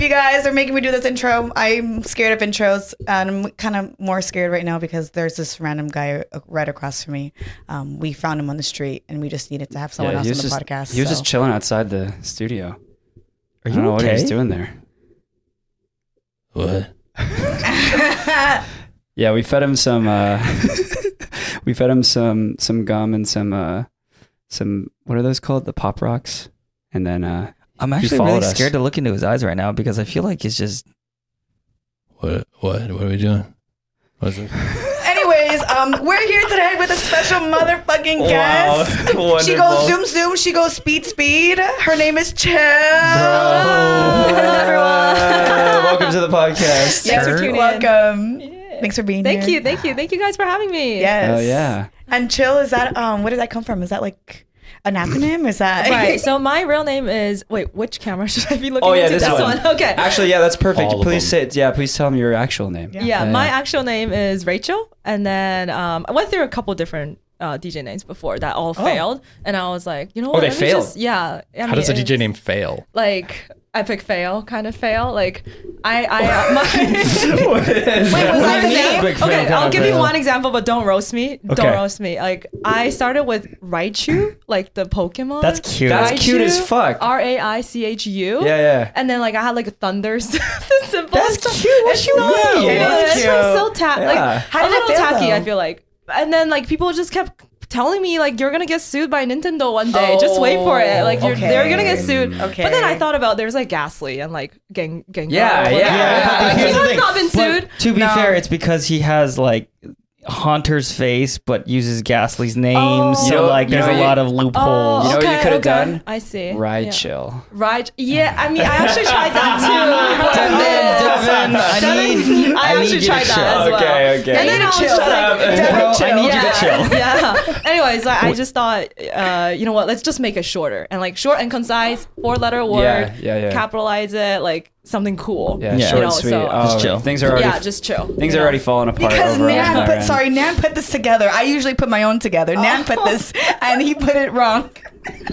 you guys are making me do this intro. I'm scared of intros, and I'm kind of more scared right now because there's this random guy uh, right across from me. Um, we found him on the street, and we just needed to have someone he else on was the just, podcast. He was so. just chilling outside the studio. I Are you don't know okay? what he was doing there. What? Yeah, we fed him some. Uh, we fed him some some gum and some uh, some what are those called? The pop rocks. And then uh, I'm He actually followed really us. scared to look into his eyes right now because I feel like he's just What? What? What are we doing? What's this? Anyways, um, we're here today with a special motherfucking guest. She goes zoom zoom. She goes speed speed. Her name is Chill. Uh, welcome to the podcast. Thanks for Sure. tuning Welcome. Thanks for being Thank here. you, thank you, thank you guys for having me. Yes. Oh yeah. And chill is that um? Where did that come from? Is that like an acronym? Is that Right. So my real name is wait, which camera should I be looking Oh yeah, into? this, one. Okay. Actually, yeah, that's perfect. All of please say them. yeah. Please tell him your actual name. Yeah. yeah, Yeah. my actual name is Rachel, and then um, I went through a couple different uh, DJ names before that all failed, and I was like, you know what? Oh. they let me failed? just- yeah. I How does a mean, DJ name fail? Like epic fail, kind of fail. Like I, I uh, my. Wait, was I the name? Big fan, Okay, kind I'll of give you fan. one example, but don't roast me. Okay. Don't roast me. Like I started with Raichu, like the Pokemon. That's cute. That's cute as fuck. R A I C H U. Yeah, yeah. And then like I had like a thunder s- the symbol. That's and stuff. cute. What It's you not mean? cute. That's It's cute. like so tacky. Yeah. Like How a did it little feel, tacky. though? I feel like. And then like people just kept telling me like you're gonna get sued by Nintendo one day. just wait for Oh, it. Like you're, they're gonna get sued. Okay. But then I thought about there's like Ghastly and like Gang Gang. Yeah, Girl, yeah. whatever. Yeah, but Like, here's the he has thing. not been But sued. to be No. fair, it's because he has like Haunter's face, but uses Ghastly's name. Oh. So You know- like, you there's know a you- lot of Oh, loopholes. You know what you okay, could've okay. done? I see. Ride Yeah. chill. Right. Yeah. I mean, I actually tried that too. but Devin, then- Devin, I Devin, need- I I need you actually to tried chill. that as well. Okay, okay. And then You I was chill. just Stop. like, Devin, Bro, I need you to yeah. chill. Yeah. Anyways, I, I just thought, uh, you know what? Let's just make it shorter and like short and concise, four-letter word. yeah, yeah. Capitalize it, like something cool. Yeah, Yeah. short You know, and sweet. so- oh, Just chill. Things are already uh, Yeah. Just chill. things you are know? already falling apart. Because over on Nan our put end. sorry Nan put this together. I usually put my own together. Nan put this and he put it wrong.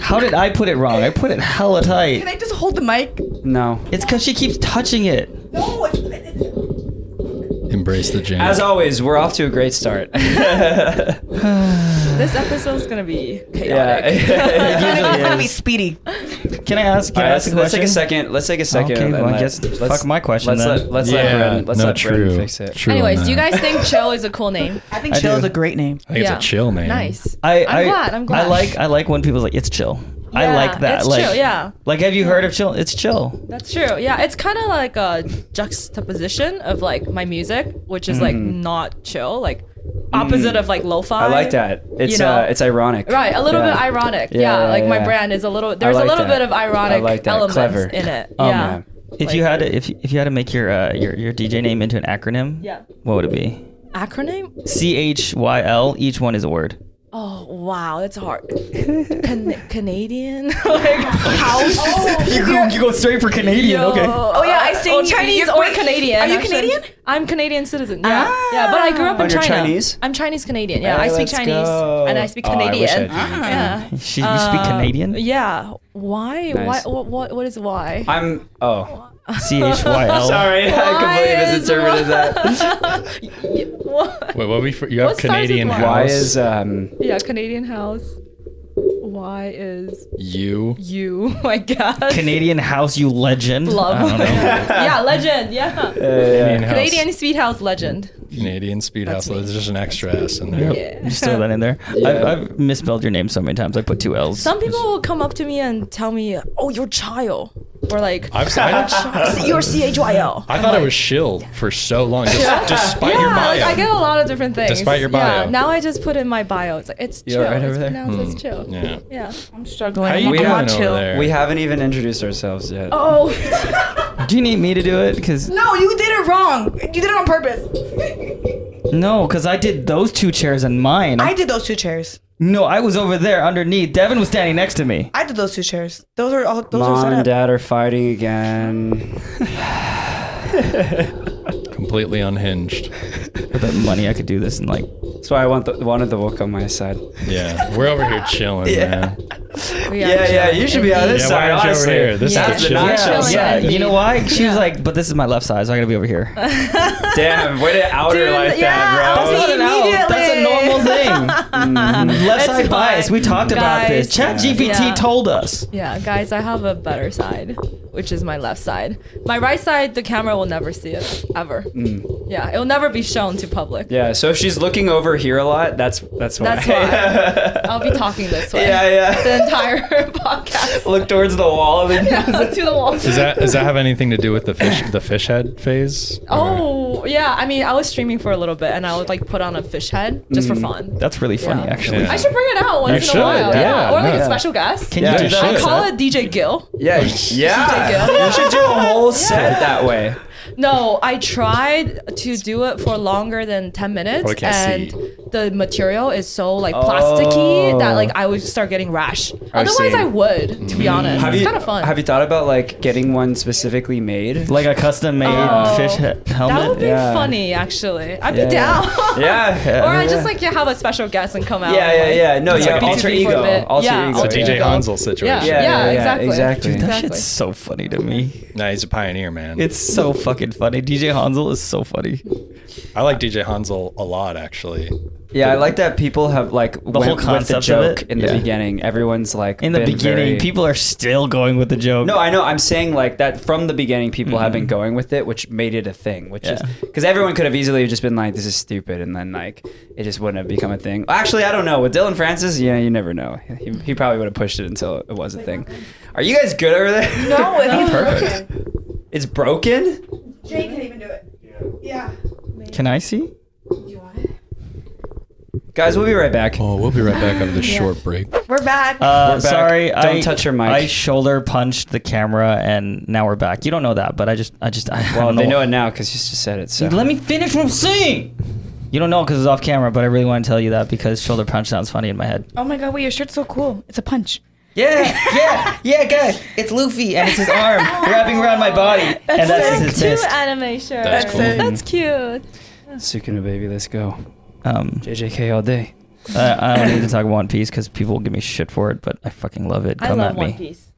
How did I put it wrong? I put it hella Can tight. I just hold the mic? No. It's because she keeps touching it. No. It's, it's, Embrace the jam. As always, we're off to a great start. This episode's gonna be yeah. chaotic. it's gonna be is. speedy. Can I ask? Can All I right, ask let's, a let's question? take a second. Let's take a second. Okay, and well, I let- guess let's- fuck my question Let's then. let let's let Brendan, let's no, let Brendan true. fix it. True on Anyways, do you that. guys think chill is a cool name? I think I chill is do. a great name. I think Yeah. it's a chill name. Nice. I, I'm I, glad, I'm glad. I like I like when people's like it's chill. I Yeah, like that. it's like, chill, yeah. Like, have you heard of chill? It's chill. That's true. Yeah, it's kind of like a juxtaposition of like my music, which is like not chill, like opposite of like lo-fi. Mm-hmm. I like that. It's uh, know. it's ironic. Right, a little Yeah. bit ironic. Yeah, Yeah, yeah, like yeah. my brand is a little. There's like a little that. bit of I ironic like that. elements Clever. Oh, in it. Um, yeah. If you had to, if you, if you had to make your uh, your your DJ name into an acronym, Yeah. what would it be? Acronym? C H Y L. Each one is a word. Oh wow, that's hard. Can- Canadian, like house. You go, you go straight for Canadian. Oh yeah, I sing- oh, Chinese you're or Greek. Canadian. Are you actually. Canadian? I'm Canadian citizen. Yeah, yeah, but I grew up Oh, in you're China. Chinese? I'm Chinese Canadian. Yeah, Hey, I speak let's Chinese go. and I speak Oh, I wish I Canadian. did. yeah. She, you speak Canadian? Uh, Yeah. Why? Nice. Why? What? What, what is why? I'm. Oh, C H Y L. sorry. I completely Why is misinterpreted that. What? Wait, what we for, you have What size Canadian is house? one? Why is um? Yeah, Canadian house. Why is you? you? I guess. Canadian house, you legend. I Love. don't know. yeah, legend. Yeah. Canadian house. Canadian sweet house legend. Canadian speed house. me. There's just an extra S in there. Just throw that in there. I've, I've misspelled your name so many times. I put two L's. Some people will come up to me and tell me, "Oh, you're child," or like, I've, I, "You're C H Y L." I thought it was shill for so long, just, despite your Yeah, bio. like, I get a lot of different things. Despite your bio. Yeah, now I just put in my bio. It's like it's You all chill. right over it's there? pronounced as chill. Yeah. yeah. I'm struggling. How I'm you not- doing I'm over not chill. there? We haven't even introduced ourselves yet. Oh, Do you need me to do it? Because No, you did it wrong. You did it on purpose. no, because I did those two chairs and mine. I did those two chairs. no, I was over there underneath. Devin was standing next to me. I did those two chairs. Those are all. Those are Mom set and up. Dad are fighting again. Completely unhinged. I bet money I could do this in like. That's why I want the, wanted the woke on my side. Yeah. We're over here chilling, man. We are yeah, yeah, chilling. you should be on this Yeah, why side. aren't you over honestly. here? This is That's the the shit. nacho Yeah. side. yeah, Indeed. you know why? She was Yeah. like, "But this is my left side, so I gotta be over here." Damn, way to out her Dude, like yeah, that, I'll bro. be- That's not an out. That's a normal thing. Left It's side bias. fine. We talked about this. Chat Guys, GPT yeah. told us. Yeah, guys, I have a better side, which is my left side. My right side, the camera will never see it ever. Mm. Yeah, it will never be shown to public. Yeah, so if she's looking over here a lot, that's that's why. That's why. I'll be talking this way. yeah, yeah. The entire podcast. Look towards the wall. And Yeah, to the wall. Does that does that have anything to do with the fish the fish head phase? Oh yeah, I mean, I was streaming for a little bit, and I would like put on a fish head just Mm. for fun. That's really funny, Yeah. actually. Yeah. I should bring it out once in should, a while, yeah, or like yeah. a special guest. Can Yeah, you you do that? I should. call it DJ Gill. yeah, yeah. You should do a whole set that way. No, I tried to do it for longer than 10 minutes I can't and see. the material is so like plasticky that like I would start getting rash. Otherwise see. I would, to be honest. Have it's you kind of fun. have you thought about like getting one specifically made? Like a custom made Oh. fish he- that would helmet. be Yeah. funny actually. I'd Yeah, be yeah. down. yeah. or I yeah. just like yeah, have a special guest and come out. Yeah, and, yeah, like- yeah. No, It's yeah. like alter B2B for a ego. bit. Alter Yeah, ego. alter DJ ego. Hansel Yeah, situation. yeah, Yeah, yeah, yeah, exactly. exactly. Dude, That Exactly. shit's so funny to me. Nah, he's a pioneer, man. It's so fucking funny. DJ Hansel is so funny. I like DJ Hansel a lot, actually. Yeah, I like that people have like the whole concept with of the joke it. in the Yeah. beginning. Everyone's like In the been beginning, very- people are still going with the joke. No, I know. I'm saying like that from the beginning. People have Mm-hmm. been going with it, which made it a thing. Which is Yeah. because everyone could have easily just been like, "This is stupid," and then like it just wouldn't have become a thing. Actually, I don't know. With Dylan Francis, yeah, you never know. He, he probably would have pushed it until it was a thing. Are you guys good over there? No, it's Perfect. it's broken. Jane can even do it. Yeah. Can I see? Guys, we'll be right back. Oh, we'll be right back after this short break. We're back. Uh, We're back. sorry, Don't I, touch your mic. I shoulder punched the camera, and now we're back. You don't know that, but I just, I just, I, I Well, don't they know it what- now because you just said it. So Let me finish what I'm saying. You don't know because it's off camera, but I really want to tell you that because shoulder punch sounds funny in my head. oh my god, wait, your shirt's so cool. It's a punch. Yeah, yeah, yeah, guys. It's Luffy and it's his arm wrapping around my body, and that's his Two fist. animation. That's cool. That's cute. Sukuna baby, let's go. Um, JJK all day. I, I don't need to talk One Piece because people will give me shit for it, but I fucking love it. I Come love at One me. Piece.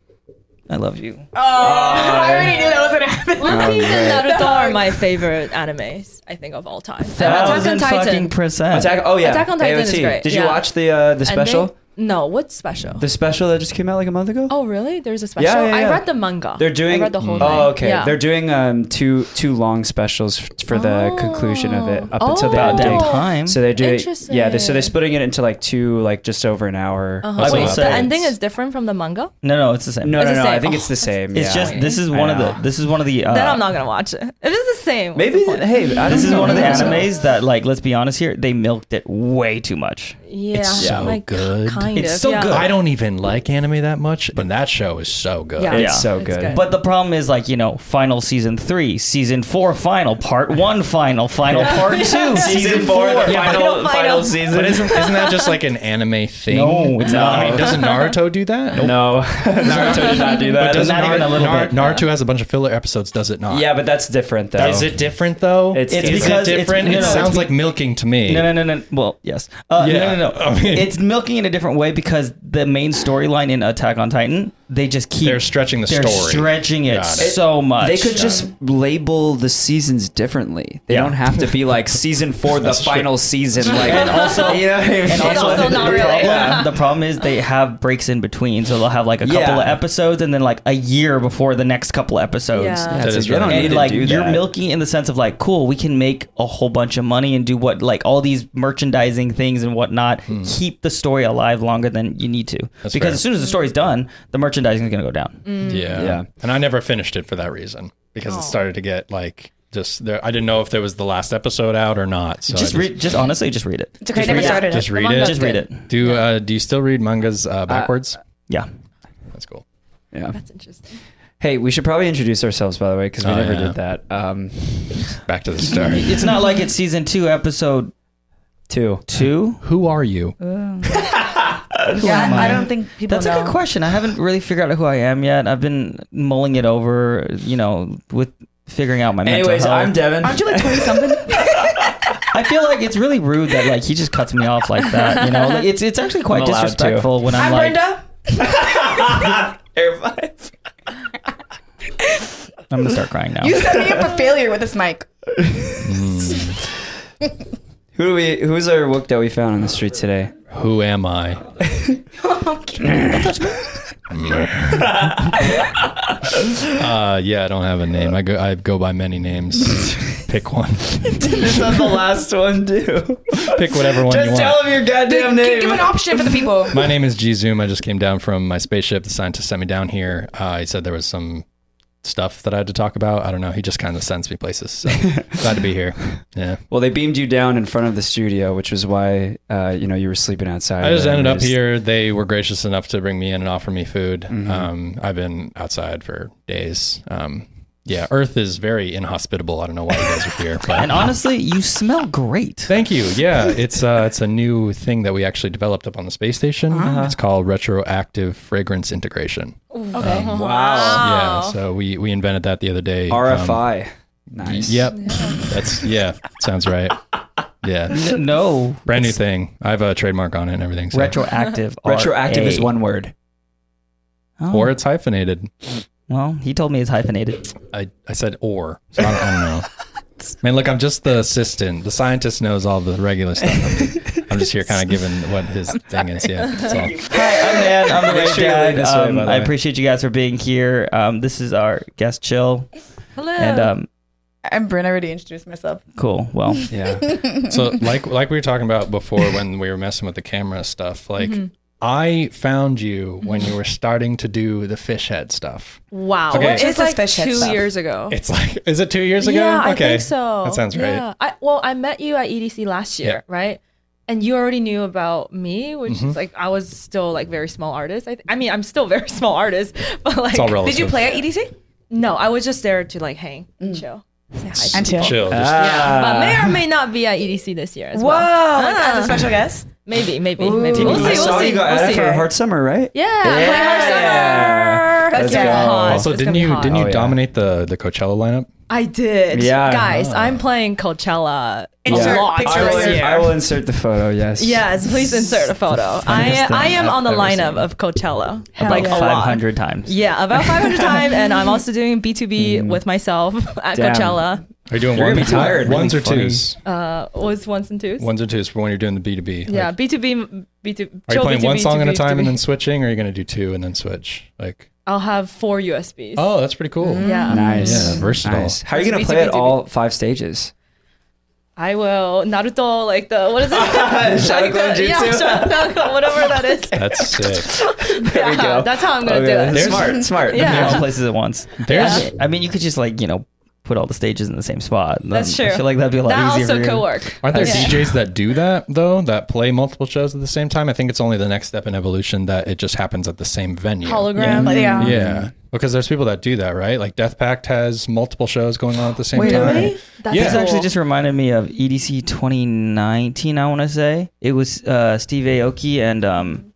I love you. Oh, I already knew that was gonna happen. One Piece and great. Naruto are my favorite animes, I think, of all time. And Attack on Thousand Titan. fucking percent. Attack, oh yeah, Attack on Titan is AOT. great, Did you yeah. watch the uh, the And they- special? no, what's special? The special that just came out like a month ago. oh, really? There's a special. Yeah, yeah, yeah. I read the manga. They're doing. I read the whole. thing. oh, okay. Yeah. They're doing um two two long specials f- for the conclusion of it up until the Oh. About damn ending. time. So they do. Interesting. Yeah. They, so they're splitting it into like two, like just over an hour. Uh-huh. I Wait, will so say the it's- ending is different from the manga. no, no, it's the same. No, It's no, the no. I same. think Oh, it's the same. it's yeah. just this is one of the this is one of the. Uh, then I'm not gonna watch it. It is the same. Maybe. Hey, I don't This is know. one of the I don't know. animes that, like, let's be honest here, they milked it way too much. yeah, It's so like, good. Kind It's of, so yeah. good. I don't even like anime that much, but that show is so good. Yeah. It's Yeah. so It's good. good. But the problem is, like, you know, final season three, season four, final part one, final, final part two, season, four. the Yeah, final- final final. season. But isn't, isn't that just like an anime thing? No, it's not. I mean, doesn't Naruto do that? Nope. no, Naruto did not do that. But doesn't Not Nar- even a little Nar- bit. Naruto has a bunch of filler episodes, does it not? yeah, but that's different though. Is it different though? It's Is different. because it it's- different. no, it no, sounds it's- like milking to me. No, no, no, no. Well, yes. Uh, Yeah, No, no, no. I mean- it's milking in a different way because the main storyline in Attack on Titan, they just keep. They're stretching the they're story. stretching it, Got it. so much. They could just label the seasons differently. They Yeah. don't have to be like season four, the That's true. final season. Like, and also- you know, what I mean? And also also not the, really. problem, Yeah. the problem is they have breaks in between, so they'll have like a couple Yeah. of episodes and then like a year before the next couple of episodes. Yeah. Yeah, it's That is like, you don't right. need and to like do you're that. milking in the sense of like cool we can make a whole bunch of money and do what like all these merchandising things and whatnot Hmm. keep the story alive longer than you need to That's because fair. as soon as the story's done the merchandising is going to go down Mm. Mm. Yeah. Yeah. And I never finished it for that reason because Oh. it started to get like just there. I didn't know if there was the last episode out or not. So just I read just honestly just read it It's okay. I Just never read it. started it. just The read manga's it. just read it Do uh, do you still read mangas uh, backwards? yeah That's cool. Yeah. That's interesting. Hey, we should probably introduce ourselves, by the way, because we Oh, never yeah. did that. Um, Back to the start. it's not like it's season 2 episode two. 2 Who are you? Yeah, am I I? don't think people That's know. a good question. I haven't really figured out who I am yet. I've been mulling it over, you know, with figuring out my Anyways, mental health. I'm Devin. Aren't you like 20 something? I feel like it's really rude that like he just cuts me off like that. You know, like, it's it's actually quite I'm allowed to. disrespectful when I'm I'm, like, Brenda. Air five. I'm gonna start crying now. You set me up for failure with this mic. Who do we? Who's our wook that we found on the street today? Who am I? uh, yeah, I don't have a name. I go, I go by many names. Pick one. This is the last one too. Pick whatever one you Just want. tell him your goddamn name. Give an option for the people. My name is G Zoom. I just came down from my spaceship. The scientist sent me down here. Uh, he said there was some stuff that I had to talk about. I don't know. He just kind of sends me places. So glad to be here. Yeah. Well, they beamed you down in front of the studio, which was why uh, you know you were sleeping outside. I just And ended it up was- here. They were gracious enough to bring me in and offer me food. Um, I've been outside for days. Um, yeah, Earth is very inhospitable. I don't know why you guys are here, but and honestly, you smell great. thank you. Yeah, it's uh, it's a new thing that we actually developed up on the space station. Uh-huh. It's called retroactive fragrance integration. Okay. Oh. Wow. Yeah, so we we invented that the other day. Um, RFI. nice. Yep, that's yeah, sounds right. Yeah, N- No, brand new thing. I have a trademark on it and everything. So. retroactive. Retroactive RA. is one word. Oh, or it's hyphenated. well, he told me it's hyphenated. I, I said or. So I don't, I don't know. Man, look, I'm just the assistant. The scientist knows all the regular stuff. I'm just, I'm just here kind of giving what his thing is. Yeah. That's all. I'm Dan. I'm the Make Rape sure you lean Dad. this way, Um, by the I way. appreciate you guys for being here. Um, this is our guest chill, Hello. and uh, um, I'm Bryn. I already introduced myself. cool. Well, Yeah. So like like we were talking about before when we were messing with the camera stuff, like Mm-hmm. I found you when you were starting to do the fish head stuff. wow. Okay. What is It's like this fish head two stuff? years ago. It's like is it two years ago? Oh. Yeah, okay. I think so. That sounds right. Yeah. I, well, I met you at EDC last year, Yeah. right? And you already knew about me, which Mm-hmm. is like I was still like very small artist. I, th- I mean, I'm still very small artist, but like It's all relative. Did you play at EDC? E no, I was just there to like hang, and chill, say hi. to Mm. And chill. Chill. Oh, just- people. Uh, But may Uh. or may not be at EDC this year as Whoa! well. like, as a special guest. Maybe, maybe, maybe. Ooh. We'll see. I We'll saw see. you got we'll added see. for a hard summer, right? yeah, play hard Yeah. summer. That's Let's gonna be go. hot. Also, It's didn't gonna be you hot. didn't you Oh, yeah. dominate the the Coachella lineup? I did. Yeah. Guys, I'm playing Coachella Insert a lot picture I Sure. this will, right year. I will insert the photo. Yes. Yes, please insert a photo. I I am on the I've ever lineup seen. of Coachella. like like a lot. 500 times. Yeah, about 500 times, and I'm also doing B2B Mm. with myself at Damn. Coachella. Are you doing You're one, gonna be tired. ones or Really funny. twos? Uh, was ones and twos. Ones or twos for when you're doing the B two B. yeah, B2B, B2. Are you playing B2B, one song at a time and B2B. then switching, or are you going to do two and then switch? Like, I'll have four USBs. oh, that's pretty cool. yeah. Nice. Yeah, versatile. Nice. How are you gonna It's play at BTB. all five stages? I will Naruto like the what is it? Like Shadow the- yeah, Clone Jutsu? Shadow Clone, whatever that is. That's sick. There we go. That's how I'm gonna Okay. do it. Smart, smart. Yeah. all places at once. There's I mean, you could just like you know put all the stages in the same spot. That's Um, I true. feel like that'd be a lot That easier. also for you. could work. aren't there Yeah. DJs that do that though? That play multiple shows at the same time. I think it's only the next step in evolution that it just happens at the same venue. Hologram. Like, yeah. Yeah, because there's people that do that, right? Like Death Pact has multiple shows going on at the same Wait, time. really? That's Yeah. This actually just reminded me of E EDC 2019. I want to say it was uh, Steve Aoki and um,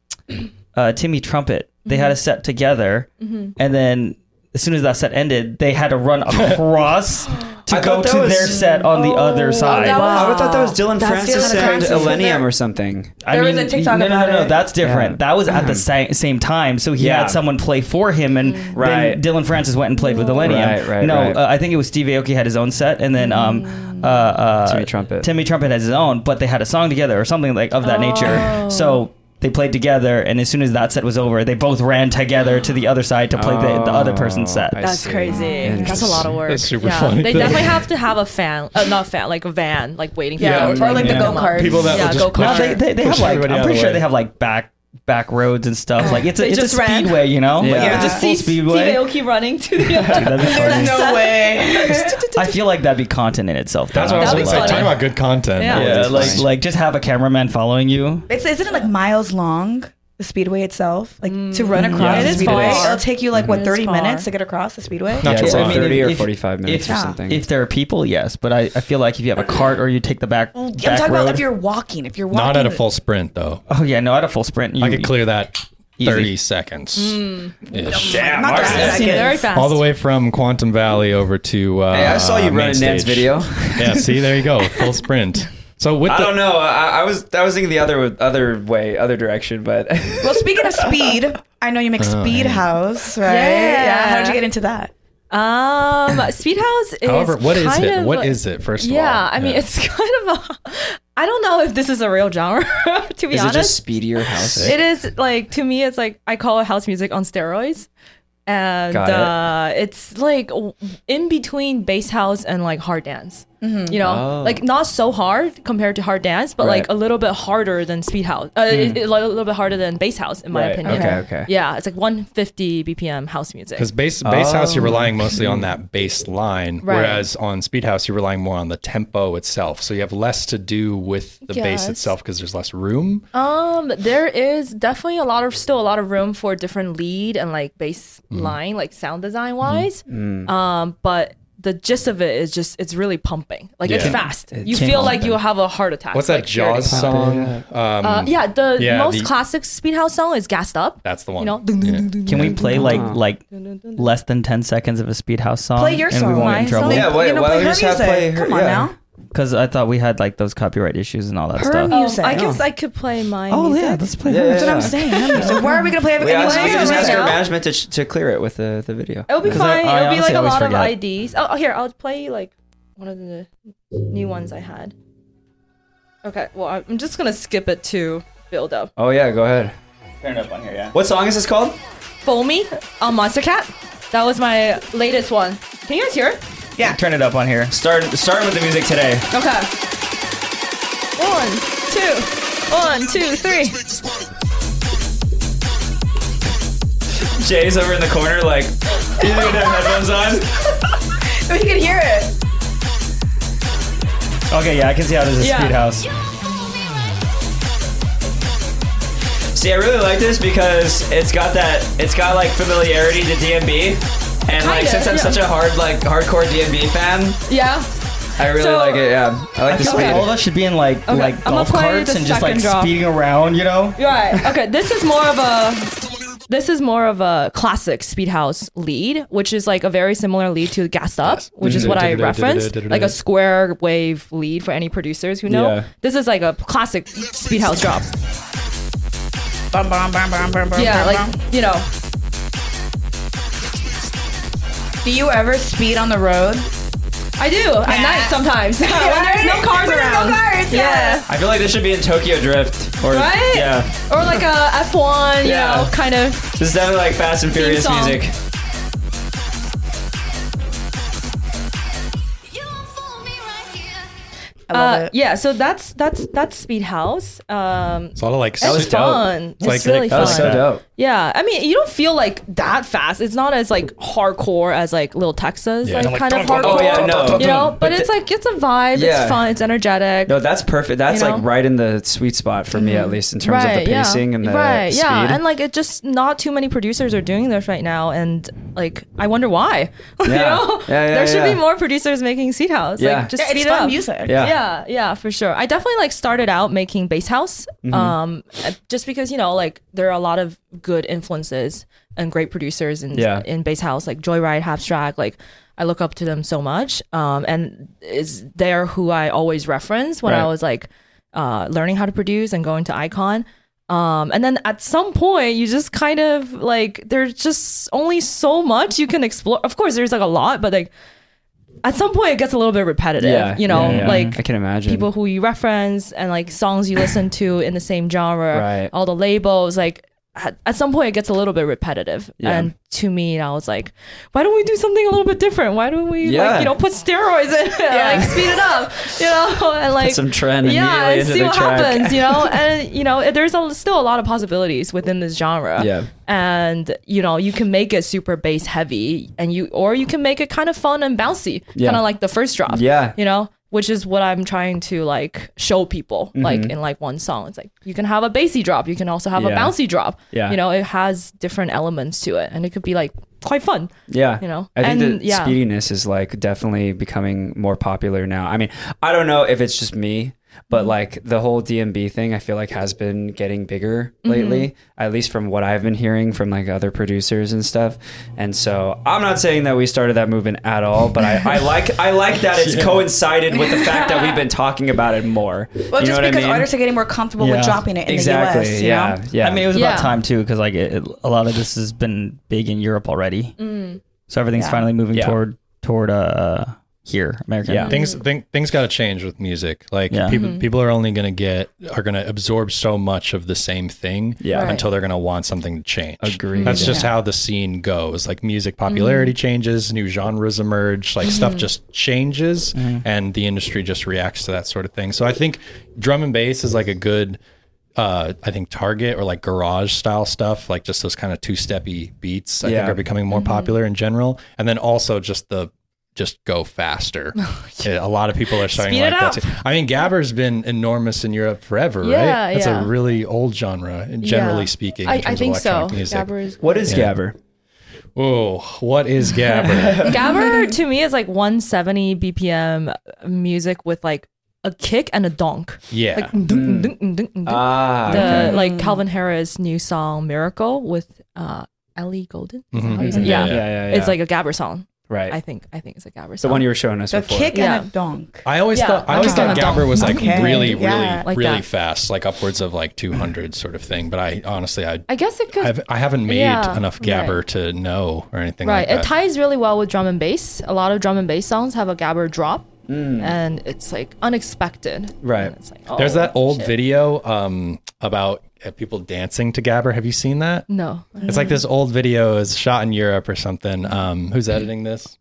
uh, Timmy Trumpet. They had a Mm-hmm. set together, and then as soon as that set ended, they had to run across to I go thought that to was- their set on the other side. Oh, that I Wow. would thought that was Dylan That's Francis Dylan and Francis. Elenium or something. I There was mean, a TikTok no, no, about no, no, it. that's different. Yeah. That was at the sa- same time, so he Yeah. had someone play for him, Mm. and Right. then Dylan Francis went and played with Millennium. Right, right, no, right. Uh, I think it was Steve Aoki had his own set, and then Mm. um, uh, uh, Timmy Trumpet. Timmy Trumpet has his own, but they had a song together or something like of that Oh. nature. So. They played together, and as soon as that set was over, they both ran together to the other side to play the, the other person's set. Oh, I That's see. crazy. That's a lot of work. That's super yeah. funny. They definitely have to have a fan, uh, not fan, like a van, like waiting. Yeah, for them. or like the pick them go-karts. up. People that yeah, will just go-kart. No, they, they, they have Push like everybody I'm out of pretty the sure way. they have like back back roads and stuff. Like it's a, They it's a just ran. speedway, you know? Like, Yeah. it's a full See, see speedway. Aoki running to the other. That'd be funny. There's no way. I feel like that'd be content in itself. That's though. what I was going That'd be to say. funny. Talking about good content. Yeah. That Yeah, would be like funny. like just have a cameraman following you. It's isn't it like miles long? The speedway itself, like to run across Yeah, it the is speedway, far. it'll take you like It what is thirty far. minutes to get across the speedway. Not Yeah, too it's long. like 30 or If- 45 minutes if- Ah, or Yeah. something. If there are people, yes, but I, I feel like if you have a cart or you take the back, I'm back talking road. about if you're walking. If you're walking, Not at a full sprint though. oh yeah, no, at a full sprint, you, I could clear that Easy. 30 seconds. Ish. Damn, Not Marcus. that second. Very Hmm. fast. All the way from Quantum Valley over to. Uh, Hey, I saw you main running Nan's stage. video. yeah, see, there you go. Full sprint. So with I the, don't know. I, I was I was thinking the other other way, other direction, but Well, speaking of speed, I know you make Oh, Speed yeah. House, right? Yeah. How did you get into that? Um, Speedhouse is. however, what is kind it? Of, what is it? First of all, Yeah, I mean, it's kind of a. I don't know if this is a real genre, to be is it honest. just speedier house? it is like to me, it's like I call it house music on steroids, and Got it. uh, it's like w- in between bass house and like hard dance. You know, Oh. like not so hard compared to hard dance, but like Right. Hmm. a little bit harder than speed house. Uh, it- it- like, a little bit harder than bass house, in my Right, opinion. okay, okay. Yeah, it's like 150 BPM house music. because bass bass house you're relying mostly on that bass line, Um, Right. whereas on speed house you're relying more on the tempo itself. So you have less to do with the bass Yes. itself because there's less room. Um, there is definitely a lot of still a lot of room for different lead and like bass Mm-hmm. line, like sound design wise. Um, but the gist of it is just it's really pumping. Like it's Yeah. fast. It you can feel pump like it. you have a heart attack. What's like, that hearing Jaws it. song? Mm. Um, Uh, yeah, the Yeah, most the- classic Speedhouse song is "Gassed Up." that's the one. you know. Can we play like like less than ten seconds of a speed house song? Play your Um, and song. we won't My get in trouble. song? Yeah, Like, why- you know, why play don't we her just have music. play her- Come on yeah. now. Because I thought we had like those copyright issues and all that Her stuff. music. I Oh. guess I could play my. oh music. yeah, let's play Yeah, her. yeah, That's music. what I'm saying. So why are we gonna play We everything asked, we Anyway, just right asked now- our management to, to clear it with the, the video. It'll be 'Cause I- fine. I It'll be like honestly a always lot of forget. IDs. Oh, oh, here, I'll play like one of the new ones I had. Okay, well, I'm I'm just gonna skip it to build up. Oh yeah, go ahead. Turn it up on here. Yeah. What song is this called? Foamy on Monster Cat. That was my latest one. Can you guys hear it? Turn it up on here. Start starting with the music today. Okay. One, two, one, two, three. Jay's over in the corner, like you didn't even have headphones on. We can hear it. Okay, yeah, I can see how this is Yeah. speed house. See, I really like this because it's got that. It's got like familiarity to DMB, and like Kinda, since I'm yeah. such a hard like hardcore DMB fan, Yeah. I really So- like it. Yeah, I like the I feel speed. like all of us should be in like Okay, like I'ma golf play carts the and just like second drop. speeding around, you know? Right. Okay. This is more of a. This is more of a classic Speedhouse lead, which is like a very similar lead to Gassed Up, which is what I referenced, like a square wave lead for any producers who know. Yeah. This is like a classic Speedhouse drop. Bum, bum, bum, bum, bum, bum, Yeah, bum, like bum. you know, Do you ever speed on the road? I do at Yeah. night sometimes when right? there's no cars When there's no around. cars, yeah. I feel like this should be in Tokyo Drift, or Right? yeah, or like a F one, you Yeah. know, kind of. this is definitely like Fast and Furious song. music. I love Uh, it. yeah, so that's that's that's Speed House. Um, It's a lot of like it's was dope. fun. It's like- really that fun. was so dope. Yeah, I mean, you don't feel like that fast. It's not as like hardcore as like Little Texas, Yeah. like Don't, like, kind of dun, hardcore. dun, Oh yeah, no, You know, but But it's like it's a vibe. Yeah. It's fun. It's energetic. No, that's perfect. That's You know? Mm-hmm. like right in the sweet spot for me, at least in terms of the pacing yeah. and the right, speed. yeah, and like it just not too many producers are doing this right now, and like I wonder why. you Yeah. know, Yeah, yeah, there should yeah. be more producers making Seed House. Yeah. Like, just Yeah, speed it's it fun up. music. yeah. yeah yeah for sure i definitely like started out making bass house Mm-hmm. um just because you know like there are a lot of good influences and great producers in Yeah. in bass house like joyride abstract like i look up to them so much um and is they're who i always reference when i Right. was like uh learning how to produce and going to icon um, and then at some point you just kind of like there's just only so much you can explore of course there's like a lot but like at some point it gets a little bit repetitive Yeah, you know yeah, yeah. like I can imagine. people who you reference and like songs you listen to in the same genre, Right. all the labels, like at, at some point it gets a little bit repetitive. Yeah. And to me, I was like, why don't we do something a little bit different? Why don't we Yeah. like, you know, put steroids in it, Yeah. like speed it up, you know, and like some trend yeah, immediately and into see the what track. happens, you know, and you know, there's a, still a lot of possibilities within this genre Yeah. and you know you can make it super bass heavy and you or you can make it kind of fun and bouncy Yeah. kind of like the first drop Yeah. you know which is what i'm trying to like show people Mm-hmm. like in like one song it's like you can have a bassy drop you can also have a Yeah. bouncy drop Yeah. you know it has different elements to it and it could be like quite fun Yeah. you know? I think And, that yeah. speediness is like definitely becoming more popular now. I mean, I don't know if it's just me, But like the whole DMB thing, I feel like has been getting bigger lately, at least from what I've been hearing from like other producers and stuff. And so I'm not saying that we started that movement at all, but I, I like I like that it's coincided with the fact that we've been talking about it more. Well, you know just what I because mean? artists are getting more comfortable Yeah. with dropping it in exactly. the US. you yeah. know? Yeah. I mean, it was Yeah. about time too, because like it, it- a lot of this has been big in Europe already, so everything's Yeah. finally moving Yeah. toward toward uh here, American. Yeah. things thing, things got to change with music. Like Yeah. people people are only going to get are going to absorb so much of the same thing Yeah. Right. until they're going to want something to change. Agreed. That's just how the scene goes. Like music popularity changes, new genres emerge, like stuff just changes Mm-hmm. and the industry just reacts to that sort of thing. So I think drum and bass is like a good uh, I think Target or like garage style stuff, like just those kind of two steppy beats, I Yeah. think are becoming more popular in general. And then also just the just go faster. Yeah, a lot of people are starting Speed like it that. up. Too. I mean, Gabber's been enormous in Europe forever, Yeah, right? That's yeah. a really old genre, generally speaking. in I, I terms of think so. electronic music. Gabber, is- what is Gabber? Oh, what is Gabber? Gabber to me is like 170 BPM music with like a kick and a donk. yeah. Like dun, dun, dun, dun, dun. Mm. Ah, the okay. like Calvin Harris new song "Miracle" with uh, Ellie Golden. Is that how you say it? Mhm. Yeah, Yeah. yeah, yeah, it's yeah. like a Gabber song. right. I think I think it's a Gabber the song. one you were showing us So before. kick Yeah. and a donk. I always Yeah, thought I I'm always just thought gonna Gabber dump. was like Okay, really, yeah. really, Like really that. fast, like upwards of like 200 sort of thing. But I honestly, I I guess it could. I've, I haven't made Yeah, enough Gabber to know or anything right. like it that. ties really well with drum and bass. A lot of drum and bass songs have a Gabber drop, and it's like unexpected. Right. And it's like, oh, There's that old video um, about uh, people dancing to Gabber. Have you seen that? No. It's like this Mm. old video is shot in Europe or something. Um, who's editing this?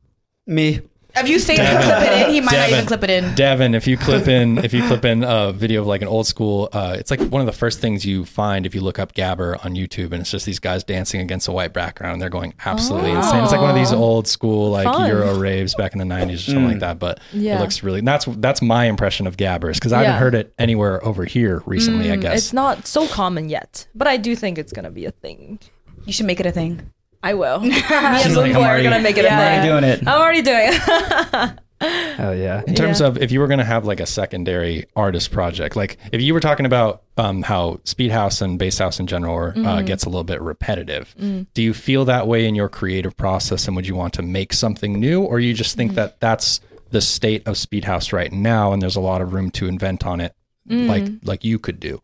Me. If you say clip it in, he might not even Devin. clip it in. Devin, if you clip in, if you clip in a video of like an old school, uh, it's like one of the first things you find if you look up Gabber on YouTube, and it's just these guys dancing against a white background. and They're going absolutely insane. It's like one of these old school like Oh. Fun. Euro raves back in the '90s or something like that. But Yeah. it looks really. and That's that's my impression of Gabbers because I Yeah. Mm, haven't heard it anywhere over here recently. I guess It's not so common yet, but I do think it's gonna be a thing. You should make it a thing. I will. Me and like, Boomboy I'm are already- gonna make it Yeah. a I'm thing. already doing it. I'm already doing it. Hell yeah. in terms of if you were going to have like a secondary artist project like if you were talking about um, how speed house and bass house in general are, uh, Mm-hmm. gets a little bit repetitive Mm. do you feel that way in your creative process and would you want to make something new or you just Mm. think that that's the state of speed house right now and there's a lot of room to invent on it Mm. like like you could do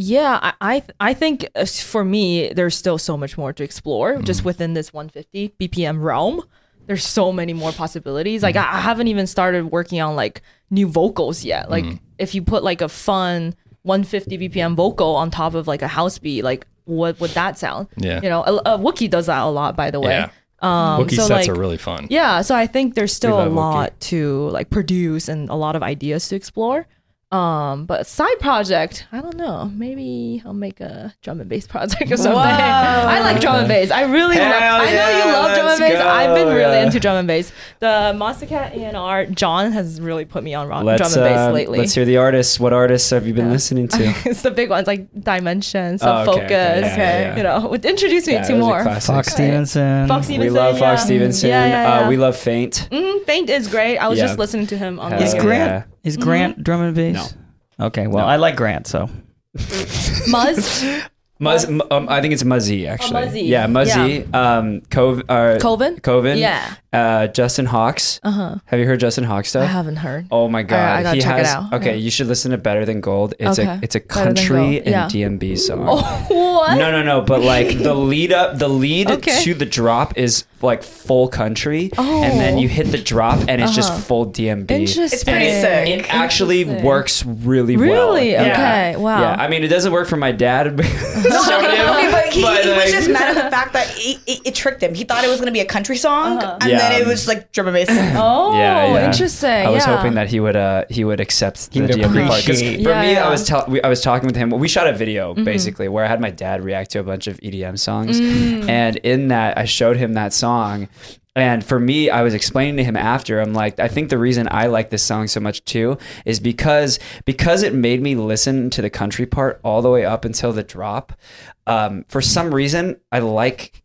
Yeah, I I, th- I think uh, for me, there's still so much more to explore Mm-hmm. just within this 150 BPM realm. There's so many more possibilities. Like I, I haven't even started working on like new vocals yet. Like Mm-hmm. if you put like a fun 150 BPM vocal on top of like a house beat, like what would that sound? Yeah. you know, a, a Wookie does that a lot, by the way. Yeah. Um, Wookiee so, sets like- are really fun yeah so i think there's still a love Wookiee. lot to like produce and a lot of ideas to explore um but side project i don't know maybe i'll make a drum and bass project or something i like drum and bass i really Hell love i know you yeah, love drum and let's bass i've been go, really yeah. into drum and bass the monster cat anr john has really put me on rock, Let's drum and bass um, lately let's hear the artists. What artists have you been listening to? it's the big ones like dimension Oh, self okay, okay, focus yeah, okay. yeah, yeah. you know introduce me Yeah, to those are more classics. Fox Stevenson. fox We stevenson love Fox yeah. Stevenson. yeah, yeah, yeah. Uh, we love Faint. Mm, Faint is great. I was Yeah. just listening to him on Hell the Is Oh, yeah. Grant is Grant drum and bass? Okay, well I like Grant, so Muzz, Muzz, m- um, I think it's Muzzy actually. Oh, Muzzy. Yeah, Muzzy. Um, Cove, uh, Colvin. Coven. Yeah. Uh-huh. Uh, Justin Hawks. Uh huh. Have you heard Justin Hawks I stuff? haven't heard. Oh my god, I gotta he check it has. out. Okay, Yeah. you should listen to Better Than Gold. It's Okay. a it's a Better Than country Gold, yeah. Oh, and DMB song. What? Oh. No, no, no. But like the lead up, the lead Okay. to the drop is like full country, and then Oh. Uh-huh. you hit the drop, and it's just full DMB. Interesting. It's pretty sick. It actually Interesting. works really, well. Really? Yeah. Okay. Wow. Yeah. I mean, it doesn't work for my dad. but- showed him, Okay, but he, he like- was just mad at the fact that it, it, it tricked him. He thought it was gonna be a country song, and Yeah. then it was like drum and bass. Oh, Yeah, yeah. interesting. I was yeah. hoping that he would uh he would accept the would DMB part. 'Cause appreciate. for Yeah, me, yeah. Mm-hmm. I was tell we, I was talking with him. We shot a video basically where I had my dad react to a bunch of EDM songs, Mm. and in that I showed him that song. And for me, I was explaining to him after. I'm like, I think the reason I like this song so much too is because because it made me listen to the country part all the way up until the drop. Um, for some reason, I like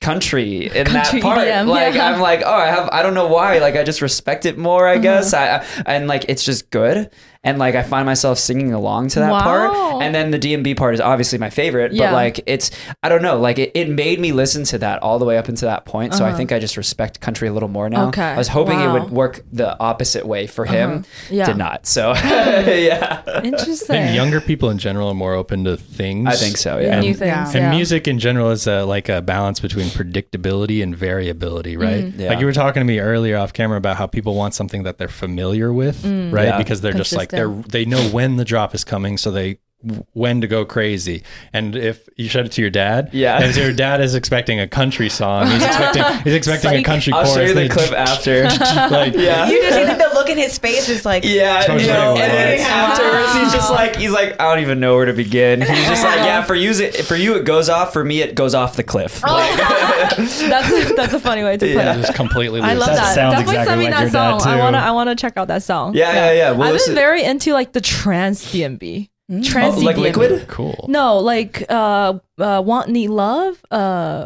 country in Country that part. EDM, like yeah. Mm-hmm. I'm like, oh, I have, I don't know why. Like I just respect it more, I guess. I, I and like it's just good. and like I find myself singing along to that Wow. part. And then the DMB part is obviously my favorite, Yeah. but like it's I don't know, like it, it made me listen to that all the way up until that point. So I Uh-huh. think I just respect country a little more now. Okay. I was hoping Wow. Uh-huh. it would work the opposite way for him. Yeah. Did not. So yeah. I Interesting. think younger people in general are more open to things. I think so, yeah. New And- things. And yeah. music in general is a, like a balance between predictability and variability, Mm. right? Yeah. Like you were talking to me earlier off camera about how people want something that they're familiar with, Mm. right? Yeah. Because they're just like they're they know when the drop is coming, so they when to go crazy. And if you showed it to your dad, Yeah. and if your dad is expecting a country song, he's expecting he's expecting a Psych. country I'll chorus. show you the and clip after. like Yeah. You just see the look in his face is like, Yeah, Starts you know, writing and then words. afterwards he's just like he's like I don't even know where to begin. He's just like yeah, for you it for you it goes off, for me it goes off the cliff. that's a, that's a funny way to put Yeah. it. just completely. I lose love it. That that. sounds Definitely exactly send me like your that dad, song. I too. wanna I wanna check out that song. Yeah, yeah, yeah. Well, I've listen- been very into like the trance DMB. Trance Oh, like DMB. Liquid? Cool. No, like uh, uh want need love. Uh,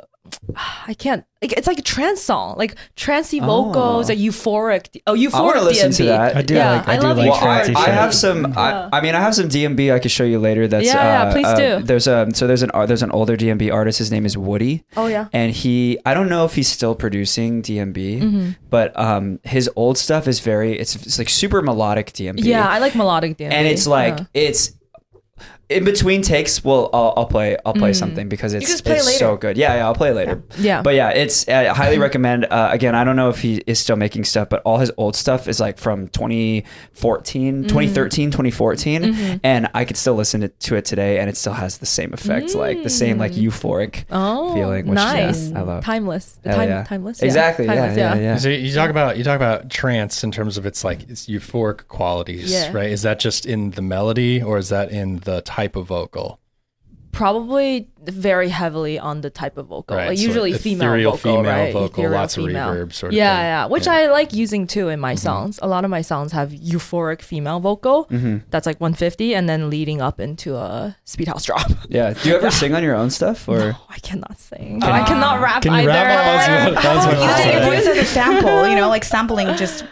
I can't. Like, it's like a trance song, like trancey vocals, Oh. a euphoric. Oh, euphoric. wanna listen DMB. to that. I do Yeah, like- I do love like euphoric. Well, I, Fancy I shit. have some. I, I mean, I have some DMB I could show you later. That's Yeah, yeah, uh, please uh, do. There's um so there's an ar- there's an older DMB artist. His name is Woody. Oh, yeah. And he I don't know if he's still producing DMB, Mm-hmm. but um his old stuff is very it's it's like super melodic DMB. Yeah, I like melodic DMB. and it's like Yeah. it's in between takes. Well, I'll, I'll play I'll play something because it's just play it's later. so good. Yeah, yeah, I'll play later. Yeah. but yeah, it's I highly recommend. Uh, again, I don't know if he is still making stuff, but all his old stuff is like from 2014, 2013, 2014, Mm. Mm-hmm. and I could still listen to, to it today, and it still has the same effect, like the same like euphoric oh, feeling. Which, yeah, nice. I love. Timeless. Hell Time, yeah. Timeless. yeah. Exactly. Yeah, Timeless, yeah, yeah. So you talk about you talk about trance in terms of its like its euphoric qualities, Yeah. right? Is that just in the melody or is that in the type of vocal? Probably very heavily on the type of vocal, Right, like so usually ethereal female vocal, female right? vocal, lots of reverb sort of yeah, thing. yeah, which Yeah. Mm-hmm. I like using too in my songs. A lot of my songs have euphoric female vocal Mm-hmm. that's like 150, and then leading up into a speed house drop. Yeah. Do you ever sing on your own stuff or? No, I cannot sing. I cannot rap Can you either. rap? That was what- that was what I using said. your voice as a sample, you know, like sampling just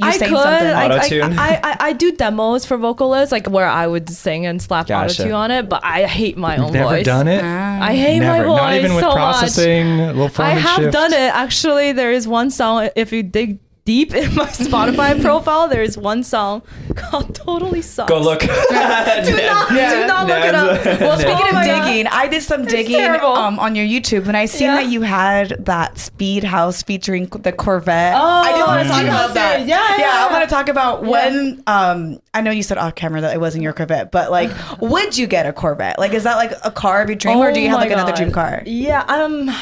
you I saying could. something. I, Like, I, Auto-tune? I, I, I do demos for vocalists, like where I would sing and slap Gotcha. auto tune on it, but I hate my own Never voice. done it. "Ah, I hate my Never. voice Not even with so much. processing. Little I form and have shift. done it. Actually, there is one song. If you dig deep in my Spotify profile, there is one song called "Totally Sucks." Go look. do not- do not look it up. Well, Speaking Oh my of God. digging, I did some digging terrible. um, on your YouTube, and I seen Yeah. that you had that speed house featuring the Corvette. Oh, I do want Mm. to talk yeah, about that. yeah, yeah. I want to talk about when. Um, I know you said off camera that it wasn't your Corvette, but like, would you get a Corvette? Like, is that like a car of your dream, or do you have Oh my like another God. dream car? Yeah. Um.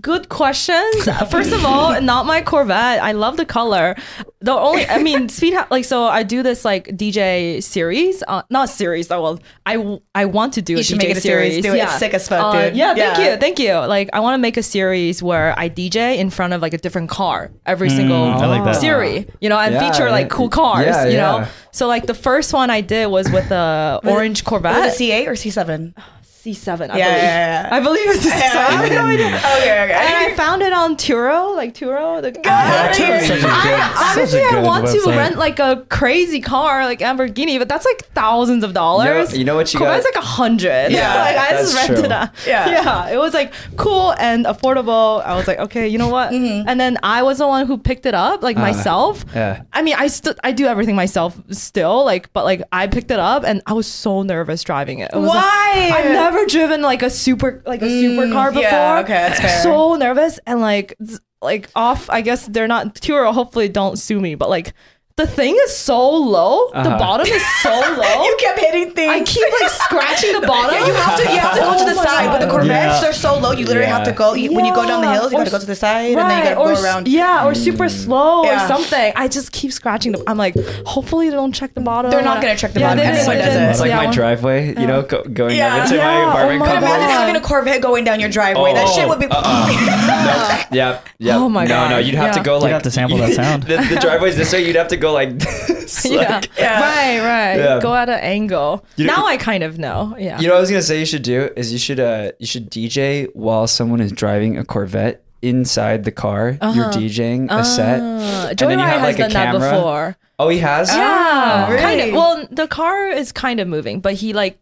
Good questions. First of all, not my Corvette. I love the color. The only, I mean, speed ha- like so. I do this like DJ series, uh, not series. That well, I w- I want to do You a should DJ make it a series. Do it. It's sick as fuck, dude. Uh, Yeah, thank Yeah. you, thank you. Like I want to make a series where I DJ in front of like a different car every Mm, single I like that. series. You know, and Yeah, feature like yeah. cool cars. Yeah, you yeah. know, so like the first one I did was with a orange Corvette. Was it C8 or C7? C7, I Yeah, believe. yeah, yeah. I believe it's a C7. I have no idea. Okay, okay. And I found it on Turo, like Turo. The out I- of here. Turo's such a I, obviously, I want to website. rent like a crazy car, like Lamborghini, but that's like thousands of dollars. You know- you know what you Corvette's got- like a hundred. Yeah, like I just that's rented true. a. Yeah. yeah. It was like cool and affordable. I was like, okay, you know what? Mm-hmm. And then I was the one who picked it up, like myself. Ah, yeah. I mean, I still I do everything myself still, like, but like I picked it up and I was so nervous driving it. It was like- Why? I've never driven like a super like a supercar before. Mm, yeah, okay, that's fair. So nervous and like z- like off. I guess they're not Turo. Hopefully, don't sue me. But like the thing is so low. Uh-huh. The bottom is so low. you kept hitting things. I keep like scratching the bottom. Yeah, you have to you have to go to the Oh my side. But the God. Corvettes Yeah. are so low, you literally Yeah. have to go. you- When you go down the Yeah. hills, you Or got to go s- to the side, and then you got or to s- go around. Yeah, or super Mm. slow or Yeah. something. I just keep scratching them. I'm like, hopefully they don't check the bottom. They're not gonna check the Yeah, bottom. they- Everyone they- does they- it. It's like yeah, my one- driveway, you know, go, going Yeah. up into Yeah. my apartment Oh my complex. Imagine God. having a Corvette going down your driveway. That Oh, shit would be. Uh-uh. Yep. Yep. Oh my no, God. No, you'd have Yeah. to go like have to sample that sound. the, the driveway's this way. You'd have to go like this. Yeah. Like, Yeah. Right, right. Yeah. Go at an angle. You know- now I kind of know. Yeah. You know what I was gonna say you should do is you should uh you should DJ while someone is driving a Corvette inside the car. You're DJing a set. Uh, and Joyride then you have has like a done that camera. before. Oh, he has. Yeah, Oh, kind really? of. Well, the car is kind of moving, but he like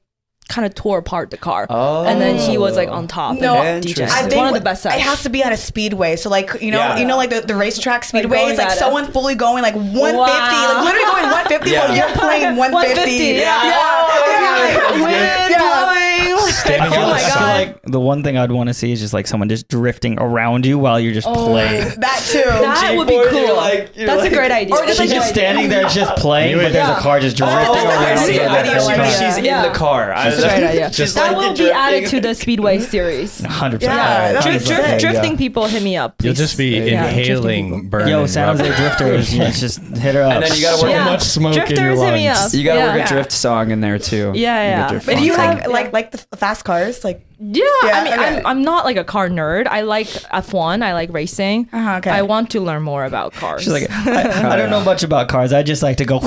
kind of tore apart the car, Oh. and then he was like on top. No, and DJing. Interesting. I It's one of the wh- best It sets. has to be at a speedway. So like you know, Yeah. you know, like the, the racetrack speedway going is like at it. someone fully going like 150, Wow. like literally going 150 Yeah. while you're playing 150. 150, yeah. Yeah. Yeah. Wind Yeah. blowing. I feel, like, Oh my I feel God. like the one thing I'd want to see is just like someone just drifting around you while you're just playing. That too. That would be G4, cool. you're like- you're That's like- a great idea. Or just That's a She's like- great just idea. standing there just playing, but there's a car just Oh, drifting that's around. a great you. idea. That's That's a great just- idea. She's Yeah. in the car. I- That's a great idea. Just that like will you're be added drifting. to the Speedway series. 100%. Yeah, Yeah, that'd Drift, be drift- sick. drifting people, hit me up. You'll please. just be Yeah, drifting inhaling burning. Yo, San Jose rubber. Drifters, yeah, just hit her up. And then you gotta So work. Yeah. much smoke in your Drifters, hit me lungs. up. You gotta work Yeah. a drift song in there too. Yeah, You yeah. drift But Do song you song. like like like the f- fast cars? Like Yeah, Yeah, I mean, okay. I'm, I'm not like a car nerd. I like F1. I like racing. Uh-huh, okay. I want to learn more about cars. She's like, I, I don't know much about cars. I just like to go.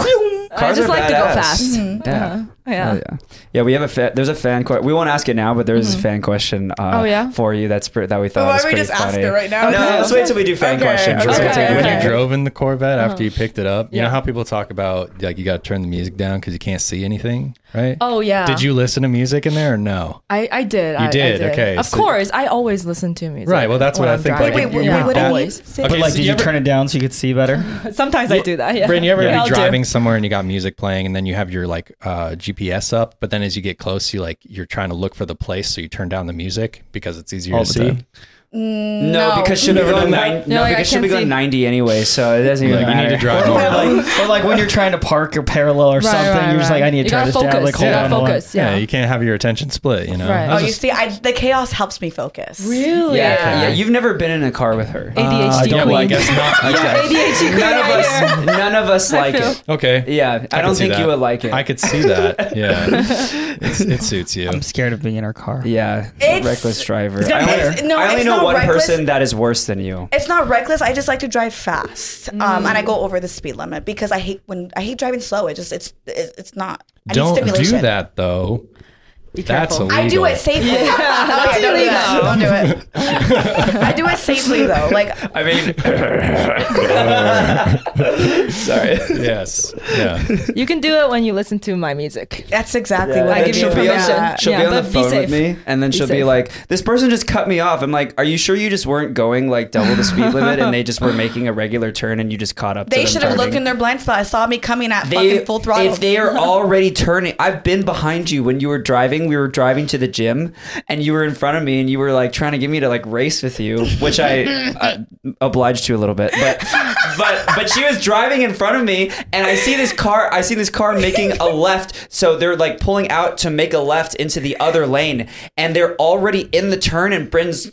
I just are like to go badass. fast. Mm-hmm. Yeah. Uh-huh. Yeah. Oh, yeah. Yeah, we have a fa- there's a fan question. We won't ask it now, but there's a fan question uh, Oh, yeah? for you that's pre- that we thought Mm-hmm. why was don't we pretty just ask funny. it right now? No, Okay. let's wait till we do fan Okay. questions. Let's Okay. get to it. Okay. When Okay. you drove in the Corvette after you picked it up, you Yeah. know how people talk about like you got to turn the music down because you can't see anything, right? Oh yeah. Did you listen to music in there or no? I, I did. You I, I did, okay, Of so- course, I always listen to music. Right, well, that's when what I I'm think, driving. like, Wait, wait, you- wait, yeah. what did you always. say? But Okay, like, so did you you ever- turn it down so you could see better? Sometimes I do that. Yeah. Bryn, you ever Yeah, I'll be do. driving somewhere and you got music playing, and then you have your like uh, GPS up, but then as you get close, you like you're trying to look for the place, so you turn down the music because it's easier All to the see. time. No, No. because she'll be Never going done that? nine, no, No, like, I because she'll be can't going see. 90 anyway, so it doesn't even Like, you matter. need to drive Or normal. like, or like when you're trying to park or parallel or something, you're just like, I need to You turn gotta this focus. down. Like, hold you on, gotta hold on. focus. Yeah. Yeah. you can't have your attention split, you know. I Right. Oh, was you just- see, I the chaos helps me focus. Really? yeah, yeah, Uh, you've never been in a car with her. I ADHD don't yeah, well, I queen. guess not. Okay. ADHD queen. none of right here. us, none of us like feel- it. Okay. Yeah, I, could don't see think that. you would like it. I could see that. Yeah. it's, it suits you. I'm scared of being in her car. yeah, It's- reckless driver. gotta I be only, better. No, I only it's know not one reckless. person that is worse than you. It's not reckless. I just like to drive fast, um, Mm. and I go over the speed limit because I hate when I hate driving slow. It just it's it's, it's not. I need Don't do stimulation. that though. That's careful. illegal. I do it safely. that's Okay, don't do that. illegal. Don't do it. I do it safely though. Like I mean, sorry. Yes. Yeah. You can do it when you listen to my music. that's exactly what I I give do. you she'll be on, permission. Yeah. she'll be Yeah, on the but be phone with safe. me, and then Be she'll be safe. like, "This person just cut me off." I'm like, "Are you sure you just weren't going like double the speed limit, and they just were making a regular turn, and you just caught up?" They should have looked in their blind spot. I saw me coming at fucking full throttle. if they are already turning, I've been behind you when you were driving. We were driving to the gym, and you were in front of me, and you were like trying to get me to like race with you, which I uh, obliged to a little bit. But but but she was driving in front of me, and I see this car. I see this car making a left, so they're like pulling out to make a left into the other lane, and they're already in the turn, and Bryn's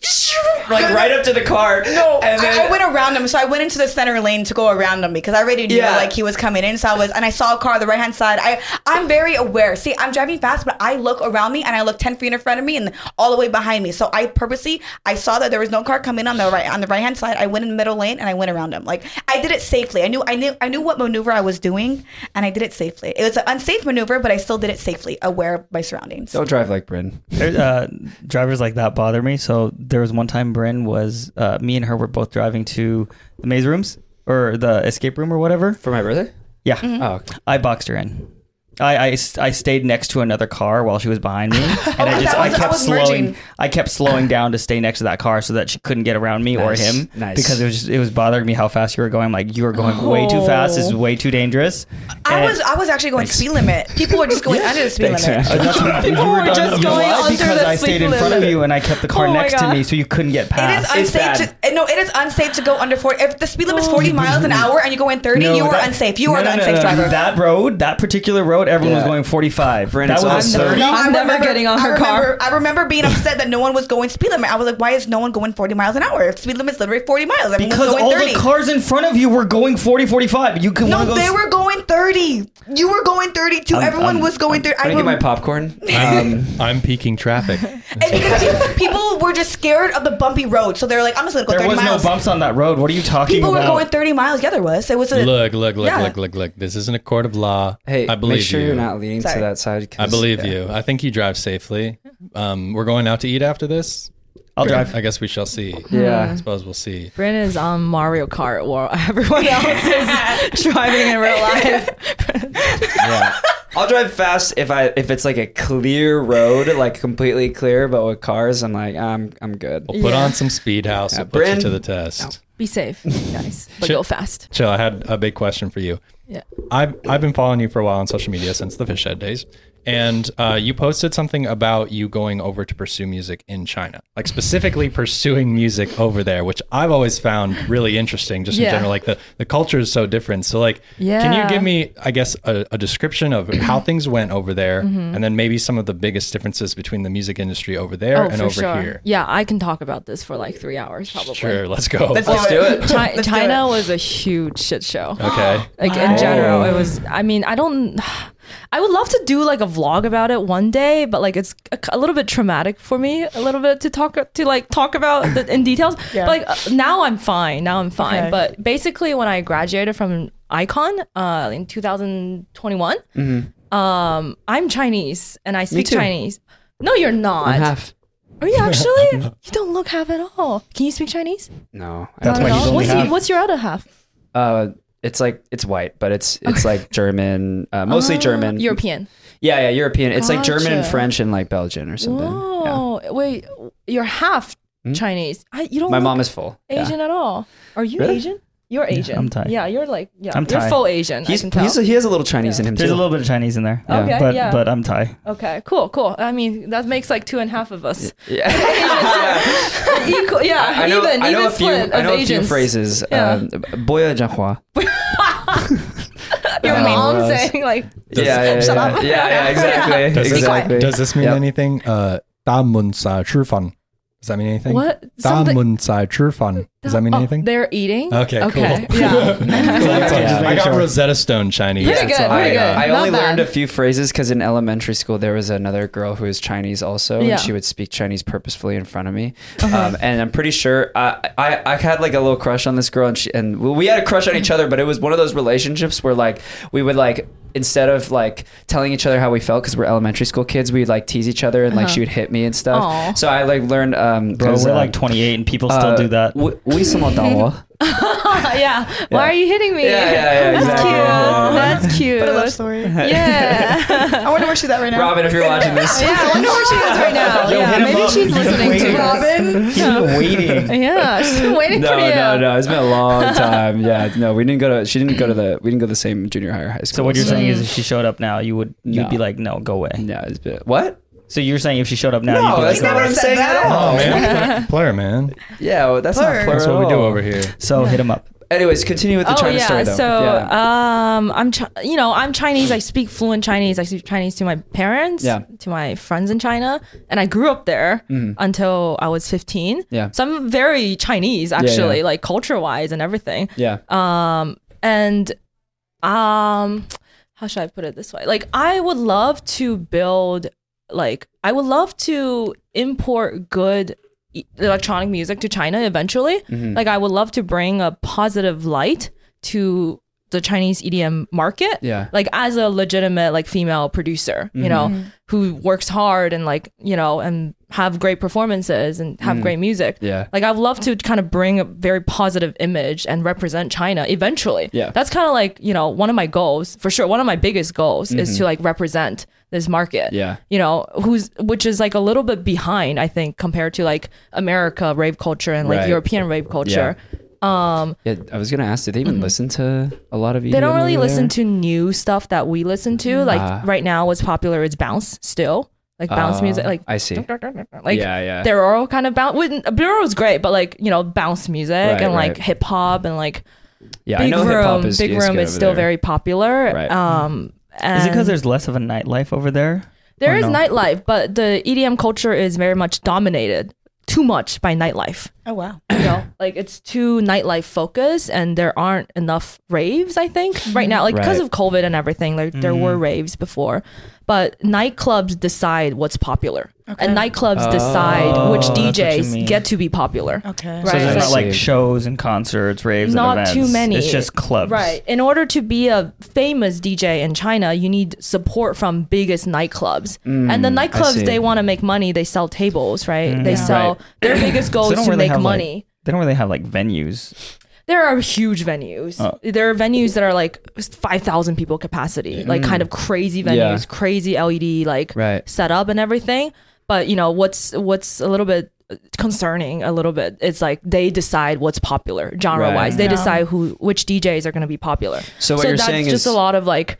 like right up to the car. No, and I, I went around him, so I went into the center lane to go around him because I already knew Yeah. like he was coming in. So I was, and I saw a car on the right hand side. I, I'm very aware. See, I'm driving fast, but I look around me and I look ten feet in front of me and all the way behind me. So I purposely, I saw that there was no car coming on the right on the right hand side. I went in the middle lane and I went around him. Like I did it safely. I knew, I knew, I knew what maneuver I was doing, and I did it safely. It was an unsafe maneuver, but I still did it safely, aware of my surroundings. Don't drive like Bryn. There's, uh, drivers like that bother me. So there was one time Bryn was, uh, me and her were both driving to the maze rooms or the escape room or whatever. For my birthday? Yeah. Mm-hmm. Oh, okay. I boxed her in. I, I, s- I stayed next to another car while she was behind me, and I just Oh, that I was- I kept was slowing. merging. I kept slowing down to stay next to that car so that she couldn't get around me Nice. or him Nice. because it was just, it was bothering me how fast you were going. I'm like you were going way too fast. This is way too dangerous. Oh. I And- was, I was actually going Thanks. speed limit. People were just going under the speed Thanks, limit. man. Uh, that's what- People you were done- just you going lied under because the I stayed speed in front of limit. you and I kept the car Oh my next to God. me so you couldn't get It is past. It's unsafe to and no. It is unsafe to go under forty. If the speed limit's forty miles an hour and you go in thirty, you are that- unsafe. You no, are the no, no, unsafe no. driver. That road, that particular road, everyone was Yeah. going 45. Brandon, that it's was all a 30. No, I'm never getting on her I remember, car. I remember being upset that no one was going speed limit. I was like, why is no one going forty miles an hour? If speed limit's literally forty miles, everyone's Because going all thirty. the cars in front of you were going 40, 45. You can no, one of those- they were going thirty. You were going thirty too. Everyone I'm- was going thirty. I'm I gonna get my remember- popcorn. I'm, I'm peaking traffic. and because people- people were just scared of the bumpy road, so they're like, I'm just gonna go There thirty was miles. no bumps on that road. What are you talking people were about? going thirty miles. Yeah, there was. It was a Look, look, look, Yeah. look, look, look. This isn't a court of law. Hey, I believe make sure you. are not leaning to Sorry. that side. I 'cause- believe yeah. you. I think you drive safely. Um, we're going out to eat after this. I'll drive. I guess we shall see. Yeah. I suppose we'll see. Brandon is on Mario Kart while everyone else is driving in real life. Yeah. I'll drive fast if I if it's like a clear road, like completely clear. But with cars, I'm like I'm I'm good. We'll put Yeah. on some speed house. Yeah, it puts Bryn- you to the test. Be safe, guys, but Sure. go fast. Chill. I had a big question for you. Yeah. I've I've been following you for a while on social media since the fish head days, and uh, you posted something about you going over to pursue music in China, like specifically pursuing music over there, which I've always found really interesting. Just in Yeah. general, like the the culture is so different. So like, can you Yeah. give me, I guess, a, a description of how things went over there, Mm-hmm. and then maybe some of the biggest differences between the music industry over there and over here? Oh, Yeah, I can talk about this for like three hours probably. Sure, let's go. Let's Let's do it. Chi- Let's do China it. was a huge shit show. okay. Like in general, it Oh. was. I mean, I don't. I would love to do like a vlog about it one day, but like it's a, a little bit traumatic for me, a little bit to talk to like talk about the, in details. But like uh, now I'm fine. Now I'm fine. Okay. But basically, when I graduated from Icon uh, in 2021, um, I'm Chinese and I speak Mm-hmm. too. Chinese. No, you're not. I'm half. Are you actually? you don't look half at all. Can you speak Chinese? No, I don't Not at why he's all. only What's, your- half. what's your other half? Uh, it's like it's white, but it's it's like German, uh, mostly German. European. Yeah, yeah, European. It's like German and Gotcha. French and like Belgian or something. Yeah. Hmm? Whoa! Wait, you're half Chinese. I, you don't. My look mom is full. Yeah. Asian at all. Are you Really? Asian? You're Asian. I'm Thai. Yeah, you're like yeah. I'm you're Thai. full Asian. He's, I can tell. he's he has a little Chinese in him There's too. a little bit of Chinese in there. Yeah. Okay, but yeah. but I'm Thai. okay, cool, cool. I mean, that makes like two and a half of us. yeah. Equal, yeah, I know, even, I know even a few, split I of know a few Asians. phrases. Yeah. Um, boya jianghua. Your Oh, mom gross. saying like, Yeah, yeah, yeah, shut yeah. up. yeah, yeah, exactly, Does this, exactly. does this mean Yep. anything? Uh, 大门在吃饭. Does that mean anything? What? Something- 大门在吃饭. Does that mean Oh, anything? They're eating. Okay, okay. cool. Yeah. That's all. Yeah. I got Rosetta Stone Chinese. Pretty That's good, all pretty I got. good. I Not only bad. learned a few phrases because in elementary school there was another girl who was Chinese also, Yeah. Uh-huh. and she would speak Chinese purposefully in front of me. Um, and I'm pretty sure I, I I had like a little crush on this girl, and she and well, we had a crush on each other, but it was one of those relationships where like we would like instead of like telling each other how we felt because we're elementary school kids, we'd like tease each other and like she would hit me and stuff. Uh-huh. Aw. So I like learned um, Bro, 'cause, we're uh, like 28 and people uh, still do that. w- 为什么打我? yeah. Why are you hitting me? Yeah, yeah, yeah, That's exactly. Yeah. cute. What a love That's cute. story. Yeah. I wonder where she's at right now. Robin, if you're watching this, Yeah, I wonder where she is right now. Yo, hit yeah, him maybe up. she's He's listening to waiting. us. Robin. waiting. Yeah, she's been waiting no, for you. no, no. It's been a long time. Yeah, no, we didn't go to. She didn't go to the. We didn't go to the same junior high or high school. So what you're saying is, if Mm. she showed up now, you would you'd No. be like, no, go away. Yeah, it's been what? So you're saying if she showed up now, No, you'd be that's like, not go what away. I'm said saying that. at all. Oh man, player man. Yeah, well, that's Blur. not plural. That's what we at do all. over here. So hit him up. Anyways, continue with the China story though. Oh, So yeah. um, I'm chi- you know I'm Chinese. I speak fluent Chinese. I speak Chinese to my parents, Yeah. to my friends in China, and I grew up there Mm-hmm. until I was 15. Yeah. so I'm very Chinese actually, yeah. like culture wise and everything. yeah. Um, and um, how should I put it this way? Like I would love to build like I would love to import good e- electronic music to China eventually. Like I would love to bring a positive light to the Chinese EDM market. Yeah. Like as a legitimate like female producer, Mm-hmm. you know, who works hard and like, you know, and have great performances and have great music. Mm. Yeah. Like I'd love to kind of bring a very positive image and represent China eventually. Yeah. That's kind of like, you know, one of my goals, for sure, one of my biggest goals is to like represent this market Mm-hmm. Yeah. you know, who's which is like a little bit behind, I think, compared to like America rave culture and like Right. European rave culture. Um, yeah. I was gonna ask, did they even listen to a lot of? Mm-hmm. E they don't really listen to new stuff that we listen to. Like Ah. right now, what's popular is bounce still, like bounce music, like Uh, I see. like Ah. yeah, yeah. they're all kind of bounce. Bureau's great, but like you know, bounce music Right, and like right. hip hop and like yeah, I big know hip hop room. is big is room good is over still there. very popular. Right. Um, Is it because and- there's less of a nightlife over there? There Or is no? E nightlife, but the EDM culture is very much dominated too much by nightlife. Oh wow. you know like it's too nightlife focused and there aren't enough raves i think Mm-hmm. right now like because Right. of covid and everything like there were Mm-hmm. raves before but nightclubs decide what's popular and nightclubs decide which Oh, that's what you djs mean. get to be popular Okay. right So there's I not like see. shows and concerts, raves, Not and events. too many. It's just clubs. Right. In order to be a famous DJ in China, you need support from biggest nightclubs. Mm, and the see. nightclubs, they want to make money. They sell tables, right? They sell Right. their biggest So goal they is don't to really make have money. Like, they don't really have like venues. there are huge venues. Oh. There are venues that are like 5,000 people capacity, like Mm. kind of crazy venues, Yeah. crazy LED like Right. setup and everything. But you know what's what's a little bit concerning a little bit. It's like they decide what's popular genre wise. Right. They decide who which DJs are going to be popular. So what you're that's saying is- just a lot of like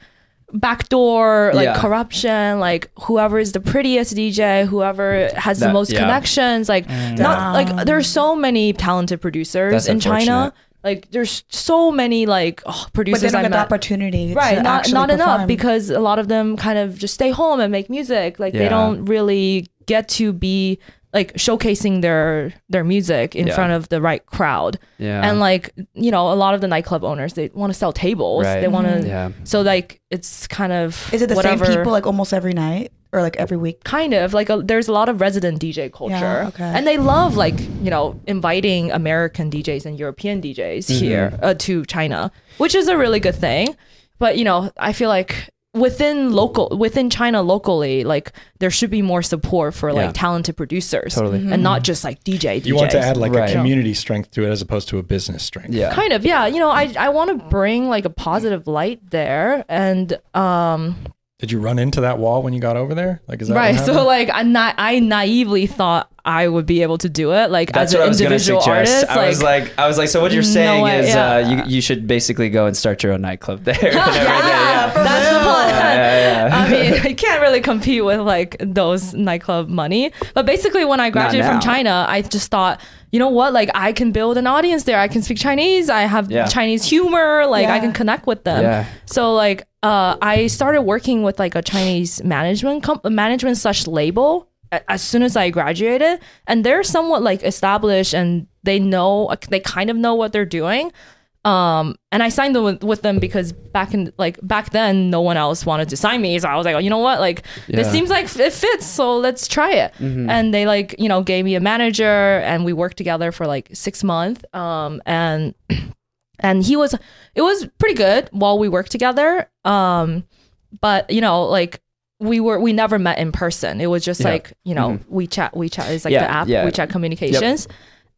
backdoor like Yeah. corruption like whoever is the prettiest dj whoever has the That- most yeah. connections like Mm. not like there's so many talented producers That's in China. unfortunate. Like there's so many like oh, But producers they don't I get the met. opportunity. Right, to not actually not perform. enough because a lot of them kind of just stay home and make music. Like they Yeah. don't really get to be like showcasing their their music in Yeah. front of the right crowd. Yeah. And like, you know, a lot of the nightclub owners they want to sell tables. Right. They want to Yeah. So like it's kind of is it the whatever, same people like almost every night or like every week? kind of like a, there's a lot of resident DJ culture, okay. and they love like you know inviting American DJs and European DJs Mm-hmm. here uh, to China, which is a really good thing. But you know, I feel like within local within China locally, like there should be more support for like Yeah. talented producers, Mm-hmm. Totally. and not Mm-hmm. just like DJ. You want to DJs. add like Right. a community strength to it as opposed to a business strength. Yeah. kind of yeah you know i i want to bring like a positive light there and um Did you run into that wall when you got over there? Like, is that what right so happened? like i na- i naively thought i would be able to do it like That's as what an I was going to individual suggest. artist I was like, I was like, so what you're No saying way, is, yeah. uh, you you should basically go and start your own nightclub there. and everything. yeah. that's the plan yeah, yeah. I mean, I can't really compete with like those nightclub money. But basically, when I graduated now. from China, I just thought, you know what? Like, I can build an audience there. I can speak Chinese. I have Yeah. Chinese humor. Like, I Yeah. can connect with them. Yeah. So, like, uh, I started working with like a Chinese management comp- management slash label a- as soon as I graduated, and they're somewhat like established and they know they kind of know what they're doing um and i signed them with, with them because back in like back then no one else wanted to sign me so i was like oh, you know what like this Yeah. seems like it fits so let's try it and they like you know gave me a manager and we worked together for like six months um and and he was it was pretty good while we worked together um but you know like we were we never met in person it was just Yeah. Mm-hmm. like you know wechat wechat is like Yeah, the app yeah. wechat communications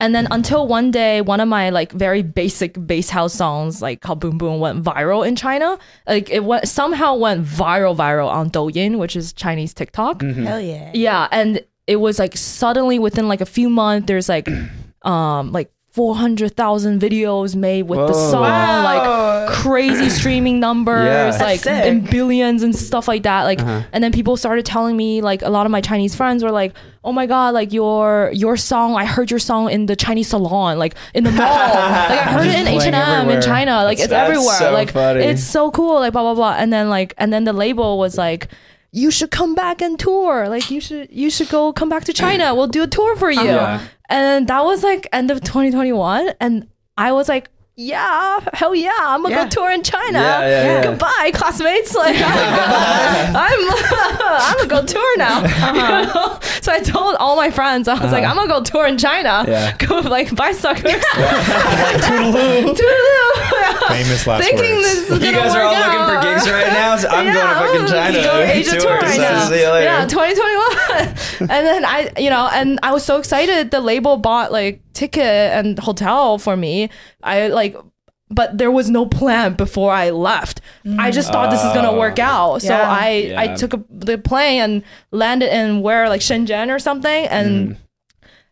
and then until one day one of my like very basic bass house songs like called boom boom went viral in china like it went somehow went viral viral on douyin which is chinese tiktok Mm-hmm. Hell yeah. yeah, and it was like suddenly within like a few months, there's like, um, like four hundred thousand videos made with the Whoa. song, Wow. like crazy streaming numbers, Yeah. Uh-huh. That's like sick. in billions and stuff like that. Like, and then people started telling me, like, a lot of my Chinese friends were like, "Oh my god, like your your song, I heard your song in the Chinese salon, like in the mall, like I heard it in H playing and M in everywhere. China, like That's- it's that's everywhere, so like funny. it's so cool, like blah blah blah. And then like and then the label was like, you should come back and tour. Like you should you should go come back to China. We'll do a tour for you. Yeah. And that was like end of 2021, and I was like. Yeah, hell yeah! I'm gonna Yeah. go tour in China. Yeah, yeah, yeah. Goodbye, classmates. Like, I'm, I'm gonna go tour now. You know? Uh-huh. So I told all my friends, I was like, I'm gonna go tour in China. Yeah. Go like, bye, suckers. Toodaloo, toodaloo. famous last Thinking words. this is gonna You guys are work all out. looking for gigs right now. So I'm going to fucking China. Go to Asia Tour, tour right so now. See you later. Yeah, 2021. and then I, you know, and I was so excited. The label bought like ticket and hotel for me. I like, but there was no plan before I left. I just thought this is gonna work out. So Yeah. I, I Oh. Yeah. took a, the plane and landed in where like Shenzhen or something, Mm. and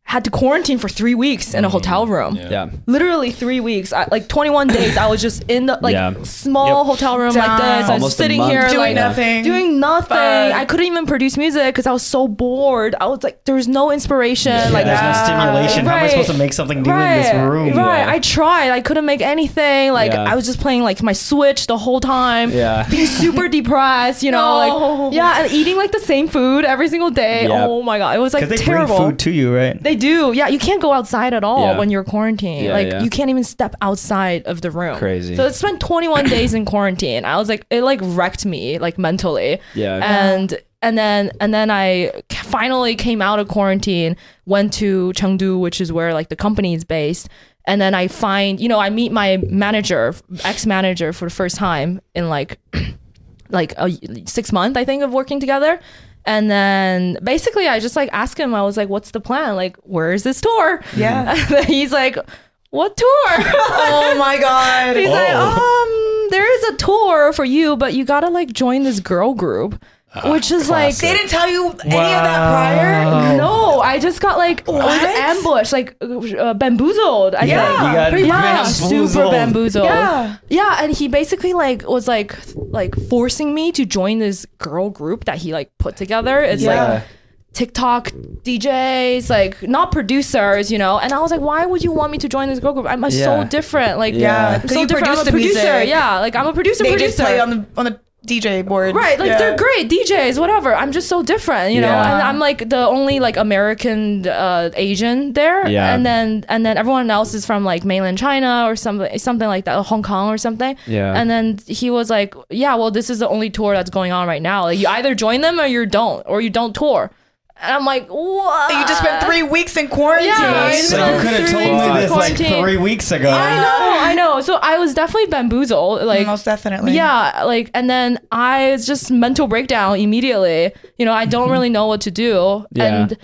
had to quarantine for three weeks in a hotel room Mm-hmm. yeah. literally three weeks, I, like 21 days, I was just in the like Yeah. small hotel room like this. I was Almost a sitting month. here Doing like, nothing. doing nothing. Fuck. I couldn't even produce music because I was so bored. I was like, there was no inspiration. like, "Ah, there's no stimulation. How am I Right. supposed to make something new in this room? Right. Yeah. I tried. I couldn't make anything. Like Yeah. I was just playing like my Switch the whole time. Yeah. Being super depressed, you know, No. like yeah, and eating like the same food every single day. Yep. Oh my god. It was like Because they terrible. bring food to you, right? They do. Yeah, you can't go outside at all Yeah. when you're quarantined. Yeah, like yeah. you can't even step outside of the room. Crazy. So I spent 21 days in quarantine. I was like, it like wrecked me like mentally. Yeah. And and then and then I c- finally came out of quarantine, went to Chengdu, which is where like the company is based. And then I find, you know, I meet my manager, ex manager, for the first time in like like a six month I think of working together. And then basically I just like asked him, I was like, what's the plan? Like, where is this tour? Yeah. And then he's like, what tour? oh my god. he's like, um, there is a tour for you, but you gotta like join this girl group. Ah, Which is like They didn't tell you any of that prior. no, I just got like I was What? ambushed, like uh, bamboozled. I Yeah, think. you got pretty much. bamboozled. super bamboozled. Yeah. yeah, and he basically like was like like forcing me to join this girl group that he like put together. It's Yeah. like TikTok DJs, like not producers, you know. And I was like, why would you want me to join this girl group? I'm uh, Yeah. so different. Like, Yeah. I'm 'Cause so you different. produce I'm a the music. producer. Yeah, like I'm a producer. They producer. just play on the on the DJ board. Right, like Yeah. they're great DJs, whatever. I'm just so different, you know. Yeah. And I'm like the only like American uh, Asian there, Yeah. and then and then everyone else is from like mainland China or something, something like that, or Hong Kong or something. Yeah. And then he was like, "Yeah, well, this is the only tour that's going on right now. Like, you either join them or you don't, or you don't tour." And I'm like, "What? You just spent three weeks in quarantine. Yeah, I So spent you could have three told weeks in me this like quarantine. three weeks ago. I know, I know. So I was definitely bamboozled. Like, Most definitely. yeah, like, and then I it's just mental breakdown immediately. You know, I don't really know what to do, Mm-hmm. Yeah. and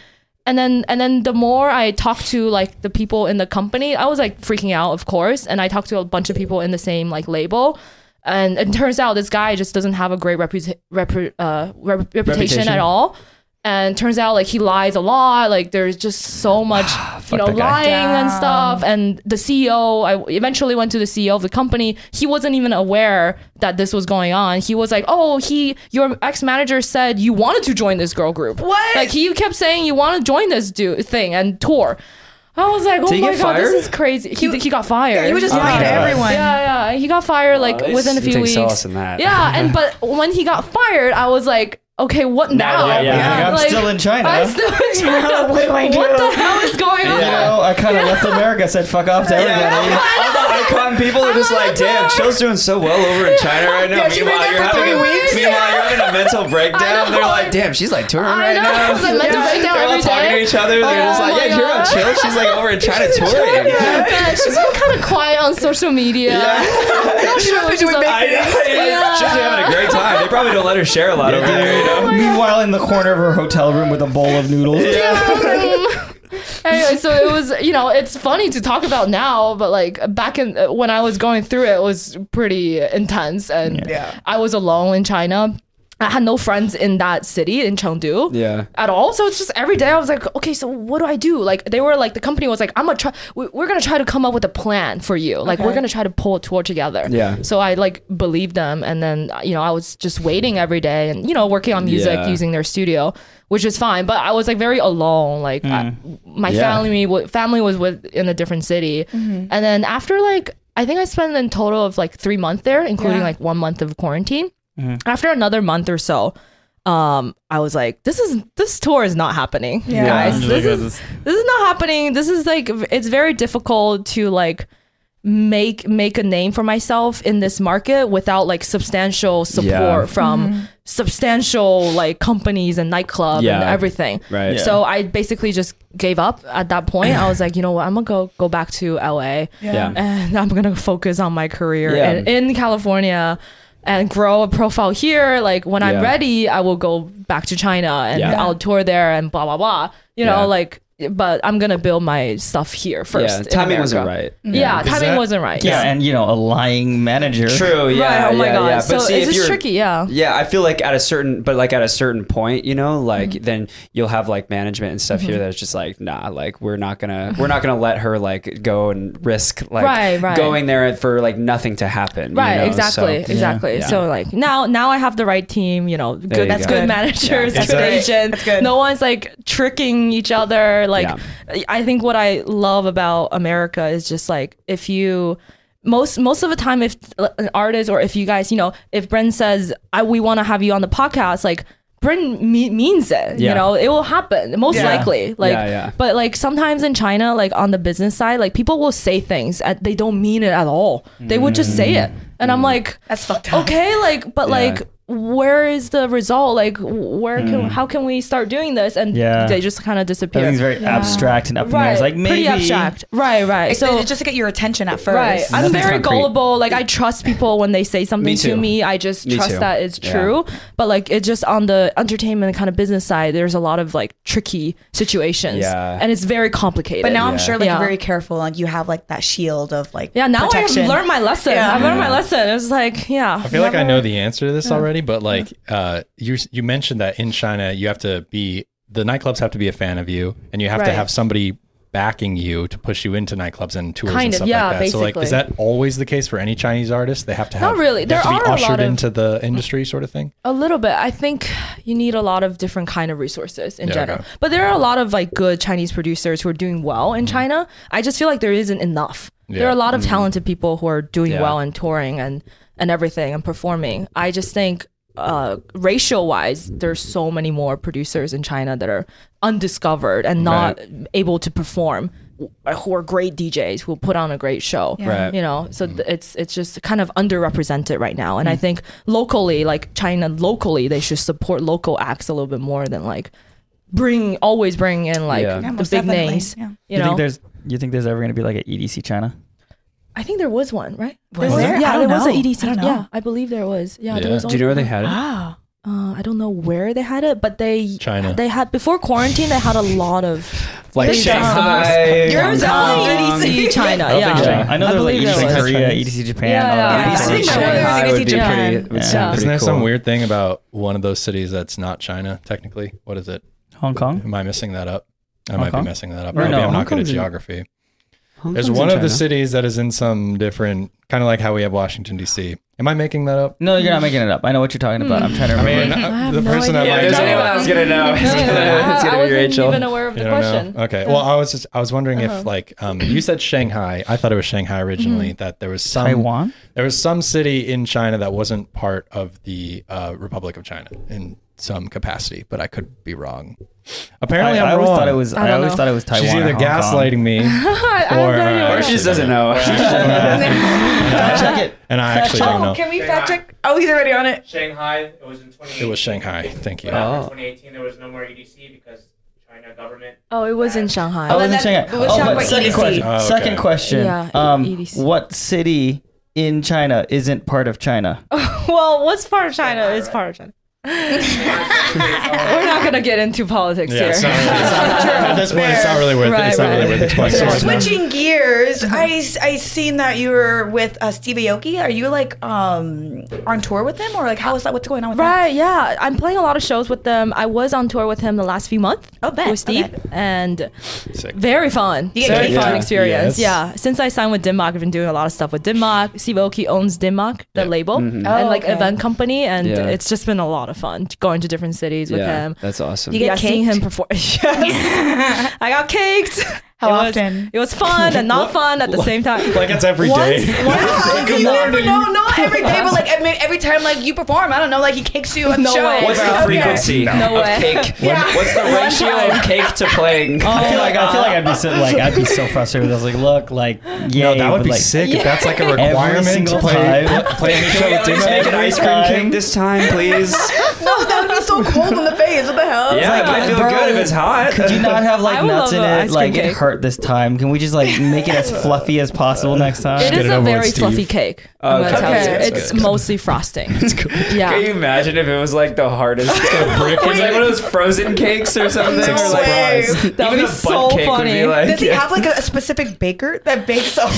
and then and then the more I talked to like the people in the company, I was like freaking out, of course. And I talked to a bunch of people in the same like label, and it turns out this guy just doesn't have a great reputa- repu- uh, rep- reputation Reputation. at all. And turns out like he lies a lot. Like there's just so much, you know, that Ah, guy. lying and stuff. And the CEO, I eventually went to the CEO of the company. He wasn't even aware that this was going on. He was like, "Oh, he, your ex manager said you wanted to join this girl group. What? Like he kept saying you want to join this do thing and tour." I was like, "Oh he my get god, fired? this is crazy." He, he got fired. Yeah, you were just Oh my lying to God. everyone. Yeah, yeah. He got fired like at least within you a few take weeks. solace in that. Yeah, and but when he got fired, I was like, okay, what now? yeah, yeah. Like, I'm still in China. I'm still in China. What do I do? the hell is going on? You know, I kind of left America, said fuck off to everybody. All the icon people are just like, damn, Chill's doing so well over in China right now. Yeah, she been meanwhile, there you're for having three a, weeks. meanwhile, you're having a mental breakdown. know. They're like, damn, she's like touring I right know. now. It's like mental breakdown They're all every talking day. to each other. They're just Oh like, my yeah, you hear about God. Chill? She's like over in China touring. Yeah, she's been kind of quiet on social media. Not sure She's what she's doing up- I know. Yeah. She's having a great time. They probably don't let her share a lot over there. You know? Meanwhile, in the corner of her hotel room with a bowl of noodles. anyway, so it was, you know, it's funny to talk about now, but like back in uh, when I was going through it, it was pretty intense, and Yeah. I was alone in China. I had no friends in that city in Chengdu. Yeah. At all. So it's just every day I was like, okay, so what do I do? Like they were like the company was like, I'm gonna try we- we're gonna try to come up with a plan for you. Like we're gonna try to pull a tour together. Yeah. So I like believed them and then you know, I was just waiting every day and you know, working on music Yeah. using their studio, which is fine. But I was like very alone. Like I, my Yeah. family wa- family was with in a different city, and then after like I think I spent in total of like three months there, including Yeah. like one month of quarantine. After another month or so. Um, I was like, this is this tour is not happening, Yeah. guys. Yeah. This is this is not happening. This is like v- it's very difficult to like make make a name for myself in this market without like substantial support Yeah. from substantial like companies and nightclub and Yeah. everything. Right. So I basically just gave up at that point. I was like, you know what, I'm gonna go go back to LA Yeah. and I'm gonna focus on my career Yeah. and in California and grow a profile here. Like when I'm Yeah. ready, I will go back to China and Yeah. I'll tour there and blah blah blah. You Yeah. know, like but I'm gonna build my stuff here first. Yeah, in timing wasn't America. right. Yeah, Is timing that- wasn't right. Yeah, and you know, a lying manager. True. Yeah. right. Oh my yeah, god. Yeah. But So see, if it's you're, just tricky. Yeah. Yeah, I feel like at a certain, but like at a certain point, you know, like then you'll have like management and stuff here that's just like, nah, like we're not gonna, we're not gonna let her like go and risk like Right, right. going there for like nothing to happen. Right, you know? exactly, So, exactly. Yeah. So like now, now I have the right team. You know, you good, That's go. good good. managers, Yeah. good That's good. agent. That's good. No one's like tricking each other. Like, I think what I love about America is just like if you. Most most of the time, uh, if an artist or if you guys, you know, if Bren says I, we want to have you on the podcast, like Britain me- means it. Yeah. You know, it will happen most Yeah. likely. Like, Yeah, yeah. but like sometimes in China, like on the business side, like people will say things and they don't mean it at all. They would just say it, and Mm. I'm like, That's fucked up. okay, like, but Yeah. like. Where is the result? Like, where can how can we start doing this? And Mm. Yeah. they just kind of disappear. Everything's very abstract and up in there. It's like maybe pretty abstract. Right, right. It's, so it's just to get your attention at first. Right. I'm Nothing's very concrete. gullible. Like I trust people when they say something Me to too. me. I just Me trust too. that it's Yeah. true. But like it's just on the entertainment kind of business side, there's a lot of like tricky situations. Yeah. And it's very complicated. But now I'm Yeah. sure like Yeah. very careful. Like you have like that shield of like yeah, now I protection. have learned my lesson. Yeah. I've learned my lesson. It was like, yeah. I feel like I know the answer to this already, but like uh, you you mentioned that in China you have to be the nightclubs have to be a fan of you, and you have to Right. have somebody backing you to push you into nightclubs and tours Kind and of, stuff yeah, like that. So like, is that basically. always the case for any Chinese artist? They have to have Not really. they have There to be are a lot ushered of- into the industry, sort of thing. A little bit. I think you need a lot of different kind of resources in Yeah, general. okay. But there are a lot of like good Chinese producers who are doing well in China. I just feel like there isn't enough. There Mm-hmm. Yeah. are a Mm-hmm. lot of talented people who are doing Yeah. well and touring and and everything and performing. I just think uh racial wise there's so many more producers in China that are undiscovered and not able to perform uh, who are great DJs who put on a great show Right. Mm. you know so th- it's it's just kind of underrepresented right now and i think locally like china locally they should support local acts a little bit more than like bring always bring in like Yeah. Yeah, the big most definitely, names yeah. you, You know think there's you think there's ever gonna be like an EDC China? i think there was one right Was There's- there? yeah I don't there was an know. edc I don't know. yeah i believe there was yeah, there Yeah. was Do you know where they had it? ah uh, I don't know where they had it, but they China. They had before quarantine. They had a lot of Like big Shanghai, festivals. There's Hong Kong. definitely EDC E China. I don't yeah, think China. I know there's like believe EDC there was. Korea, Chinese. EDC Japan. Yeah, all that. yeah. Yeah, I think there was Shanghai an would be EDC Japan. pretty. Would Yeah. sound Isn't pretty there cool. some weird thing about one of those cities that's not China technically? What is it? Hong Kong. Am I missing that up? I Hong might Kong? be messing that up. Or Maybe no, I'm Hong not good at Kong's in- geography. Hong There's Kong's one in of the China. cities that is in some different kind of like how we have Washington D.C. Am I making that up? No, you're not making it up. I know what you're talking about. I'm trying to I remember. mean, I have the no person that idea. Yeah, might if there's know- anyone I was gonna know. It's No, no, no, gonna, it's I- I gonna be wasn't Rachel. even aware of the You don't know? question. Uh-huh. Okay. Well, I was just I was wondering if like um, you said Shanghai. I thought it was Shanghai originally. Mm-hmm. That there was some Taiwan? There was some city in China that wasn't part of the uh, Republic of China in some capacity, but I could be wrong. Apparently, I, I I, am always wrong. thought it was. I I, don't always know. thought it was Taiwan. She's or either Hong Kong. gaslighting me, or, uh, Or she just doesn't know. Fact check it. and I actually don't Oh, know. can we fact check? Oh, he's already on it. Shanghai, it was in 2018. It was Shanghai. Thank you. But after Oh. 2018, there was no more EDC because China government. Oh, it was in Shanghai. I Oh, was in that- Shanghai. we were Oh, talking but about second EDC. question. Oh, okay. Second question. E Yeah, E um, EDC. what city in China isn't part of China? well, what's part of China is part of China. We're not gonna get into politics Yeah, it's here. not really, it's not- at this point, it's not really worth it. It's Right, not really right. worth explaining. So switching gears, Mm-hmm. I I seen that you were with uh, Steve Aoki. Are you like um on tour with him or like how is that? What's going on with that? Right, yeah. I'm playing a lot of shows with them. I was on tour with him the last few months Oh, bet. with Steve, Okay. and Sick. very fun. You get very kicked fun out. Yes. experience. Yeah. Since I signed with Denmark, I've been doing a lot of stuff with Denmark. Steve Aoki owns Denmark, the Yeah. label, Oh, and like okay. event company, and Yeah. it's just been a lot of fun going to different cities with Yeah, him. that's awesome. You get yeah, seeing caked? him perform. Yes. I got caked. How It was- often? it was fun and not fun at the same time. Like it's every day. Wow, you never know, not every day, but like I mean, every time like you perform, I don't know, like he kicks you on the No show. way. What's Okay. the frequency No of way. cake? Yeah. What's the ratio of cake to playing? I feel like I feel like I'd be so like I'd be so frustrated. I was like, look, like yeah, No, that would be like, sick if that's like a Every requirement single to play, time. play a show with Can we Dima make an every ice cream time? cake this time, please? No, that would be so cold in the face. What the hell? yeah, like, I feel bro, good if it's hot. Could you not have I like would nuts love in a ice it? cream Like it cake. hurt this time. Can we just like make it as fluffy as possible next time? It get is it a over with, very Steve. fluffy cake. I'm Okay. gonna tell Okay. you. That's It's mostly frosting. Yeah. Can you imagine if it was like the hardest? brick. it's like one of those frozen cakes or something. No or like, way. Even That would be the butt so cake would funny. be like, Does he have like a, a specific baker that bakes all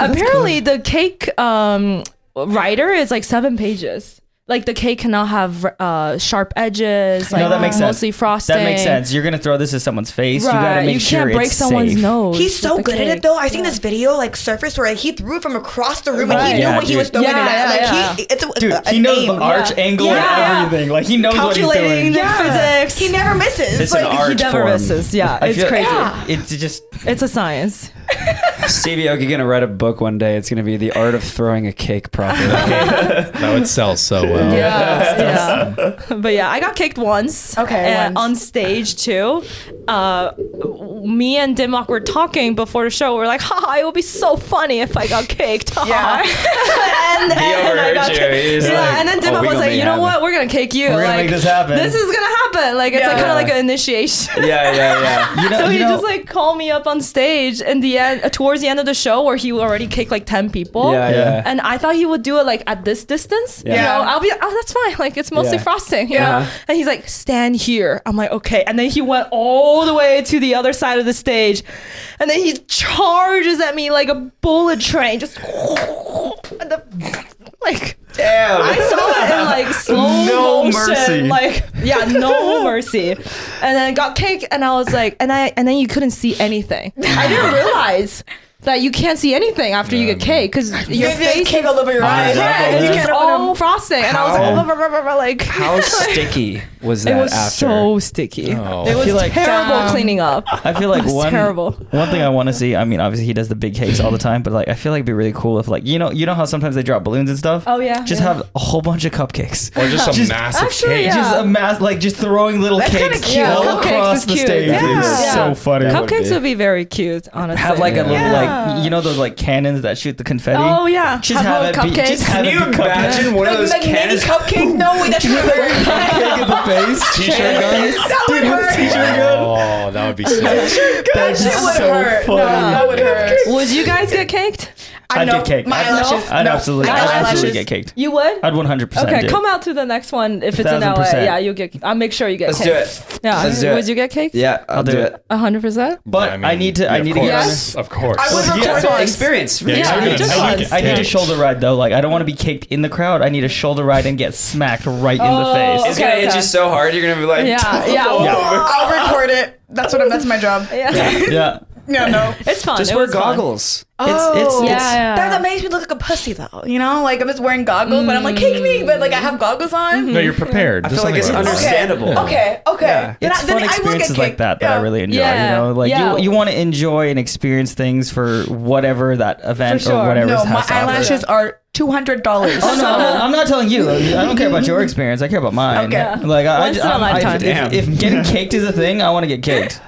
Apparently, the cake um, writer is like seven pages. Like the cake cannot have uh, sharp edges. Like no, that makes sense. Mostly frosting. That makes sense. You're gonna throw this at someone's face. Right. You gotta make you sure can't it's break someone's safe. nose. He's so with the good at it cake. though. I seen this video like surface where like, he threw it from across the room and Right. he knew Yeah, what he dude. was throwing Yeah, it at. yeah, Like he, it's a, Dude, a, he an knows aim. the arch angle Yeah. and everything. Like he knows what he's Calculating doing. the Yeah. physics. He never misses. It's like an art He never form. misses. Yeah, I it's feel- crazy. It's just It's a science. Stevie Aoki gonna write a book one day. It's gonna be the art of throwing a cake properly. That would sell so well. yeah, yeah. But yeah, I got kicked once. Okay, uh, once. on stage too. Uh, me and Dimlock were talking before the show. We're like, "Ha! It would be so funny if I got kicked." Ha, ha, Yeah. ha. and, He and I overheard got you. kicked. He's Yeah, like, and then "Oh, Dimlock we was gonna like, make "You it know happen." what? We're gonna kick you. We're gonna like, make this happen." This is gonna happen. Like it's Yeah. like kind of like an initiation." yeah, yeah, yeah. You know, So you he know, just like called me up on stage in the end, uh, towards the end of the show, where he already kicked like ten people. Yeah, yeah. And I thought he would do it like at this distance. You Yeah. know, I'll be oh that's fine. Like it's mostly Yeah. frosting. You Uh-huh. know. And he's like, stand here. I'm like, okay. And then he went all the way to the other side of the stage, and then he charges at me like a bullet train, just and the, like. Damn. I saw it in like slow No motion, mercy. like yeah, no mercy. And then it got kicked, and I was like, and I and then you couldn't see anything. I didn't realize that you can't see anything after you get caked because Your your face cake all over your eyes. yeah, you it's can't open all them. frosting, and I was How- like, blah, blah, blah, blah, blah, like How sticky was that it was after? so sticky. Oh. It was feel like- terrible Damn. cleaning up. I feel like It's one terrible. one thing I want to see. I mean, obviously he does the big cakes all the time, but like I feel like it'd be really cool if like you know you know how sometimes they drop balloons and stuff. Oh, yeah, just yeah. have a whole bunch of cupcakes. Or just a Just- massive Actually, cake. yeah. Just a mass like just throwing little That's kinda cakes cute. all Cupcakes is across the cute. stage. Yeah. It's Yeah. so funny. That would Cupcakes be- would be very cute, honestly. have like a little Yeah. like you know those like cannons that shoot the confetti. Oh, yeah. just Have have, little it be, cupcakes. just Can have it you be cupcake. imagine one of Like, those like mini cans? cupcake? No way, that's weird. Cupcake in the face, T-shirt guns? That would hurt. Oh, that would be sick. That shit would so hurt. No, funny. that would hurt. Would you guys get caked? I I'd know get caked. My I'd- eyelashes. I'd no, absolutely, my I'd absolutely eyelashes- get caked. You would. I'd one hundred percent. Okay, come out to the next one if it's in LA. 1000%. Yeah, you'll get. I'll make sure you get. Let's do caked. it. Yeah, Let's do would it. you get caked? Yeah, I'll, I'll do, do it. hundred percent. But I, mean, need to. yeah, I of need to course. get. Yes. Of course. I would Well, record yeah, once. An experience. Yeah, Yeah, experience. just I need once. to- I need a Cake. shoulder ride though. Like I don't want to be kicked in the crowd. I need a shoulder ride and get smacked right Oh. in the It's face. gonna Okay, hit okay. you so hard, you're gonna be like, Yeah, yeah. I'll record it. That's what I'm. That's my job. Yeah, Yeah. No, no. it's fun. Just It wear was fun. goggles. It's, it's, Oh, Yeah, it's, yeah. That, that makes me look like a pussy though. You know, like I'm just wearing goggles, but I'm like, kick me, but like I have goggles on. No, you're prepared. I feel like it's understandable. Okay, okay. Yeah. Then it's I- then fun I will get experiences like kicked. that that I Yeah. really enjoy. Yeah. You know, like Yeah. you, you want to enjoy and experience things for whatever that event For sure. or whatever. No, has my to offer. eyelashes are two hundred dollars. Oh no, I'm- I'm not telling you. I don't care about your experience. I care about mine. Okay. Like I, Once I, in a I- lifetime. if, if, if getting caked is a thing, I want to get caked.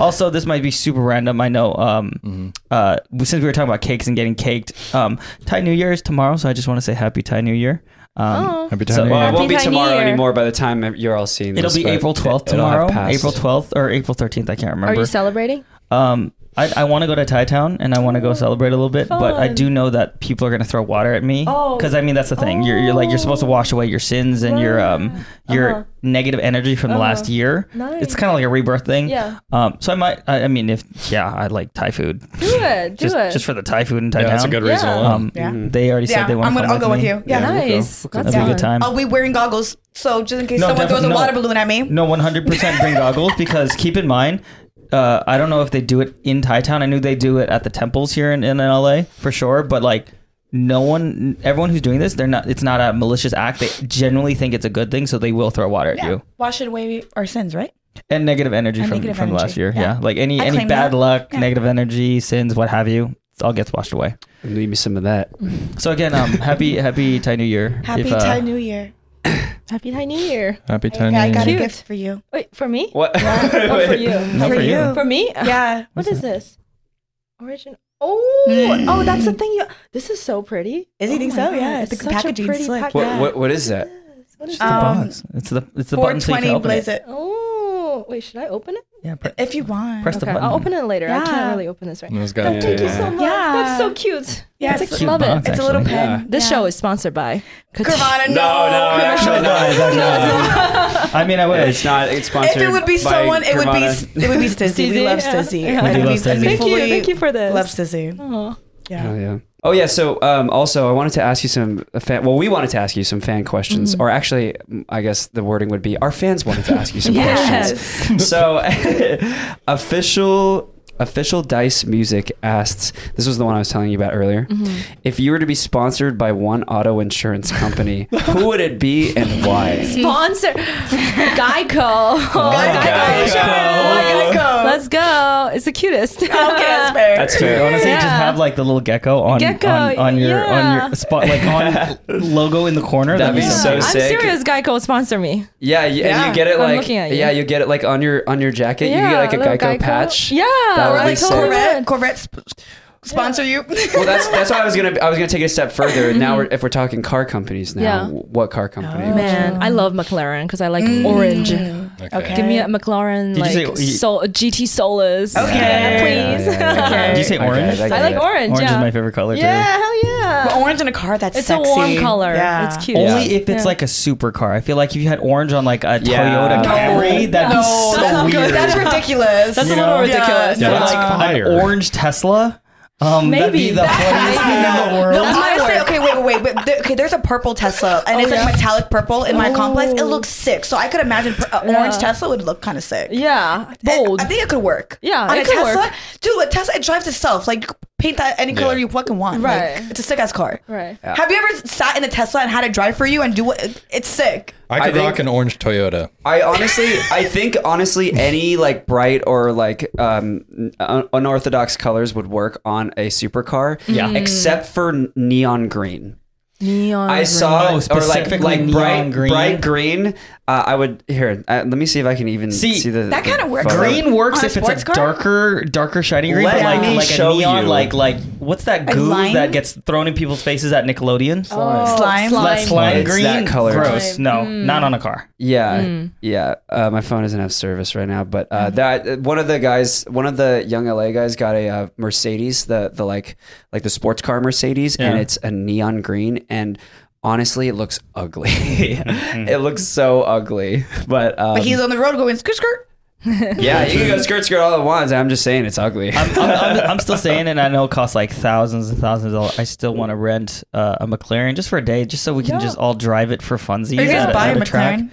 Also, this might be super random. I know. Um, Mm-hmm. uh, since we were talking about cakes and getting caked, um, Thai New Year is tomorrow, so I just want to say Happy Thai New Year. Um, Happy So- time. Well, it Happy won't be Tiny tomorrow Year. anymore by the time you're all seeing It'll this. be but April 12th it'll have tomorrow. passed. April 12th or April 13th. I can't remember. Are you celebrating? Um, I, I want to go to Thai Town and I want Oh, to go celebrate a little bit, but I fun. do know that people are gonna throw water at me. Oh. because I mean that's the thing. You're, you're like you're supposed to wash away your sins and your um your Uh-huh. negative energy from the Uh-huh. last year. Nice. It's kind of like a rebirth thing. Yeah. Um, so I might. I, I mean, if yeah, I like Thai food. Do it. Do just, it. just for the Thai food in Thai yeah, Town. that's a good reason Yeah. alone. Um, Yeah. they already Yeah, said they want I'm to gonna. come I'll go with me. you. Yeah. nice. That's That'd be a good time. I'll be wearing goggles, so just in case No, someone defi- throws a no. water balloon at me. No, 100% bring goggles because keep in mind, uh, I don't know if they do it in Thai Town. I knew they do it at the temples here in, in LA for sure, but like no one, everyone who's doing this, they're not, it's not a malicious act. They genuinely think it's a good thing, so they will throw water at Yeah. you Wash it away our sins, right? and negative energy And from, negative from energy, last year. yeah. Yeah. Like any, I any claim bad that. luck, Yeah. negative energy, sins, what have you, it all gets washed away. Leave me some of that. So again, um, happy, happy Thai New Year. Happy If, uh, Thai New Year. Happy Thai New Year. Happy I, time. I got Cute. a gift for you. Wait for me What? or for you? no, for for, you. you. For me? Yeah. What is this? Origin. Oh, Mm. oh, that's the thing. You. This is so pretty. Is he Oh think my so? God, Yeah, it's the such a packaging's pretty slick. pack- What, yeah. what? What is that? Yes, What is It's the Um, box. It's the, it's the button so you can 420 open blaze it. it. Oh, wait, should I open it? Yeah, pre- If you want. press the Okay, button. I'll open it later. I Yeah. can't really open this right now. Those got Thank you so much. Yeah. That's so cute. Yeah, It's it's a like- cute love it. box, It's a little actually. Yeah. pen. This show is sponsored by Carvana, Uh, no. No, no, actually not. I mean, I It's wish. not. It's sponsored. If it would be by someone, it would be Carvana. it would be Stizzy. We Stizzy, love yeah. Stizzy. Yeah. And We love we- and we Stizzy. Thank you, fully thank you for this. Love Stizzy. Oh, Oh yeah. Oh yeah. So um, also, I wanted to ask you some fan. Well, we wanted to ask you some fan questions, Mm-hmm. or actually, mm, I guess the wording would be our fans wanted to ask you some Yes. questions. So, official official Dice Music asks, this was the one I was telling you about earlier. Mm-hmm. If you were to be sponsored by one auto insurance company, who would it be and why? Sponsor Geico. Geico. Geico. insurance. Geico. Let's go. It's the cutest. Okay, Okay, that's fair. That's Dude, fair. honestly, just Yeah. have like the little gecko on Gecko, on, on your on yeah. your spot, like on logo in the corner. That'd be so I'm sick. serious, Geico, sponsor me. Yeah, you, and Yeah, you get it I'm like looking at you. yeah, you get it like on your on your jacket. you get like a little Geico, patch. Yeah, That would Or be like sick. Corvette, Corvette sp- sponsor you. Well, that's that's why I was gonna I was gonna take it a step further. Now, we're, if we're talking car companies, now Mm-hmm. Yeah. Oh, w- what car company? Man, I love McLaren because I like orange. Okay. Give me a McLaren Did you like say- Sol- GT Solus. Okay. Yeah, please. Did you say I get it, orange? get I like it. orange. Orange yeah. is my favorite color Yeah, too. hell yeah. But orange in a car, that's it's sexy. a warm color. Yeah. It's cute. Only Yeah. if it's like a supercar. I feel like if you had orange on like a Yeah. Toyota Camry, that'd No, be so that's not weird. good. That's ridiculous. That's a little ridiculous. Oh, Yeah. Yeah, Or, that's like fire. an orange Tesla. Um, that'd be Maybe. the That- funniest thing in the world. That's my honestly, word. okay, wait, wait, wait. But there, okay, there's a purple Tesla, Oh, and it's like metallic purple in my complex. It looks sick. So I could imagine pur- uh, orange Tesla would look kind of sick. Yeah. And Bold. I think it could work. Yeah, on it a could Tesla, work. dude, a Tesla it drives itself. Like paint that any color you fucking want. Like, Right. it's a sick ass car. Right. Have you ever sat in a Tesla and had it drive for you and do what? It's sick. I could I think- rock an orange Toyota. I honestly, I think honestly, any like bright or like um, un- unorthodox colors would work on a supercar. Mm. Yeah, except for n- neon green. Neon. I saw Oh, or like specifically like neon bright green. bright green. Uh, I would here. Uh, let me see if I can even see, See, the that the kinda works. photo. Green On works a if it's sports a car? darker, darker shiny green, Let but like me like a show neon, you. like like what's that goo lime? that gets thrown in people's faces at Nickelodeon? Oh, Slime. Oh, slime. Let slime It's green. that color. Gross. Slime. No, not on a car. Yeah, yeah. Uh, my phone doesn't have service right now, but uh, that uh, one of the guys, one of the young LA guys, got a uh, Mercedes, the the like like the sports car Mercedes, and Yeah. it's a neon green, and honestly, it looks ugly. it looks so ugly, but, um, But he's on the road going skirt skirt. yeah, you can go skirt skirt all at once. I'm just saying it's ugly. I'm, I'm, I'm, I'm still saying, and I know it costs like thousands and thousands of dollars. I still want to rent uh, a McLaren just for a day, just so we can just all drive it for funsies. Are you at guys a- buy at a a track. McLaren?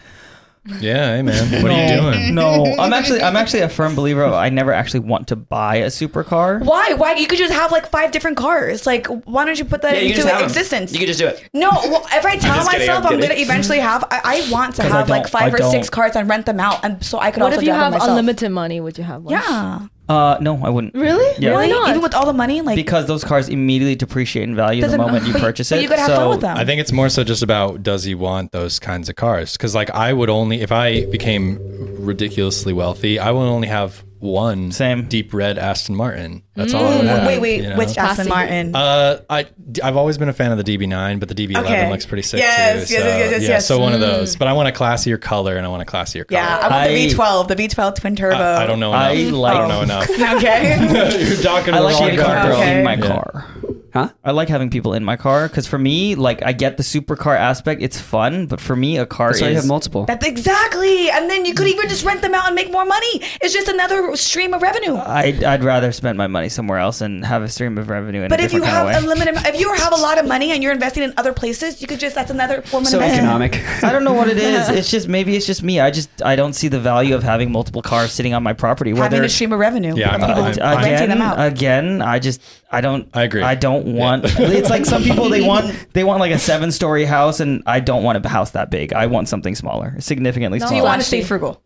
Yeah, hey man, what are you doing? No, I'm actually I'm actually a firm believer. Of, I never actually want to buy a supercar. Why? Why? You could just have like five different cars. Like, why don't you put that Yeah, you can just into have 'em. existence? You can just do it. No, well, if I tell just kidding, myself I'm I'm, gonna kidding. eventually have, I, I want to 'Cause I have like don't- five I or six don't. cars and rent them out, and so I could What also if you drive have them myself. unlimited money? Would you have one? Yeah, Uh, no, I wouldn't. Really? Yeah. Why Like, not? even with all the money, like Because those cars immediately depreciate in value the doesn't- moment you but- purchase but it. you could have so fun with them. I think it's more so just about does he want those kinds of cars? Because like I would only if I became ridiculously wealthy, I would only have one Same. deep red Aston Martin. That's all. I would have, Mm, wait, wait, you know? which Aston Classy. Martin? Uh, I I've always been a fan of the DB9, but the DB11 Okay. looks pretty sick Yes, too. yes, so, yes, yes, yeah, yes. Mm. So one of those, but I want a classier color and I want a classier color. yeah, I want I- the V12, the V12 twin turbo. I, I don't know. Enough. I I, like- don't know enough. Okay. You're talking I to the like wrong having car, people bro. Okay. in my Yeah. car. Huh? I like having people in my car because for me, like I get the supercar aspect; it's fun. But for me, a car So you is have multiple. That's exactly, and then you could even just rent them out and make more money. It's just another stream of revenue. I'd, I'd rather spend my money somewhere else and have a stream of revenue in But a if you different kind have of way. unlimited, if you have a lot of money and you're investing in other places, you could just that's another form of so investment. economic. I don't know what it is. It's just maybe it's just me. I just I don't see the value of having multiple cars sitting on my property. Having whether- a stream of revenue. Yeah, of I'm- people I'm- I'm- renting them out. Again, I just I don't I agree. I don't want it's like some people they want they want like a seven story house and I don't want a house that big. I want something smaller, significantly So smaller. Do you want to Flashy. stay frugal?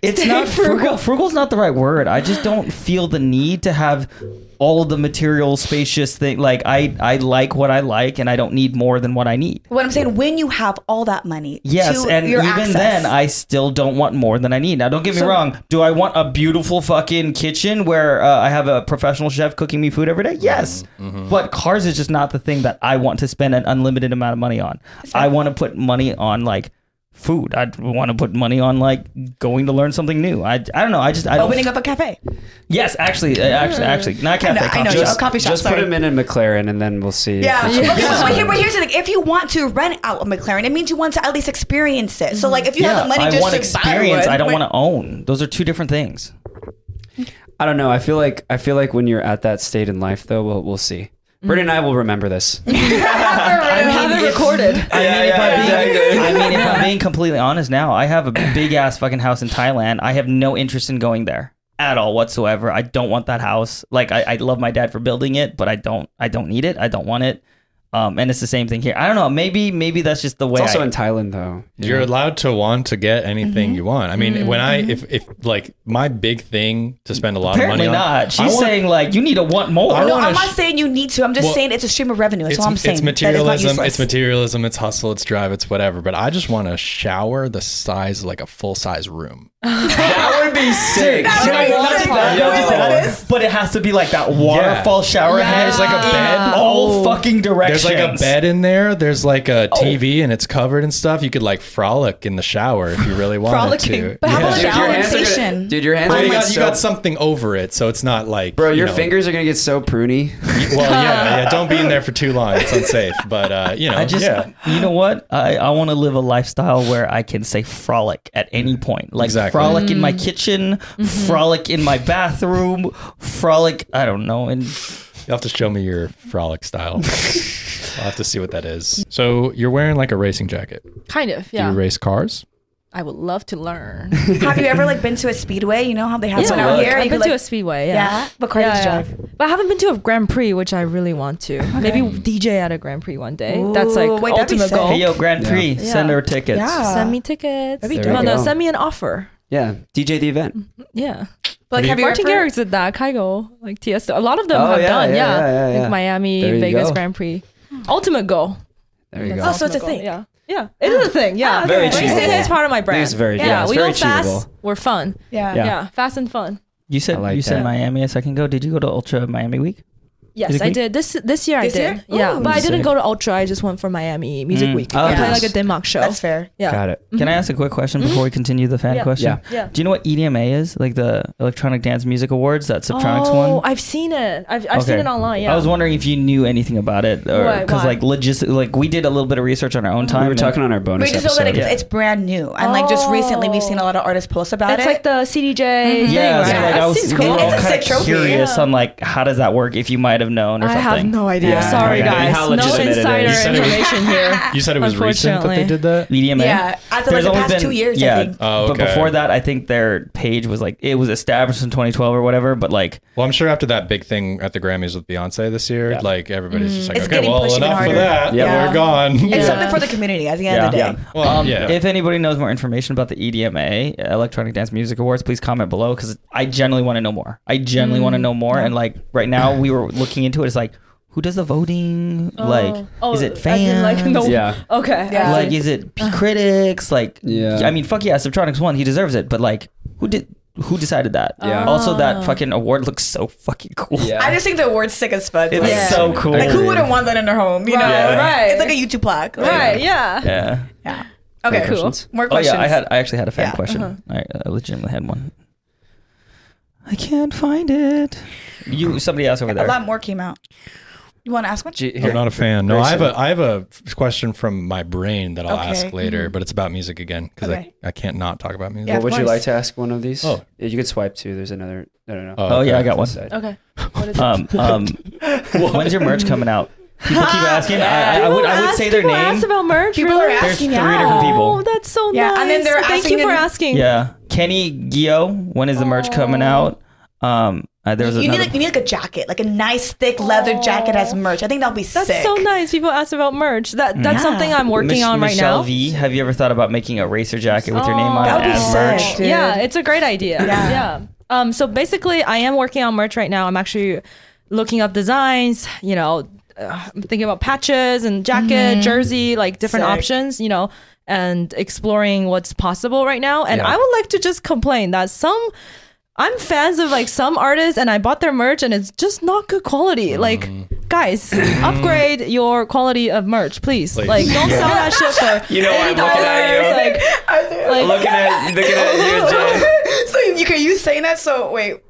it's stay not frugal. frugal. Frugal's not the right word. I just don't feel the need to have all the material spacious thing like I I like what I like and I don't need more than what I need. What I'm saying, when you have all that money, Yes, to and your even access, then, I still don't want more than I need. Now, don't get me wrong. Do I want a beautiful fucking kitchen where uh, I have a professional chef cooking me food every day? Yes, but cars is just not the thing that I want to spend an unlimited amount of money on. I want to put money on like food. I want to put money on like going to learn something new. I, I don't know. I just I don't, opening up a cafe. Yes, actually, uh, actually, actually, not cafe. I know, I know. coffee Just, shop. a coffee shop. Just sorry. put him in a McLaren and then we'll see. if Yeah. it's- Okay, but, but here, but here's the thing: if you want to rent out a McLaren, it means you want to at least experience it. So, like, if you have the money, I just want to Buy experience. one, I don't but- want to own. Those are two different things. I don't know. I feel like I feel like when you're at that state in life, though, we'll we'll see. Brittany and I will remember this. have it recorded. I mean, if I'm yeah, being, I mean, if I'm being completely honest now, I have a big ass fucking house in Thailand. I have no interest in going there. at all whatsoever. I don't want that house. Like I, I love my dad for building it, but I don't I don't need it. I don't want it. Um, and it's the same thing here. I don't know. Maybe maybe that's just the way. It's also I, in Thailand though. you You're know? allowed to want to get Mm-hmm. anything you want. I mean, when I if if like my big thing to spend a lot apparently of money on, not. I She's want- saying like you need to want more. I No, wanna I'm not sh- saying you need to. I'm just Well, saying it's a stream of revenue. That's it's, all I'm saying. it's That is not materialism. It's useless. materialism. It's hustle. It's drive. It's whatever. But I just want a shower the size like a full size room. that would be sick. That would Yeah, be I want sick. that. Wait, wait, Yeah. what is- But it has to be like that waterfall shower head. There's like a bed. all fucking directions. There's like a bed in there. There's like a TV and it's covered and stuff. You could like frolic in the shower if you really wanted to. Frolicking. But how Yeah. about Dude, your Shower hands are gonna- station. Dude, your hands Well, are you, gonna got, get you got so. something over it, so it's not like Bro, you your know, fingers are gonna get so pruny. Well, yeah, yeah. Don't be in there for too long; it's unsafe. But uh, you know, I just, yeah. you know what? I, I want to live a lifestyle where I can say frolic at any point. Like Exactly. frolic in my kitchen, frolic in my bathroom, frolic, I don't know. And You'll have to show me your frolic style. I'll have to see what that is. So you're wearing like a racing jacket. Kind of, Do yeah. you race cars? I would love to learn. Have you ever like been to a speedway? You know how they have Yeah, one out here. I've You been could, to a like- speedway. yeah, Yeah. but car Yeah, yeah. drive. But I haven't been to a Grand Prix, which I really want to. Maybe DJ at a Grand Prix one day. That's like Ooh, wait, that'd be ultimate sick. goal. hey, yo, Grand Yeah. Prix, Yeah. send her tickets. Yeah. Send me tickets. be No, dope. no, Go. send me an offer. Yeah, DJ the event. Yeah. But like, you- have Martin Martin Garrix did that. Kaigo, like Tiesto. A lot of them Oh, have yeah, done. yeah, Yeah. yeah, yeah, Like yeah. There Miami, you Vegas go. Grand Prix. Ultimate goal. There you go. That's Oh, so it's a Ultimate thing. goal, Yeah. Yeah. It is a thing. Yeah. Very Racing achievable. is part of my brand. It's very- yeah. yeah, it's we very go fast. achievable. We're fun. Yeah. Yeah. Yeah. Fast and fun. You said I like you said that. Miami a second ago. Did you go to Ultra Miami Week? Yes, Music I Week? did. This this year This I did. year? Yeah. Ooh. But I didn't Sick. go to Ultra. I just went for Miami Music Mm. Week. Oh, I played nice. like a Denmark show. That's fair. yeah. Got it. Can I ask a quick question before we continue the fan Mm-hmm. Yeah. question? Yeah. Yeah. Do you know what E EDMA is? Like the Electronic Dance Music Awards, that Subtronics one? Oh, I've seen it. I've, I've Okay. seen it online. Yeah. I was wondering if you knew anything about it, or Why- because why? like logis- like we did a little bit of research on our own time. We were and- talking on our bonus We just know that episode. it's, it's brand new, and like just recently, we've seen a lot of artists post about it's it. like the CDJ. Mm-hmm. Thing, yeah, right? so, like I That was seems we cool. were all It's a kind sick trophy. of curious Yeah. on like how does that work if you might have known or I something. have no idea. Yeah. Sorry, Yeah. guys. How no legitimate it is. insider You said it was- information here. You said it was recent that they Ah, Unfortunately. did that. EDMA. Yeah, after, like, the only past two years, I Yeah, think. Oh, okay. but before that, I think their page was like it was established in 2012 or whatever. But like, Well, I'm sure after that big thing at the Grammys with Beyonce this year, like everybody's just like, It's okay, getting well, pushed even enough harder. of that. Yeah. We're gone. it's Yeah. something for the community at the end of the Yeah. day. Well, um, yeah. if anybody knows more information about the E EDMA Electronic Dance Music Awards, please comment below because I generally want to know more. I generally want to Mm. know more. And like right now, we were looking into it. It's like who does the voting? like, Oh, is it as in, fans? Like, no. Oh. Yeah. Okay. Yeah. Like, is it p- critics? Like, Yeah. I mean, fuck yeah, Subtronics won. He deserves it. But like, who did? Who decided that? Yeah. Also, Oh. that fucking award looks so fucking cool. Yeah. I just think the award's sick as fuck. It's Like, Yeah. so cool. like, who wouldn't want that in their home? You know, Right, right. It's like a YouTube plaque. Like, Right. Yeah. Yeah. Yeah. Okay. Cool. Cool. More Oh questions. yeah, I had. I actually had a fan Yeah. question. uh-huh. I, I legitimately had one. I can't find it. You. Somebody else over a there. lot more came out. You want to ask one? Gee, here. I'm not a fan. No, Very I have soon. a I have a question from my brain that I'll Okay. ask later, but it's about music again because Okay. I, I can't not talk about music. Yeah. What would you course. like to ask one of these? Oh. Yeah, you could swipe too. There's another. No, no, no. Oh yeah, I okay. got one. Side. Okay. Uh, Um, um, when's your merch coming out? People keep asking. I, I, I would. I would say their people name. Ask about merch. People really? are There's asking three out. different Oh, people. that's so Yeah, nice. and then they're Thank asking you for in- asking. Yeah. Kenny Gio. When is the merch Oh. coming out? Um. Uh, there was you need another. like you need like a jacket, like a nice thick leather jacket as merch. I think that'll be That's sick. so nice. People ask about merch. That that's Yeah. something I'm working Mich- on right Michelle now. Oh, V, have you ever thought about making a racer jacket with your name on That it would be as sick. merch? dude. Yeah, it's a great idea. Yeah. Yeah. Um, so basically, I am working on merch right now. I'm actually looking up designs, you know, uh, I'm thinking about patches and jacket, jersey, like different Mm-hmm. Sick. options, you know, and exploring what's possible right now. And Yeah. I would like to just complain that some. I'm fans of like some artists and I bought their merch and it's just not good quality. Mm. Like guys, upgrade your quality of merch, please. Please. Like don't sell that shit for You know why I'm looking at you. $80, like, I like Looking at looking at you, Jay. was- so you can you saying that? So wait.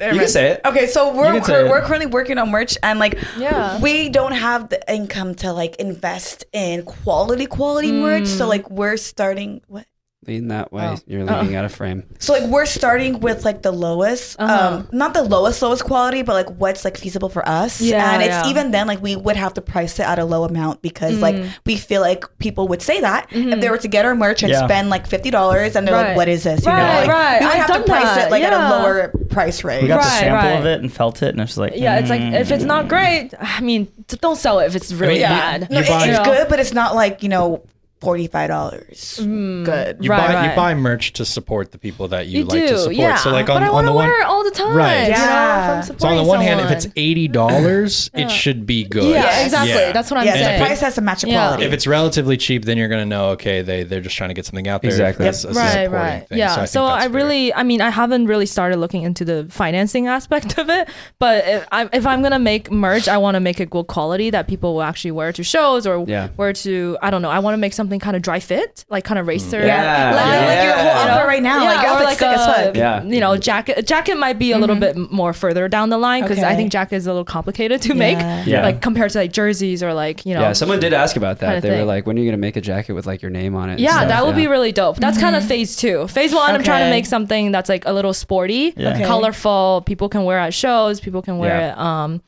You can say it. Okay, so we're can say cur- it. we're currently working on merch, and like, Yeah. we don't have the income to like invest in quality quality merch. So like, we're starting what? Lean that way. Oh. You're leaning out of frame. So like we're starting with like the lowest, Uh-huh. um, not the lowest lowest quality, but like what's like feasible for us. Yeah, and it's yeah. Mm. even then like we would have to price it at a low amount because like we feel like people would say that if they were to get our merch and Yeah. spend like fifty dollars and they're Mm-hmm. Right. like, what is this? You Right, like, right. We would I've have done to price that. it like Yeah. at a lower price rate. We got the Right, sample right. of it and felt it, and it's like, Yeah, it's like mm, if it's not great, I mean, d- don't sell it if it's really you- bad. No, You it- buy- it's Yeah. good, but it's not like you know forty five dollars. Good. You Right, buy right. you buy merch to support the people that you, You like do, to support. yeah. So like on, but I on want the to one wear it all the time. Right. you know, if Yeah. I'm so on the supporting one hand, if someone. it's eighty dollars, it should be good. yeah, exactly. Yeah. That's what I'm Yeah, saying. it's a price has to match a Yeah. quality. if it's relatively cheap, then you're gonna know. Okay, they they're just trying to get something out there. Exactly. as- as a right, supporting right. thing. Yeah. So I, think that's fair. really, I mean, I haven't really started looking into the financing aspect of it, but if I'm, if I'm gonna make merch, I want to make it good quality that people will actually wear to shows or Yeah. wear to I don't know. I want to make something kind of dry fit, like kind of racer. Yeah. Like, Yeah. like your whole Yeah. outfit right now, like or your outfit's sick as a, fuck. Yeah. you know, jacket. A jacket might be a little bit more further down the line because I Okay. think jacket is a little complicated to make, Yeah. Yeah. like compared to like jerseys or like you know. Yeah, someone did ask about that. Kinda they were thing. like, "When are you gonna make a jacket with like your name on it?" and Yeah, stuff?" that would be Yeah. really dope. That's kind of phase two. Phase one, I'm trying to Okay. make something that's like a little sporty, Yeah. Okay. colorful. People can wear at shows. People can wear Yeah. it um,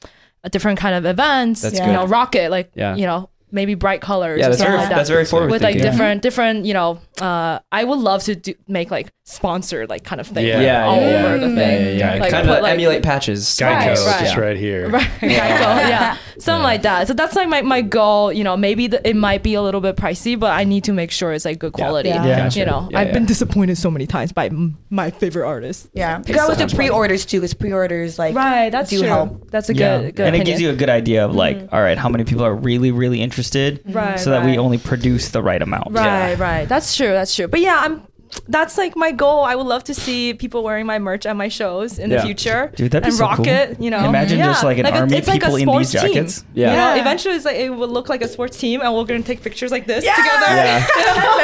at different kind of events. That's you good. know, rocket like Yeah. you know maybe bright colors. yeah. or That's something very like that. that's very forward with like thinking. different different you know. Uh, I would love to do, make like sponsored like kind of thing. Yeah, Yeah. like, yeah, all yeah, over the yeah, thing. yeah, yeah. Like, kind of put, like- emulate patches. Geico, Right, right. just right here. Right. Geico, yeah. Something like that. So that's like my, my goal. You know, maybe the, it might be a little bit pricey, but I need to make sure it's like good quality. Yeah. Yeah. You know, Yeah, I've yeah. been disappointed so many times by m- my favorite artists. Yeah, Mm. Takes because I would do time. pre-orders too. Because pre-orders like Right. That's do true. help. That's a good, yeah. good and opinion. Mm-hmm. it gives you a good idea of like, all right, how many people are really, really interested, Right, so that we right. only produce the right amount. Right, right. That's true. That's true. But yeah, I'm. That's like my goal. I would love to see people wearing my merch at my shows in Yeah. the future. Dude, that'd be and so rock cool. it. You know, Imagine yeah. just, like, an a- army it's like a people in sports these team. jackets. Yeah. You know, Yeah. eventually it's like it will look like a sports team, and we're gonna take pictures like this Yeah. together. Yeah.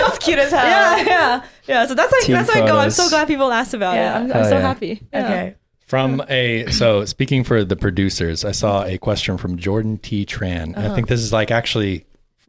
that's cute as hell. yeah, yeah, yeah. So that's like Team that's my goal. I'm so photos. glad people asked about Yeah. it. I'm, I'm Hell so yeah. happy. Yeah. Okay. From a so speaking for the producers, I saw a question from Jordan T. Tran. I Uh-huh. think this is like actually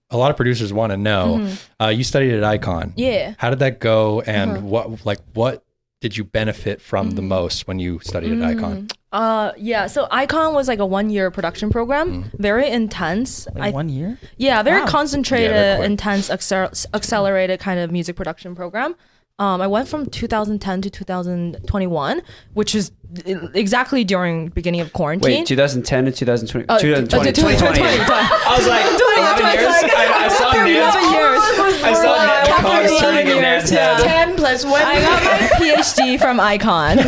a lot of producers want to know. Uh, you studied at Icon, Mm-hmm. Yeah. Uh-huh. How did that go, and what like what did you benefit from Mm-hmm. the most when you studied at Icon? Uh, yeah. So Icon was like a one-year production Mm. program, very intense. Like one year. Yeah, very Wow. concentrated, Yeah, they're quick. intense, accer- accelerated kind of music production program. Um, I went from 2010 to 2021, which is i- exactly during beginning of quarantine. Wait, 2010 to 2020. Uh, 2020. uh, 2020. I was like, 11 years. I, I saw Nan's. I saw Nan's After colors 11 turning in Nan's years, head. Ten plus one. I got my PhD from Icon.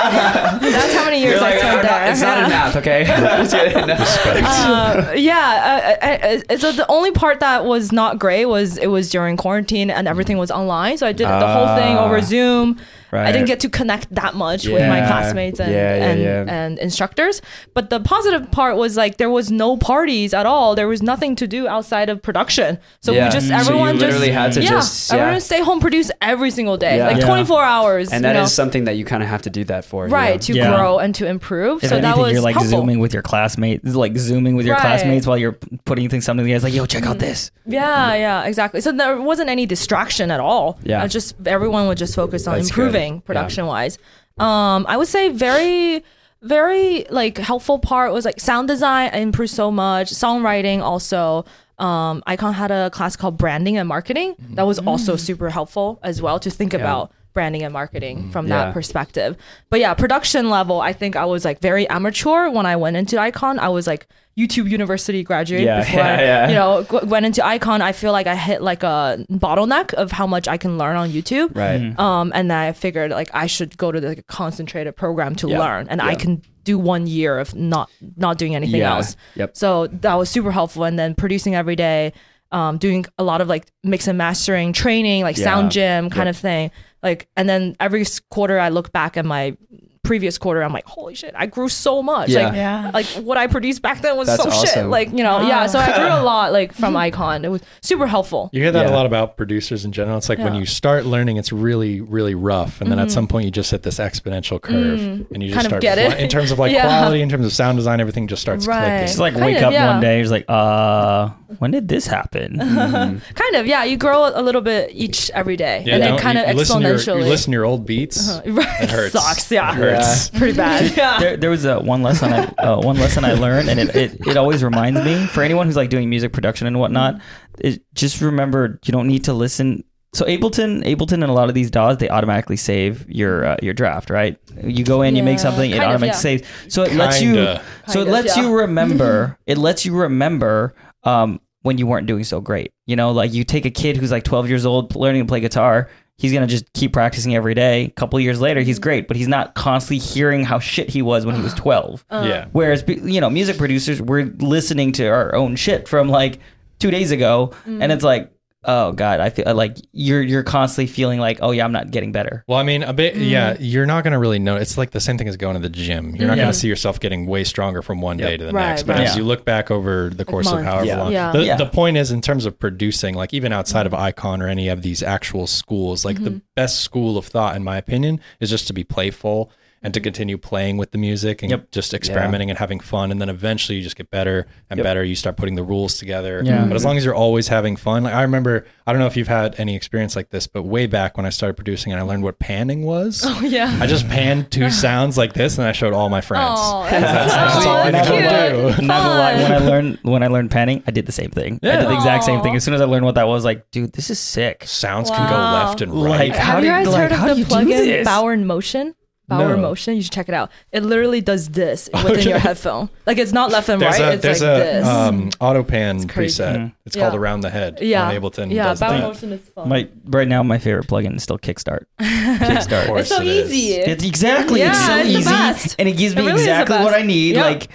That's how many years You're I like, spent I'm there. not, it's not in math, okay? Just kidding. Uh, yeah. Uh, uh, uh, so the only part that was not great was it was during quarantine and everything was online. So I did the whole thing Ah, over Zoom. I right. didn't get to connect that much with my Yeah. classmates and, Yeah, yeah, and, yeah. and instructors. But the positive part was like there was no parties at all. There was nothing to do outside of production. So Yeah. we just So you everyone literally just, had to yeah, just- yeah. everyone stay home produce every single day, Yeah. like Yeah. 24 hours. And you that know? is something that you kind of have to do that for. you right know? to Yeah. grow and to improve. If so anything, that was you're like helpful. zooming with your classmates, like zooming with your Right. Mm-hmm. classmates while you're p- putting things something together. It's like, yo, check out this. Yeah, yeah, exactly. So there wasn't any distraction at all. Yeah. I just everyone would just focus on That's good. improving Yeah. production wise. Um, I would say very, very like helpful part was like sound design. I improved so much. Songwriting also. Um, Icon had a class called branding and marketing that was Mm. also super helpful as well to think about branding and marketing from Mm. Yeah. that perspective. But yeah, production level, I think I was like very amateur when I went into Icon. I was like YouTube University graduate Yeah, before I, yeah, yeah. you know know, g- went into Icon, I feel like I hit like a bottleneck of how much I can learn on YouTube. Right. Um, and I figured like I should go to like a concentrated program to Yeah. learn, and I Yeah. can do one year of not not doing anything Yeah. else. Yep. So that was super helpful, and then producing every day, um, doing a lot of like mix and mastering training, like sound Yeah. gym kind of thing. Like, and then every s- quarter I look back at my previous quarter, I'm like, holy shit, I grew so much. Yeah. Like, Yeah. like what I produced back then was That's so shit. awesome. Like, you know, yeah. So I grew a lot like from Icon. It was super helpful. You hear that a Yeah. lot about producers in general. It's like when Yeah. Mm-hmm. you start learning, it's really, really rough, and then at some point you just hit this exponential curve, and you just Mm. Kind of start get it. fly- in terms of like Yeah. quality, in terms of sound design, everything just starts Right. clicking. It's Just like Kind wake of, up yeah. one day, you're just like, uh, when did this happen? Kind of, yeah. You grow a little bit each every day, Yeah, and don't- then kind you- of you listen to your- exponentially. you listen to your old beats. Right. It hurts. Sucks. Yeah. It hurts. Pretty bad. Yeah. there, there was a one lesson I uh, one lesson I learned, and it, it, it always reminds me for anyone who's like doing music production and whatnot. It, just remember, you don't need to listen. So Ableton, Ableton, and a lot of these DAWs, they automatically save your uh, your draft. Right? You go in, you make Yeah. something, it Kind of, automatically yeah. saves. So it lets you. Kinda. So Kind it of, lets yeah. you remember. it lets you remember. Um, when you weren't doing so great, you know, like you take a kid who's like 12 years old learning to play guitar, he's gonna just keep practicing every day. A couple years later, Mm-hmm. he's great, but he's not constantly hearing how shit he was when he was 12. yeah. Whereas, pe- you know, music producers, we're listening to our own shit from like two days ago, Mm. and it's like, oh god, I feel like you're you're constantly feeling like, oh yeah, I'm not getting better. Well, I mean, a bit. Mm. Yeah, you're not gonna really know. It's like the same thing as going to the gym. You're not gonna see yourself getting way stronger from one day to the Right, next. But right. as Yeah. you look back over the course of months. however Yeah. long, Yeah. The, Yeah. the point is in terms of producing, like even outside of Icon or any of these actual schools, like the Mm-hmm. best school of thought, in my opinion, is just to be playful and to continue playing with the music and Yep. just experimenting and having fun. And then eventually you just get better and better. You start putting the rules together. Yeah. Mm-hmm. But as long as you're always having fun, like I remember, I don't know if you've had any experience like this, but way back when I started producing and I learned what panning was. yeah. I just panned two sounds like this, and I showed all my friends. Oh, that's, that's all I that's know how to cute. do. Not gonna lie, when I Fun. learned when I learned panning, I did the same thing. I did the exact same thing. As soon as I learned what that was, like, dude, this is sick. Sounds can go Wow. left and right. Like, how Have you do you- guys like, heard how of do the you do plugin this? Bauer in Motion? Bauer in No. Motion. You should check it out. It literally does this within your headphone. Like it's not left and there's right. a it's there's like a this. um, auto pan crazy. Mm-hmm. preset. It's called Yeah. around the head. yeah. on Ableton Yeah. does Bauer that. Motion is fun. My right now, my favorite plugin is still Kickstart. Of Kickstart. course it's so it is. easy. It's exactly. it's Yeah, so it's the easy, best. and it gives me really is the exactly best. what I need. Yeah. Like,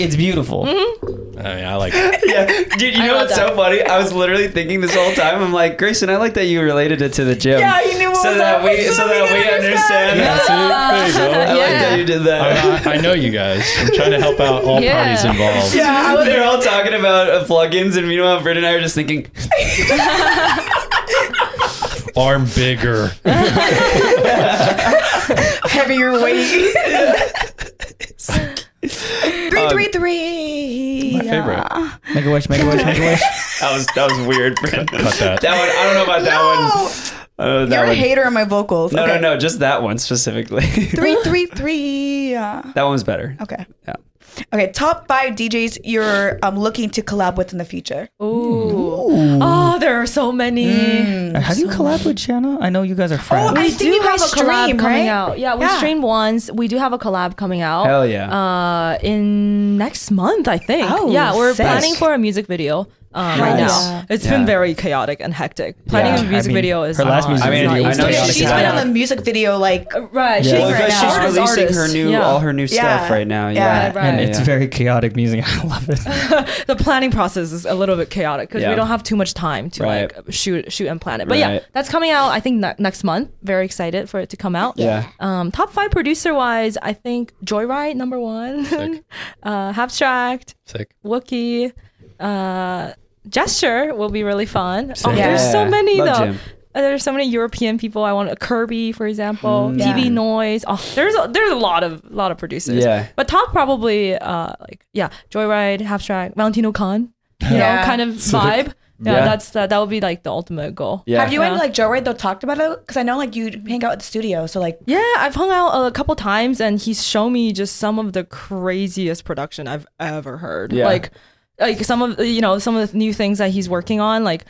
it's beautiful. I mean, I like. It. Yeah, dude. You know love what's that. so funny? I was literally thinking this whole time. I'm like, Grayson, I like that you related it to the gym. Yeah, you knew what so was that up. we It's so so we that can we understand. understand. Yeah, see? There you go. I like that you did that. I, I know you guys. I'm trying to help out all Yeah. parties involved. Yeah, I was- they're all talking about uh, plugins, and meanwhile, Britt and I are just thinking, Arm bigger. Heavier weight. Um, Three three three. My favorite. Make a wish. Make a wish. Make a wish. that was that was weird. Britt. Cut that. That one, I don't know about that No, one. I don't know about that you're a one. hater on my vocals. No, okay. no, no, just that one specifically. Three three three. Uh, that one's better. okay. Yeah. Okay. Top five DJs you're um, looking to collab with in the future. Ooh. Oh, there are so many. Mm. Have you collabed with Shanna? I know you guys are friends. I We think do you have guys a collab stream, coming right? out. Yeah, we Yeah. streamed once. We do have a collab coming out. Hell yeah. Uh, in next month, I think. Oh, yeah, we're sick. planning for a music video um, right Nice. now. It's Yeah. been very chaotic and hectic. Planning Yeah, a music I mean, video is her last not- music is video not was I easy. know yeah, she's she's been had- on a music video like Right, Yeah. she's Well, Right because now. she's Artist, releasing her artist. new, Yeah. all her new stuff Yeah. right now. Yeah, Yeah, right. and Yeah, it's yeah. very chaotic music. I love it. the planning process is a little bit chaotic because Yeah. we don't have too much time to Right. like shoot shoot and plan it. But yeah, Right. that's coming out I think ne- next month. Very excited for it to come out. Yeah. Um, top five producer wise, I think Joyride number one, Sick. uh, Abstract, Sick. Wookie, uh, Gesture will be really fun. Oh, Sick. There's so Yeah. many Love though. Jim. Uh, There's so many European people. I want Kirby, for example, Mm. TV Yeah. Noise. Oh, there's a, there's a lot of lot of producers. Yeah. But top probably uh like yeah, Joyride, Abstract, Valentino Khan. You know, Yeah. kind of vibe. Yeah, Yeah. that's the, that would be like the ultimate goal. Yeah. Have you and Yeah. like Joe Wade though talked about it? Because I know like you hang out at the studio, so like Yeah, I've hung out a couple times and he's shown me just some of the craziest production I've ever heard. Yeah. Like like some of you know, some of the new things that he's working on like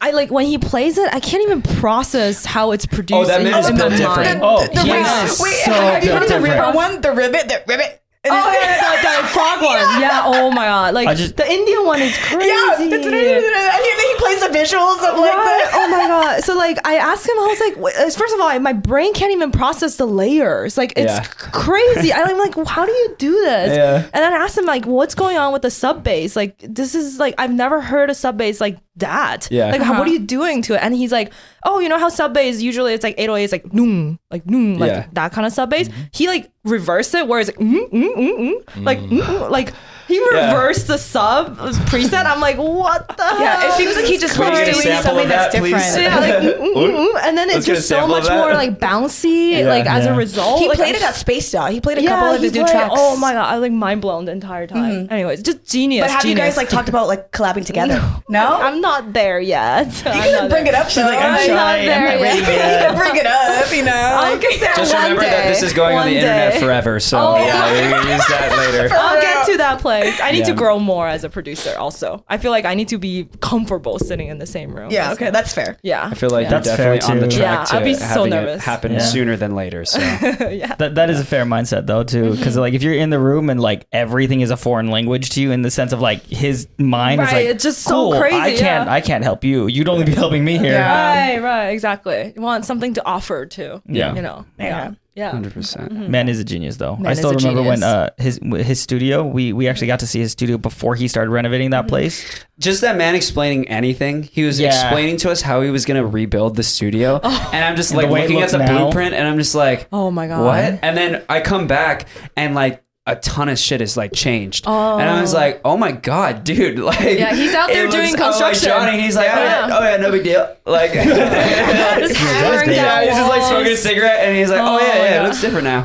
I like when he plays it, I can't even process how it's produced that in, man is in built my different. mind. Oh, the he ribbit. is Wait, so have you heard of the different. ribbit one? The ribbit, the ribbit. And Oh then- yeah, the, the frog one. Yeah. Oh my god. Like I just- the Indian one is crazy. Yeah, and then he plays the visuals of like Right? the. Oh my god! So like, I asked him. I was like, wait, uh, first of all, I- my brain can't even process the layers. Like, it's Yeah. crazy. I'm like, how do you do this? Yeah. And then I asked him like, what's going on with the sub bass? Like, this is like, I've never heard a sub bass like that. Yeah. Like, how, what Uh-huh. are you doing to it? And he's like, oh, you know how sub bass usually it's like 808 is like noom, like noom, like Yeah. Mm-hmm. that kind of sub bass. He like reversed it where it's like mm, mm, mm, mm, like mm, mm, like. He Yeah. reversed the sub preset. I'm like, what the? Yeah, it hell? seems like he just Can we loves get a doing sample something of that's that, please? different. So, yeah, like, mm, mm, mm, mm, and then Let's it's get a just so sample of much that. more like bouncy, Yeah. like as a result. He Like, played I it at just- Space Dot. He played a Oh yeah, couple of he his new played- tracks. Mm-hmm. Oh my god, I was like mind blown the entire time. Anyways, just genius. But have you genius. guys like talked about like collabing together? No, I'm not there yet. You you can bring it up. She's like, I'm not there You yet. can bring it up, you I'll know. get there Just one remember day. that this is going on One the internet day. forever, so Oh, yeah, yeah. we can use that later. I'll get to that place. I need to Yeah. grow more as a producer. Also, I feel like I need to be comfortable sitting in the same room. Yeah, as okay, him. that's fair. yeah. I feel like That's you're fair, definitely on the too. Yeah, track I'll to be so having it nervous. happen Yeah. sooner than later. So yeah. That, that is a fair mindset though too, because Mm-hmm. like if you're in the room and like everything is a foreign language to you, in the sense of like his mind is Right, like it's just so "Cool, crazy, I can't yeah." I can't help you. You'd only be helping me here. Yeah. Right, right, exactly. You want something to offer too. Yeah. You know. Yeah. Yeah. Yeah. 100%. Man is a genius though. I is still a remember genius. when uh his his studio we we actually got to see his studio before he started renovating Mm-hmm. that place. Just that man explaining anything. He was Yeah. Oh. explaining to us how he was going to rebuild the studio. And I'm just like the way it looking at looks the now. blueprint and I'm just like, Oh my god. What? And then I come back and like a ton of shit is like changed. And I was like, oh my God, dude. Like, Yeah, he's out it there looks- doing oh, like construction. Johnny, he's like, Yeah. oh, yeah, oh yeah, no big deal. Like, yeah, Just hammering big. down he's just like smoking a walls. cigarette and he's like, oh, Oh yeah, my yeah, it God. looks different now.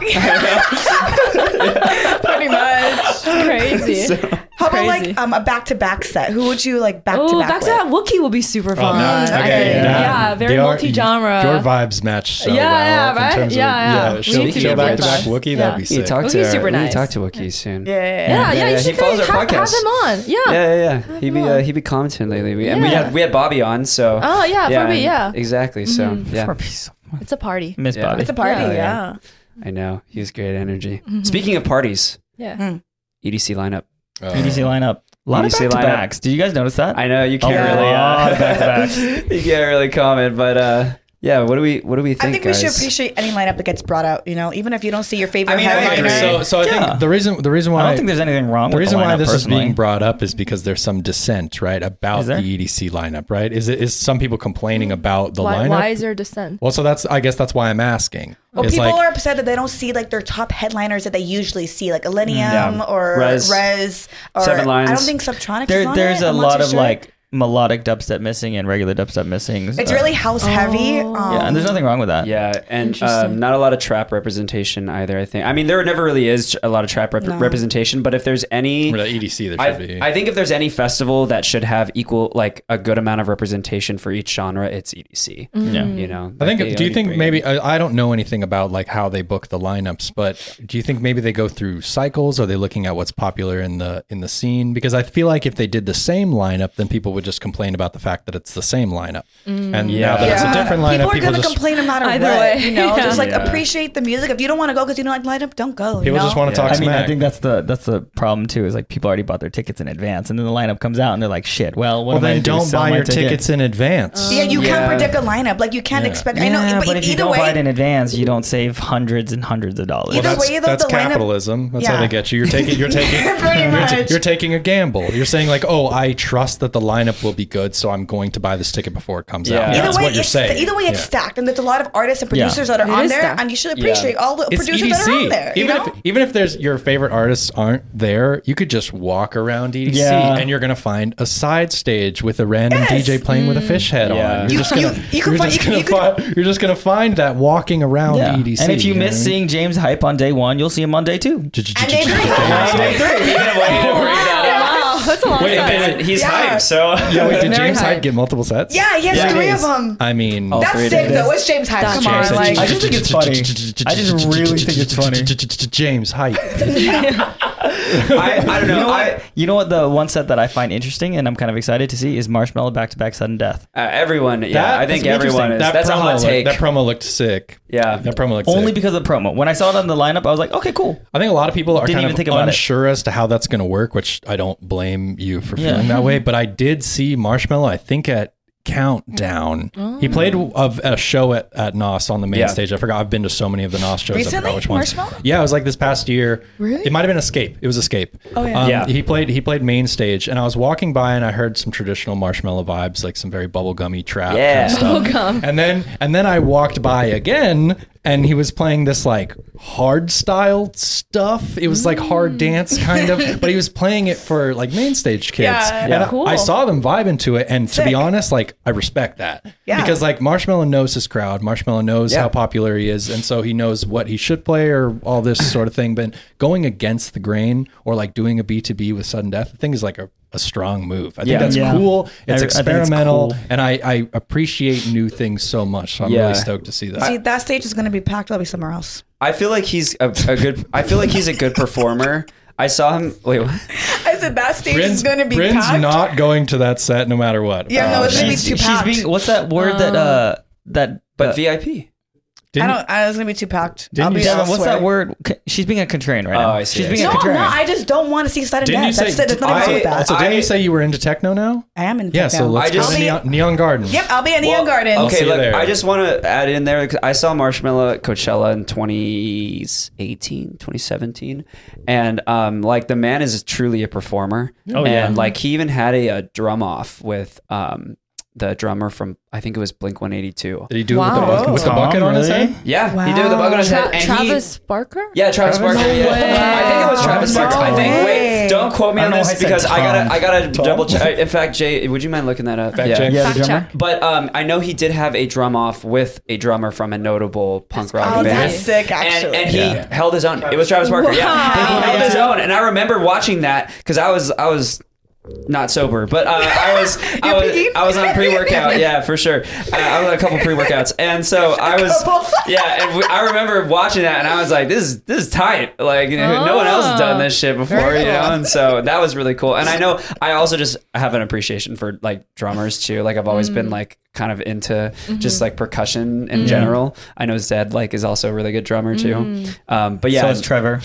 Pretty much. crazy. How about Crazy. like um, a back to back set? Who would you like back to Ooh, back? back to that Wookie will be super fun. oh, no. I Okay, think. yeah. yeah. They very are- multi-genre. Your vibes match so Yeah, well. yeah, right? In terms Yeah, yeah. of, We yeah. Show, need to show get back to back Wookiees. Wookie. Yeah. That'd be You need sick. to talk to Wookiee's her. super We need to nice. talk to Wookie soon. Yeah, yeah, yeah. yeah, yeah, Yeah, you he should follows have, our have podcast. him on. Yeah. Yeah, yeah, yeah. He be uh, he be commenting lately. We, And we Yeah. had we had Bobby on, so Oh, yeah, Furby, and- yeah. Mm-hmm. exactly. So yeah, It's a party. Miss Yeah. Bobby. It's It's a party. Yeah. Yeah. I know he was great energy. Speaking of parties, Mm-hmm. Yeah. Mm. EDC lineup. Uh, EDC lineup. A lot EDC of back to backs. Did you guys notice that? I know you can't A really lot uh, of back-to-backs. you can't really comment, but uh, yeah. What do we what do we think? I think we should guys? appreciate any lineup that gets brought out. You know, even if you don't see your favorite. I mean, I headliner. agree. So, so I Yeah. think the reason the reason why I don't think there's anything wrong the with reason the why lineup, this personally. is being brought up is because there's some dissent, right, about Is there? the EDC lineup, right? Is it is some people complaining about the Why, lineup? why is there dissent? well, so that's I guess that's why I'm asking. Well, It's people like- are upset that they don't see like their top headliners that they usually see, like Illenium or Res. Res, or Seven Lions. I don't think Subtronic. is there on there's it. a I'm not lot too of sure. like melodic dubstep missing and regular dubstep missing. It's Uh, really house heavy. Um, yeah, and there's nothing wrong with that. Yeah, and um, not a lot of trap representation either. I think. I mean, there never really is a lot of trap rep- representation, but if there's any, Or the EDC there should I, be. I think if there's any festival that should have equal, like a good amount of representation for each genre, it's EDC. Mm-hmm. Yeah. You know. I like, think. they Do you only think bring maybe I, I don't know anything about like how they book the lineups, but do you think maybe they go through cycles? Are they looking at what's popular in the in the scene? Because I feel like if they did the same lineup, then people would just complain about the fact that it's the same lineup. And Yeah. now that it's a different lineup, Mm. people people, are gonna just complain no matter Either what. way, you know, yeah. just like Yeah. appreciate the music. If you don't want to go because you don't like lineup, don't go. you people know? just want to Yeah. talk I mean, smack. I think that's the that's the problem too. Is like people already bought their tickets in advance, and then the lineup comes out, and they're like, "Shit, well, what am well, I gonna then do? don't Sell buy my your ticket?" tickets in advance. Yeah, you Yeah. can't predict a lineup. Like you can't Yeah. expect. Yeah, I know, but, but, e if you either don't buy it in way, advance, you don't save hundreds and hundreds of dollars. Either Well, that's, way, though, that's the lineup- capitalism. That's how Yeah. they get you. You're taking, you're taking, Pretty you're, ta- much. you're taking a gamble. You're saying like, oh, I trust that the lineup will be good, so I'm going to buy this ticket before it comes Yeah. out. Either That's either way, what you're it's saying. either way it's Yeah. stacked, and there's a lot of artists and producers that are It on is there, stacked. and you should appreciate all the It's E producers E that are on there. you Even know? if even if there's your favorite artists aren't there, you could just walk around EDC Yeah. and you're gonna find a side stage with a random Yes. Mm. DJ playing with a fish head Yeah. on. You're You- just gonna you- you can you're find- just you gonna can- you can- find you're just gonna find that walking around E yeah. E EDC. and if you miss know seeing James hype on day one, you'll see him on day two. what I and mean? they it. Wow, that's a lot Wait of a sense. minute, he's Yeah. hype. So Yeah, wait, did Very James high. Hyde get multiple sets? yeah, he has Yeah. three of them. I mean, Oh, That's Three sick days. though. What's James Hyde? That's Come on, James Hyde. like I just think it's funny. I just really think it's funny. James Hype. I, I don't know. You know, I, what, you know what the one set that I find interesting and I'm kind of excited to see is Marshmallow Back to Back Sudden Death. uh, everyone, yeah, That- I think that's everyone interesting. is. That that's a promo hot looked- take. That promo looked sick. Yeah. that promo looked Only sick. because of the promo. When I saw it on the lineup, I was like, okay, cool. I think a lot of people are Didn't kind even of think about it. unsure as to how that's going to work, which I don't blame you for Yeah. feeling that way. But I did see Marshmallow, I think at Countdown. He played of a show at, at NOS on the main Yeah. stage. I forgot. I've been to so many of the NOS shows. I Recently? forgot which ones. Marshmallow? Yeah, it was like this past year. Really? It might have been Escape. It was Escape. Oh yeah. Yeah. He played he played main stage, and I was walking by and I heard some traditional Marshmallow vibes, like some very bubblegummy trap. Yeah. Kind of stuff. And then and then I walked by again and he was playing this like hard style stuff. It was like Mm. hard dance kind of, but he was playing it for like main stage kids. Yeah. And I- Cool. I, saw them vibing to it and to be Sick. honest, like I respect that. Yeah. Because like Marshmallow knows his crowd. Marshmallow knows Yeah. how popular he is and so he knows what he should play or all this sort of thing, but going against the grain or like doing a B2B with sudden death, I think is like a a strong move. I think Yeah. that's Yeah. I- I cool. It's think it's experimental cool. and I, I appreciate new things so much. So I'm Yeah. really stoked to see that. See, that stage is going to be packed. That'll be somewhere else. I feel like he's a, a good. I feel like he's a good performer. I saw him. Wait, what? I said that stage is going to be Bryn's packed. not going to that set no matter what. Uh, Yeah, no, it's gonna be She's, too she's packed. being, what's that word that, uh, that, But uh, VIP. I Didn't- don't. I was going to be too packed. Didn't I'll you be, say- I'll Devin, what's swear. that word? C- She's being a contrarian right Oh, now. I see, She's I being see. No, a no, contrarian. I just don't want to see sudden Didn't you death. say? That's it. There's nothing wrong with that. Also, didn't I- you say you were into techno now? I am in. Yeah, so techno. let's I go just- to I'll Neon, be- Neon Garden. Yep, I'll be at Neon Garden. I'll see Okay, you look, there. I just want to add in there because I saw Marshmallow at Coachella in 2018, 2017, and um, like the man is truly a performer, Oh, yeah. and like he even had a, a drum off with um, the drummer from I think it was Blink 182. Did he do it with the, Wow. bucket, with the Tom, bucket on his really? head? Yeah, he did with the bug on his head, and he- Travis Barker? Yeah, Travis, Travis? Barker. No yeah. way. I think it was Travis No Barker. I think. way. Wait, don't quote me I on don't know why this I said because I gotta, Tom. I gotta Tom? double check. In fact, Jay, would you mind looking that up? Fact check. yeah, Fact the drummer. check. But um, I know he did have a drum off with a drummer from a notable punk rock Oh, band. that's sick, And, actually. and he held his own. It was Travis Barker. Yeah, and he held his own. And I remember watching that because I was I was not sober, but uh, I was I was, peeking? I was on pre workout. Yeah, for sure. Uh, I, I was on a couple pre workouts, and so I was couple. yeah. And we, I remember watching that, and I was like, this is this is tight. Like no one else has done this shit before, you know. And so that was really cool. And I know I also just have an appreciation for like drummers too. Like I've always been like kind of into just like percussion in general. I know Zed like is also a really good drummer too. Um, but yeah, So is Trevor.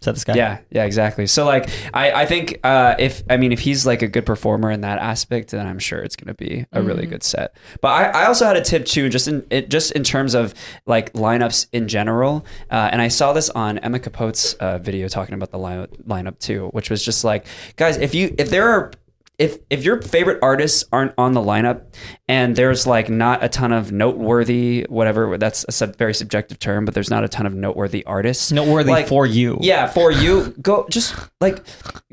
Is that this guy? yeah, yeah, exactly. So like, I I think uh, if I mean if he's like a good performer in that aspect, then I'm sure it's gonna be a really good set. But I, I also had a tip too, just in it, just in terms of like lineups in general. Uh, and I saw this on Emma Capote's uh, video talking about the line, lineup too, which was just like, guys, if you if there are if if your favorite artists aren't on the lineup and there's like not a ton of noteworthy whatever that's a sub, very subjective term but there's not a ton of noteworthy artists Noteworthy like- for you. yeah, for you. Go just like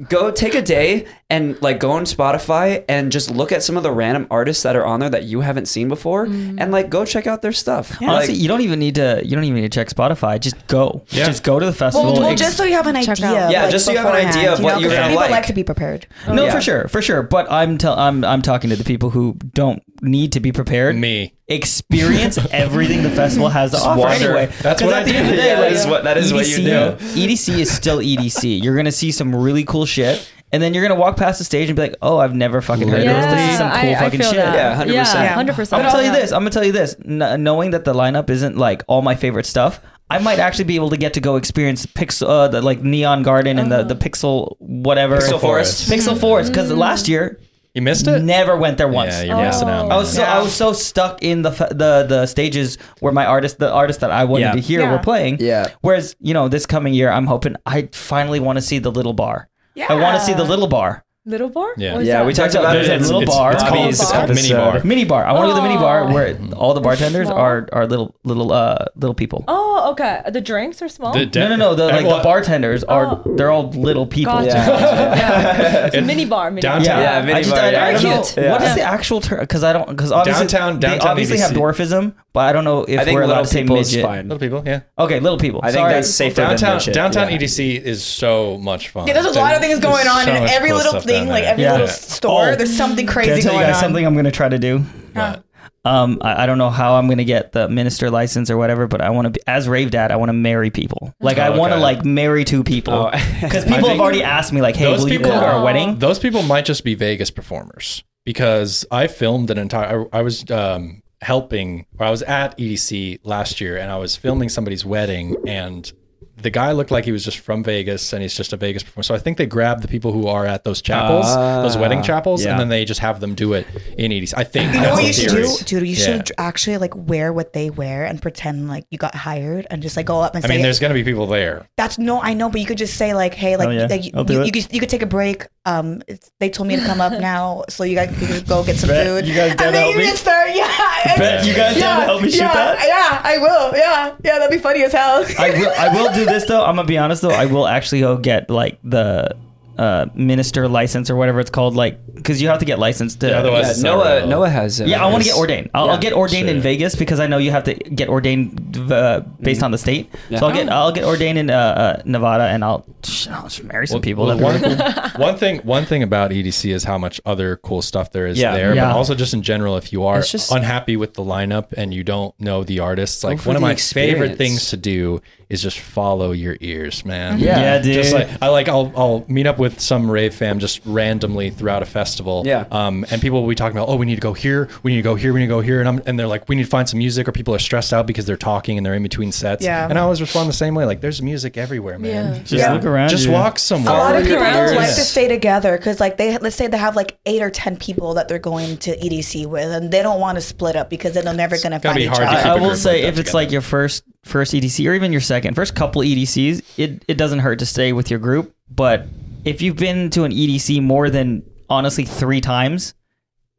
go take a day and like go on Spotify and just look at some of the random artists that are on there that you haven't seen before and like go check out their stuff. Like, Mm-hmm. Honestly, you don't even need to. You don't even need to check Spotify. Just go. Yeah. Just go to the festival. Well, well, Ex- just so you have an Check idea. out. Yeah, like, just so you have an idea beforehand, of you what know, you're 'cause gonna People like. like to be prepared. Oh, no, yeah. for sure, for sure. But I'm tell I'm I'm talking to the people who don't need to be prepared. Me. Experience everything the festival has to offer. wander. Anyway, That's 'Cause what at I the end do. of the day, Yeah, like, E that is what- that is what you do. EDC is still EDC. You're gonna see some really cool shit, and then you're gonna walk past the stage and be like, "Oh, I've never fucking heard of this. This is some cool I, fucking I feel shit." That. Yeah, 100%. Yeah, 100%. I'm gonna tell you uh, this. I'm gonna tell you this. N- knowing that the lineup isn't like all my favorite stuff, I might actually be able to get to go experience pixel, uh, the, like Neon Garden and the, the pixel whatever Pixel Forest. Pixel Forest. Because last year You missed it? never went there once. Yeah, you're missing Oh. out. I was so Yeah. I was so stuck in the fe- the the stages where my artist the artists that I wanted Yeah. to hear Yeah. were playing. Yeah. Whereas you know this coming year, I'm hoping I finally want to see the Little Bar. I want to see the Little Bar. Little bar? Yeah. What is yeah, that? we talked about There's it. a in little it's, bar. It's called, Bobby's it's called episode. mini bar. Mini bar. I want to go to the mini bar Aw. where all the bartenders small. are are little little uh little people. Oh, okay. The drinks are small? The- No, no, no. The, like the Everyone- bartenders are they're all little people. Gotcha. Yeah. Yeah. It's a mini bar. Mini Downtown- bar. Yeah, Yeah, mini I, just, bar, I, I yeah. don't know Cute. what is Yeah. the actual term because I don't because obviously Downtown- they downtown obviously have BBC. dwarfism, but I don't know if I think we're allowed little to say people is midget. fine. Little people, yeah. Okay, little people. I think Sorry. that's safer than Downtown midget. downtown yeah. EDC is so much fun. Yeah, there's a lot of things going on in so much every cool little stuff down thing, like there. every Yeah. little Yeah. store. Oh. There's something Can I crazy tell you going guys on. something I'm gonna try to do? But- Um, I, I don't know how I'm gonna get the minister license or whatever, but I want to be as rave dad. I want to marry people. Like I Oh, want to okay. like marry two people Oh. because I people have think already asked me like, hey, those will you people go to our wedding? Those people might just be Vegas performers because I filmed an entire. I, I was um, helping. Or I was at EDC last year and I was filming somebody's wedding and. The guy looked like he was just from Vegas, and he's just a Vegas performer. So I think they grab the people who are at those chapels, those Ah, wedding chapels, yeah. and then they just have them do it in EDC. I think You know that's what the you should theory. do, dude? You Yeah. should actually like wear what they wear and pretend like you got hired, and just like go up and I say, mean, there's going to be people there. "That's no, I know," but you could just say like, "Hey, like, Oh, yeah. like, you, I'll do you, it. you could, you could take a break. Um, it's, they told me to come up now, so you guys could go get some Bet. food. You guys down and to then help you me? just start, yeah, and- Bet you guys down to help me shoot yeah, that? Yeah, I will. Yeah, yeah, that'd be funny as hell. I will, I will do this though. I'm gonna be honest though. I will actually go get like the uh, minister license or whatever it's called, like because you have to get licensed to. Yeah, otherwise- Yeah, That's Noah unreal. Noah has it. Yeah, I want to Yes. get ordained. I'll, I'll Yeah, get ordained in sure. Vegas because I know you have to get ordained uh, Mm-hmm. based on the state. Yeah. So I'll get I'll get ordained in uh, uh, Nevada and I'll, I'll just marry some people. Well, That'd be really cool. one, one thing, one thing about EDC is how much other cool stuff there is Yeah. there, Yeah. but also just in general, if you are It's just- unhappy with the lineup and you don't know the artists, like for one of the my favorite experience. things to do is just follow your ears, man. Yeah. Yeah, Just dude. like I like, I'll I'll meet up with some rave fam just randomly throughout a festival. Yeah. Um, and people will be talking about, oh, we need to go here, we need to go here, we need to go here, and I'm and they're like, we need to find some music, or people are stressed out because they're talking and they're in between sets. Yeah. And I always respond the same way, like, there's music everywhere, man. Yeah. Just, Just Yeah. look around. just you. walk somewhere. a lot of Follow people your just ears. like to stay together because like they let's say they have like eight or ten people that they're going to edc with and they don't want to split up because then they're never going to gotta find be each hard to other keep I, I a group will like say that if it's together. like your first first EDC or even your second first couple EDCs, it it doesn't hurt to stay with your group. But if you've been to an EDC more than honestly three times,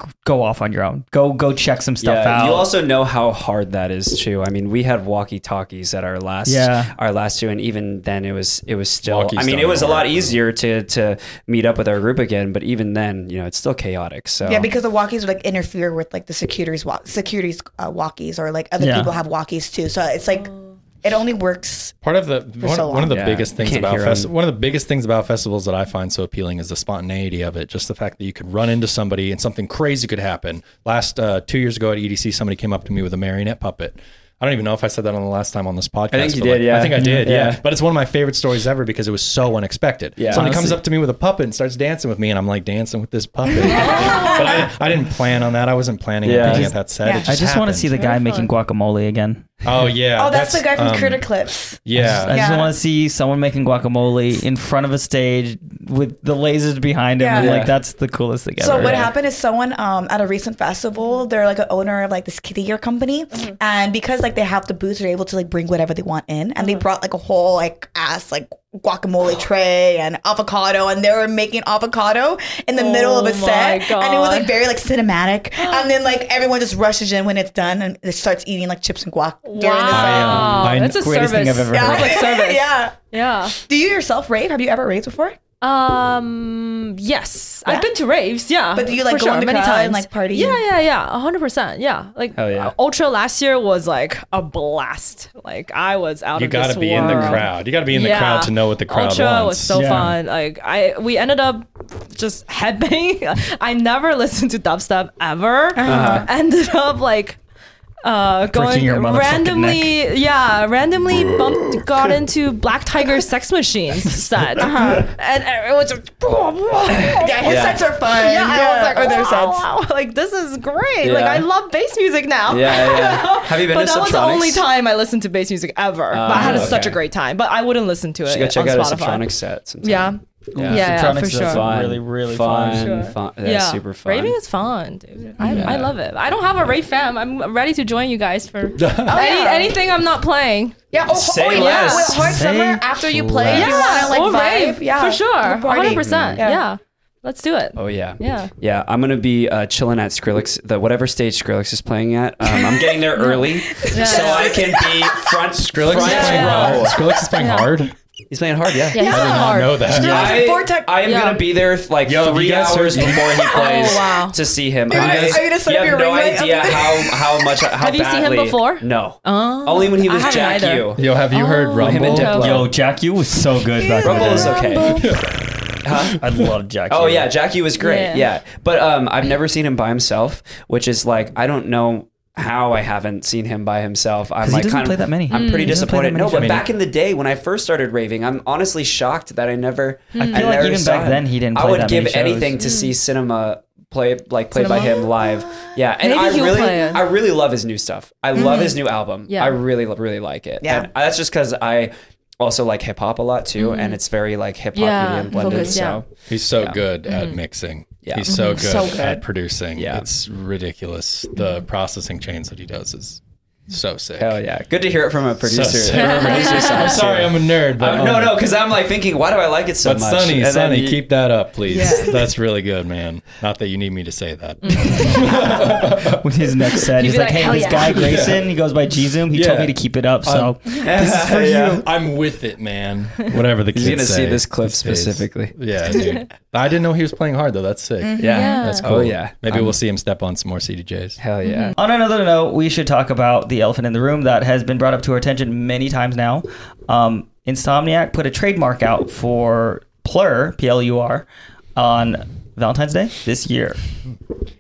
g- go off on your own. Go go check some stuff yeah, out. You also know how hard that is too. I mean, we had walkie talkies at our last Yeah. our last two, and even then it was it was still Walkies I mean, don't it was a work. lot easier to to meet up with our group again, but even then, you know, it's still chaotic. So yeah because the walkies would like interfere with like the security's walk security's uh, walkies or like other Yeah. people have walkies too so it's like it only works part of the one, so one of the long. Yeah, biggest things can't about hear fest- 'em. one of the biggest things about festivals that I find so appealing is the spontaneity of it. Just the fact that you could run into somebody and something crazy could happen. Last uh, two years ago at EDC, somebody came up to me with a marionette puppet. I don't even know if I said that on the last time on this podcast. I you did, yeah. Mm-hmm. I think I did. Yeah. Yeah. But it's one of my favorite stories ever because it was so unexpected. Yeah. Somebody comes Honestly. up to me with a puppet and starts dancing with me, and I'm like dancing with this puppet. but I, I didn't plan on that. I wasn't planning Yeah. on I being at just- that set. yeah. It I just I just want to see the guy Very making guacamole again. Oh yeah. oh that's, the guy from um, critter clips Yeah. I just Yeah. want to see someone making guacamole in front of a stage with the lasers behind him. And Yeah. like that's the coolest thing So ever. what happened is someone um, at a recent festival, they're like an owner of like this kitty gear company, Mm-hmm. and because like they have the booths, they're able to like bring whatever they want in, and they Uh-huh. brought like a whole like ass like guacamole tray and avocado, and they were making avocado in the middle of a Oh my set, and it was like God. very like cinematic, and then like everyone just rushes in when it's done and it starts eating like chips and guac during the I, set. um, Wow. I- That's a greatest service. thing I've ever Yeah. heard. Public service. yeah. Yeah. Do you yourself rave? Have you ever raved before? Um. Yes, Yeah? I've been to raves. Yeah, But do you, like, for go on the crowd and, like, party Yeah, and- yeah, yeah. hundred percent. Yeah, like Hell yeah. uh, Ultra last year was like a blast. Like I was out. You of this gotta be world. in the crowd. You gotta be in the Yeah. crowd to know what the crowd Ultra wants. was so Yeah. fun. Like I, we ended up just headbanging. I never listened to dubstep ever. Ended up like. Uh, going your motherfucking randomly, yeah, randomly bumped, got into Black Tiger Sex Machines set, and it was just, Yeah, his Yeah. sets are fun. yeah, I was like, or their wow, sets. wow, like this is great. Like Yeah. I love bass music now. yeah, yeah, yeah. Have you been But to that was the Subtronics? only time I listened to bass music ever. but I had Oh, okay. such a great time. But I wouldn't listen to You it should go check on out a Spotify. Subtronics set. Sometime. Yeah. Yeah, yeah, Subtronics for is sure. fun, Really, really fun, fun. Sure. fun. Yeah, super fun. Raving is fun, dude. I, I love it. I don't have a rave fam. I'm ready to join you guys for any, yeah. anything I'm not playing. Yeah. Oh, Say oh, yeah. less. With Hard Say Summer, after you play, less. you want to like or vibe. rave, Yeah. for sure, We'll party. hundred percent. Yeah. Yeah, let's do it. Oh yeah, Yeah. yeah. I'm gonna be uh, chilling at Skrillex, the whatever stage Skrillex is playing at. Um, I'm getting there early, so I can be front Skrillex. Front is playing row. hard. Skrillex is playing hard. He's playing hard, yeah. Yeah, he's I did not hard. know that. Yeah. I, Vortex- I am Yeah. gonna be there like Yo, if three you guys hours heard- before he plays wow. to see him. I'm gonna- just- are you gonna set you up have your no ring light up idea there? how how much how Have you seen him badly- before? No, Oh. only when he I was haven't Jack either. U. Yo, have you heard Oh. Him Rumble? and Diplo. Yo, Jack, you was so good back in the Rumble day. is okay. I love Jack. Oh U. yeah, Jackie was great. Yeah. Yeah, but um, I've never seen him by himself, which is like I don't know. how I haven't seen him by himself. I'm 'Cause he like doesn't kind play of, that many. I'm pretty He doesn't play that disappointed. many No, but shows. back in the day when I first started raving, I'm honestly shocked that I never. Hmm. I feel like never even saw back him. then he didn't I play would that give many shows. anything to see cinema play like played by Cinema? him live. Yeah, and Maybe I he'll really, play it. Mm-hmm. I really love his new stuff. I love his new album. Yeah. I really, lo- really like it. Yeah. and that's just because I also like hip hop a lot too, and it's very like hip hop Mm-hmm. Yeah, medium blended. focused, yeah. so He's so good at mixing. Mm-hmm. Yeah. Mm-hmm. He's so good, So good. at producing. Yeah. It's ridiculous. The processing chains that he does is so sick. hell yeah, good to hear it from a So producer. sick. from a producer I'm side, sorry, too. I'm a nerd, but Uh, no, no, because I'm like thinking, why do I like it so But much? Sonny, And then Sonny, you- keep that up, please. Yeah. That's really good, man. Not that you need me to say that. Mm-hmm. With his next set, he's be like, like, "Hey, "Hell this yeah." guy Grayson, he goes by Jizum. He told Yeah. me to keep it up, so Um, this is for Yeah. you." I'm with it, man. Whatever the kids He's gonna see say this clip these days. specifically. Yeah, dude. I didn't know he was playing hard though. That's sick. Yeah, Yeah. That's Oh, cool. yeah. Maybe Um, we'll see him step on some more CDJs. hell yeah. On another note, we should talk about the elephant in the room that has been brought up to our attention many times now. Um, Insomniac put a trademark out for Plur, P L U R, on Valentine's Day this year.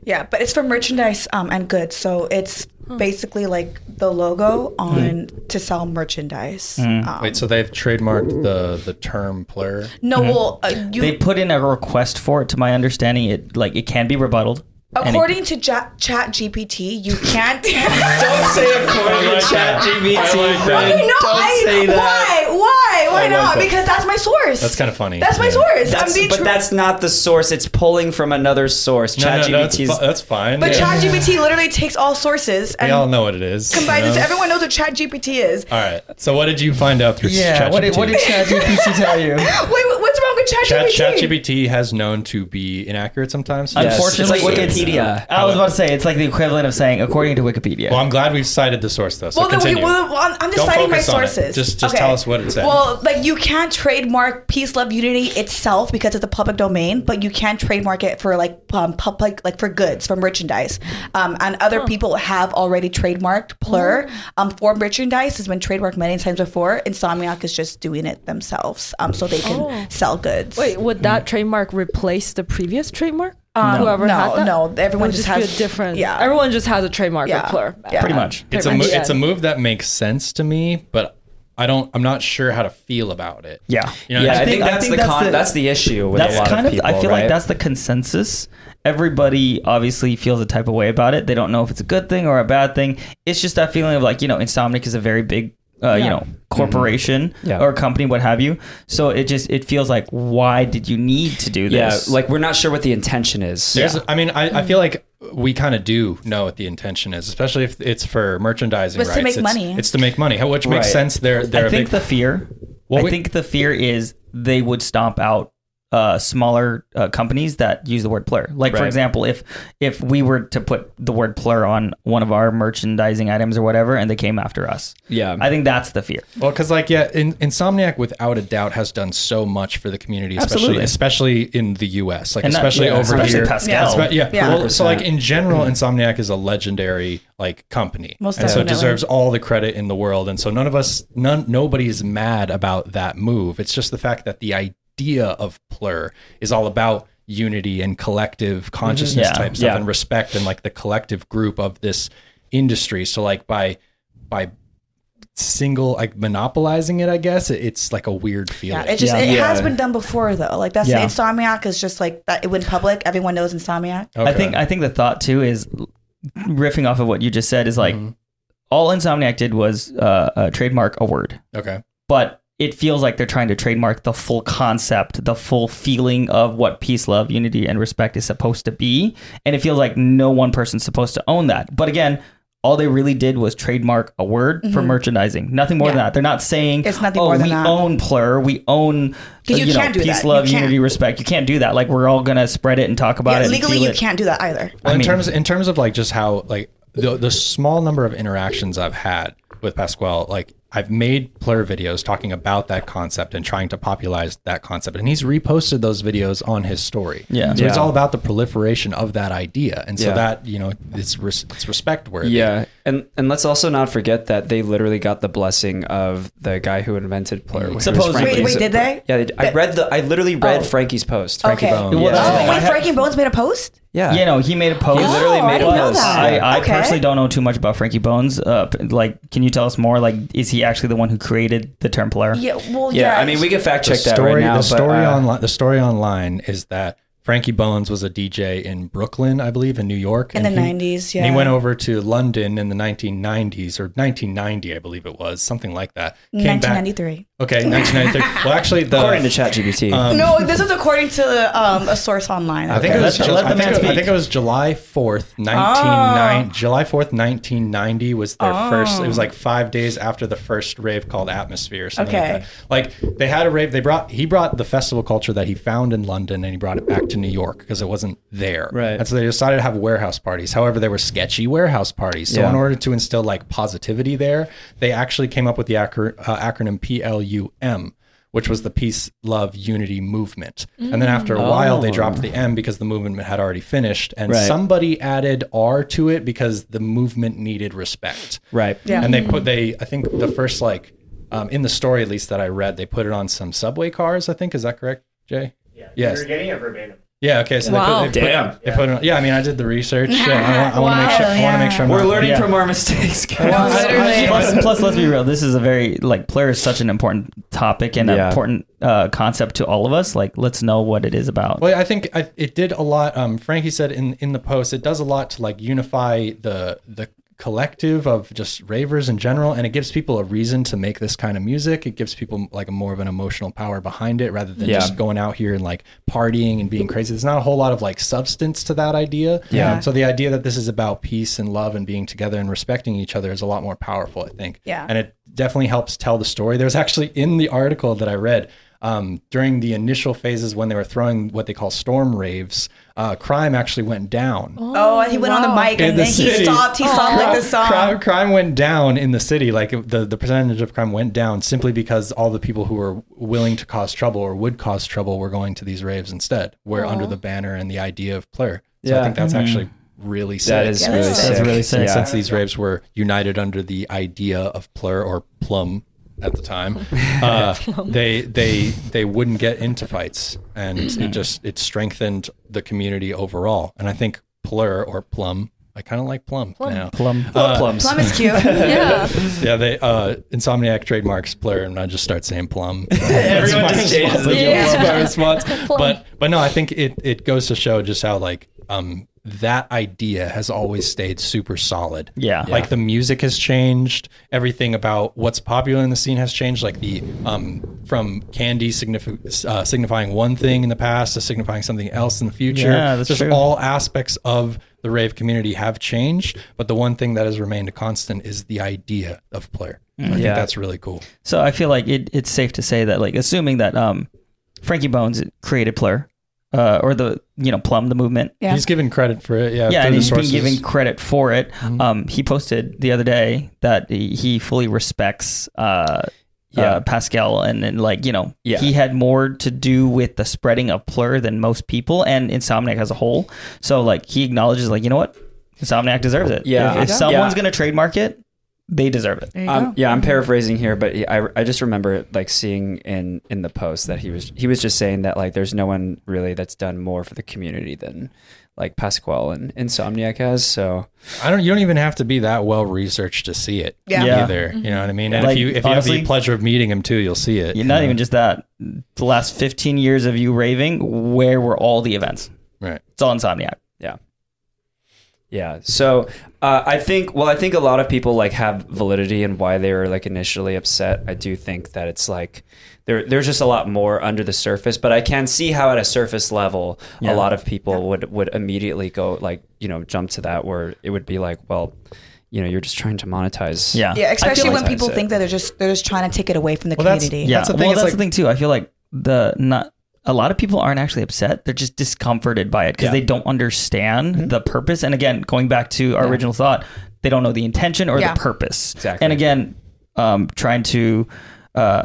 Yeah, but it's for merchandise um, and goods. So it's basically like the logo on to sell merchandise. Um, Hmm. Wait, so hmm. they've trademarked the the term player. no, well, uh, you, They put in a request for it. To my understanding, it like it can be rebutted. and it- according to ja- Chat GPT, you can't. Don't say according to ChatGPT. Okay, no, I, say that. why, why, why like not? that. Because that's my source. That's kind of funny. That's my Yeah. source. I'm That's, being but true. that's not the source. It's pulling from another source. No, no, no, that's, ChatGPT's. fi- that's fine. But Yeah. ChatGPT literally takes all sources we and all know what it is. you combines it. know? to- Everyone knows what ChatGPT is. All right. So what did you find out through yeah. ChatGPT? What did, what did ChatGPT tell you? Wait, wh- what's wrong with Chat ChatGPT? ChatGPT has known to be inaccurate sometimes. Yes, Unfortunately, it's like it's- Wikipedia. I was about to say it's like the equivalent of saying according to Wikipedia. Well, I'm glad we've cited the source though. So Well, then we, continue. well, I'm I'm just Don't citing my focus on it. sources. Just- just tell us what it said. Well, like you can't trademark peace, love, unity itself because it's a public domain, but you can trademark it for like um, public, like for goods, for merchandise. Um, and other people have already trademarked plur. Oh. Um, for merchandise has been trademarked many times before. Insomniac is just doing it themselves, um, so they can Oh. sell goods. Wait, would that trademark replace the previous trademark? Uh, Whoever No, had that? no, It everyone would just just has- be a different. yeah. everyone just has a trademark Yeah. of Plur. Yeah. Pretty much. Pretty it's a much, mo- yeah. it's a move that makes sense to me, but I don't. I'm not sure how to feel about it. Yeah. You know, yeah, I I think, think- I that's, think the that's con. the- that's the issue with a that's lot kind of of, people. I feel right? like that's the consensus. Everybody obviously feels a type of way about it. They don't know if it's a good thing or a bad thing. It's just that feeling of like, you know, Insomniac is a very big, uh, you know, corporation Mm-hmm. Yeah. or company, what have you. So it just, it feels like, why did you need to do yeah, this? like we're not sure what the intention is. There's, I mean, I, I feel Mm. like we kind of do know what the intention is, especially if it's for merchandising It's to rights. make it's, money. It's to make money, how- which makes Right. sense. They're they're I a think the big, fear, I we- think the fear is they would stomp out uh, smaller uh, companies that use the word plur. Like for Right. example, if if we were to put the word plur on one of our merchandising items or whatever, and they came after us, Yeah. I think that's the fear. Well, because like yeah, in, Insomniac without a doubt has done so much for the community, especially Absolutely. especially in the U.S. Like And that- especially yeah, over especially here, Pascal. Espe- yeah. Yeah. Well, so like in general, Insomniac is a legendary like company, Most and so it definitely. deserves all the credit in the world. And so none of us, none, nobody's mad about that move. It's just the fact that the idea of Plur is all about unity and collective consciousness Mm-hmm. Yeah. type stuff Yeah. and respect and like the collective group of this industry. So like by by single like monopolizing it i guess it, it's like a weird feeling Yeah, it just Yeah. it Yeah. has been done before though. Like that's Yeah. Insomniac is just like that. It went public. Everyone knows Insomniac. I think I think the thought too is riffing off of what you just said is Mm-hmm. like all Insomniac did was uh, uh, trademark a word, okay but it feels like they're trying to trademark the full concept, the full feeling of what peace, love, unity, and respect is supposed to be, and it feels like no one person's supposed to own that. But again. All they really did was trademark a word for merchandising. Nothing more than that. They're not saying, Mm-hmm. It's nothing "Oh, more than we that." own plur, we own uh, 'Cause you know, can't do peace, that. You love, can't. unity, respect." You can't do that. Like we're all gonna spread it and talk about it. Yeah, and legally feel you it. can't do that either. well, in mean- terms in terms of like just how like the the small number of interactions I've had with Pasquale, like I've made Plur videos talking about that concept and trying to popularize that concept, and he's reposted those videos on his story. Yeah. so it's Yeah. all about the proliferation of that idea, and so Yeah. that you know it's res- it's respect worthy. Yeah, and and let's also not forget that they literally got the blessing of the guy who invented Plur. who was Supposedly. Wait, Frankie's- wait, did they? Yeah, they did. I read the. I literally read Frankie's post. Frankie okay. Bone. Oh, Yeah. that's the thing. I wait, have- Frankie Bones made a post. Yeah. You know, he made a post. He literally Oh, I made a didn't know post. that. Yeah. I, I Okay. personally don't know too much about Frankie Bones. Uh, p- like, can you tell us more? Like, is he actually the one who created the term "blur"? Yeah, well, Yeah, yeah. I mean, we can fact The check that story, right now. the but, story uh, online, the story online is that Frankie Bones was a DJ in Brooklyn, I believe, in New York, in the and he- nineties. Yeah, And he went over to London in the 1990s or 1990, I believe it was, something like that. Came nineteen back. ninety three. Okay, 1993. well, actually, the, According to ChatGPT, Um, No, this is according to um, a source online. I think Okay, it was. let- Ju- let the I, think man it, I speak. Oh. think it was July fourth, nineteen ninety. July fourth, nineteen ninety was their first. It was Oh. like five days after the first rave called Atmosphere. Or something Okay. Like, that. like they had a rave. They brought he brought the festival culture that he found in London and he brought it back to New York because it wasn't there. Right. And so they decided to have warehouse parties. However, they were sketchy warehouse parties. So Yeah. in order to instill like positivity there, they actually came up with the acro- uh, acronym PLUM. Which was the peace, love, unity movement, and then after a while they Oh. dropped the M because the movement had already finished, and Right. somebody added R to it because the movement needed respect. right? Yeah. And they put they I think the first like um, in the story at least that I read they put it on some subway cars. I think is that correct, Jay? Yeah. Yes. You're getting it verbatim. Yeah. Okay. So Wow. they put, they put, Damn. They put it on, yeah. I mean, I did the research. uh, I, want to make sure. I want to make sure. I'm We're not- learning Yeah. from our mistakes, guys. Well, I- I- Literally. plus, plus, let's be real. This is a very like blur is such an important topic and Yeah. important uh, concept to all of us. Like, let's know what it is about. Well, I think I, it did a lot. Um, Frankie said in in the post, it does a lot to like unify the the collective of just ravers in general, and it gives people a reason to make this kind of music. It gives people like a more of an emotional power behind it, rather than Yeah. just going out here and like partying and being crazy. There's not a whole lot of like substance to that idea. Yeah. So the idea that this is about peace and love and being together and respecting each other is a lot more powerful, I think. Yeah. And it definitely helps tell the story. There's actually in the article that I read um, during the initial phases when they were throwing what they call storm raves, uh, crime actually went down. Oh, he went on the mic and then he stopped. He stopped like the song. Crime, crime went down in the city. Like it- the, the percentage of crime went down simply because all the people who were willing to cause trouble or would cause trouble were going to these raves instead, were under the banner and the idea of plur. So I Yeah. Mm-hmm. think that's actually really sick. That is Yeah, really that's sick. sick. really sick. Yeah. Since these raves were united under the idea of plur or plum at the time, uh, they they they wouldn't get into fights, and it Mm-hmm. just it strengthened the community overall. And I think plur or plum, I kind of like plum, now. Plum. Love plums. Plum is cute. yeah. Yeah, they uh, Insomniac trademarks plur, and I just start saying plum. Everyone That's just my changes response. it. Yeah. That's my response. But but no, I think it it goes to show just how like um that idea has always stayed super solid. Yeah. Like the music has changed, everything about what's popular in the scene has changed. Like the um from candy signif- uh, signifying one thing in the past to signifying something else in the future. Yeah, that's just true. all aspects of the rave community have changed, but the one thing that has remained a constant is the idea of player. I think Yeah. that's really cool. So I feel like it, it's safe to say that, like, assuming that um, Frankie Bones created Plur, uh, or the you know Plum the movement. Yeah. He's given credit for it. Yeah, Yeah, through and the he's been sources. giving credit for it. Um, he posted the other day that he he fully respects uh, Yeah. uh, Pascal, and, and like you know, Yeah. he had more to do with the spreading of Plur than most people, and Insomniac as a whole. So like he acknowledges, like you know what, Insomniac deserves it. Yeah. if, if Yeah. someone's Yeah. gonna trademark it, they deserve it. There you Um, go. yeah, I'm paraphrasing here, but I, I just remember like seeing in in the post that he was he was just saying that like there's no one really that's done more for the community than like Pasquale and Insomniac has. So I don't. You don't even have to be that well researched to see it. Yeah. Yeah. Either. You know what I mean? And Like, if you if you honestly- have the pleasure of meeting him too, you'll see it. Yeah, you not know? even just that. The last 15 years of you raving, where were all the events? right. It's all Insomniac. yeah, yeah. So uh, I think well, I think a lot of people like have validity in why they were like initially upset. I do think that it's like there there's just a lot more under the surface, but I can see how at a surface level a lot of people would would immediately go like you know jump to that where it would be like well. You know, you're just trying to monetize. Yeah. Yeah, especially when like- people think that they're just they're just trying to take it away from the Well, that's- community. Yeah. the thing, well, it's that's like- the thing too. I feel like the not a lot of people aren't actually upset. They're just discomforted by it because they don't understand Mm-hmm. the purpose. And again, going back to our original thought, they don't know the intention or Yeah. the purpose. Exactly. And again, um, trying to uh,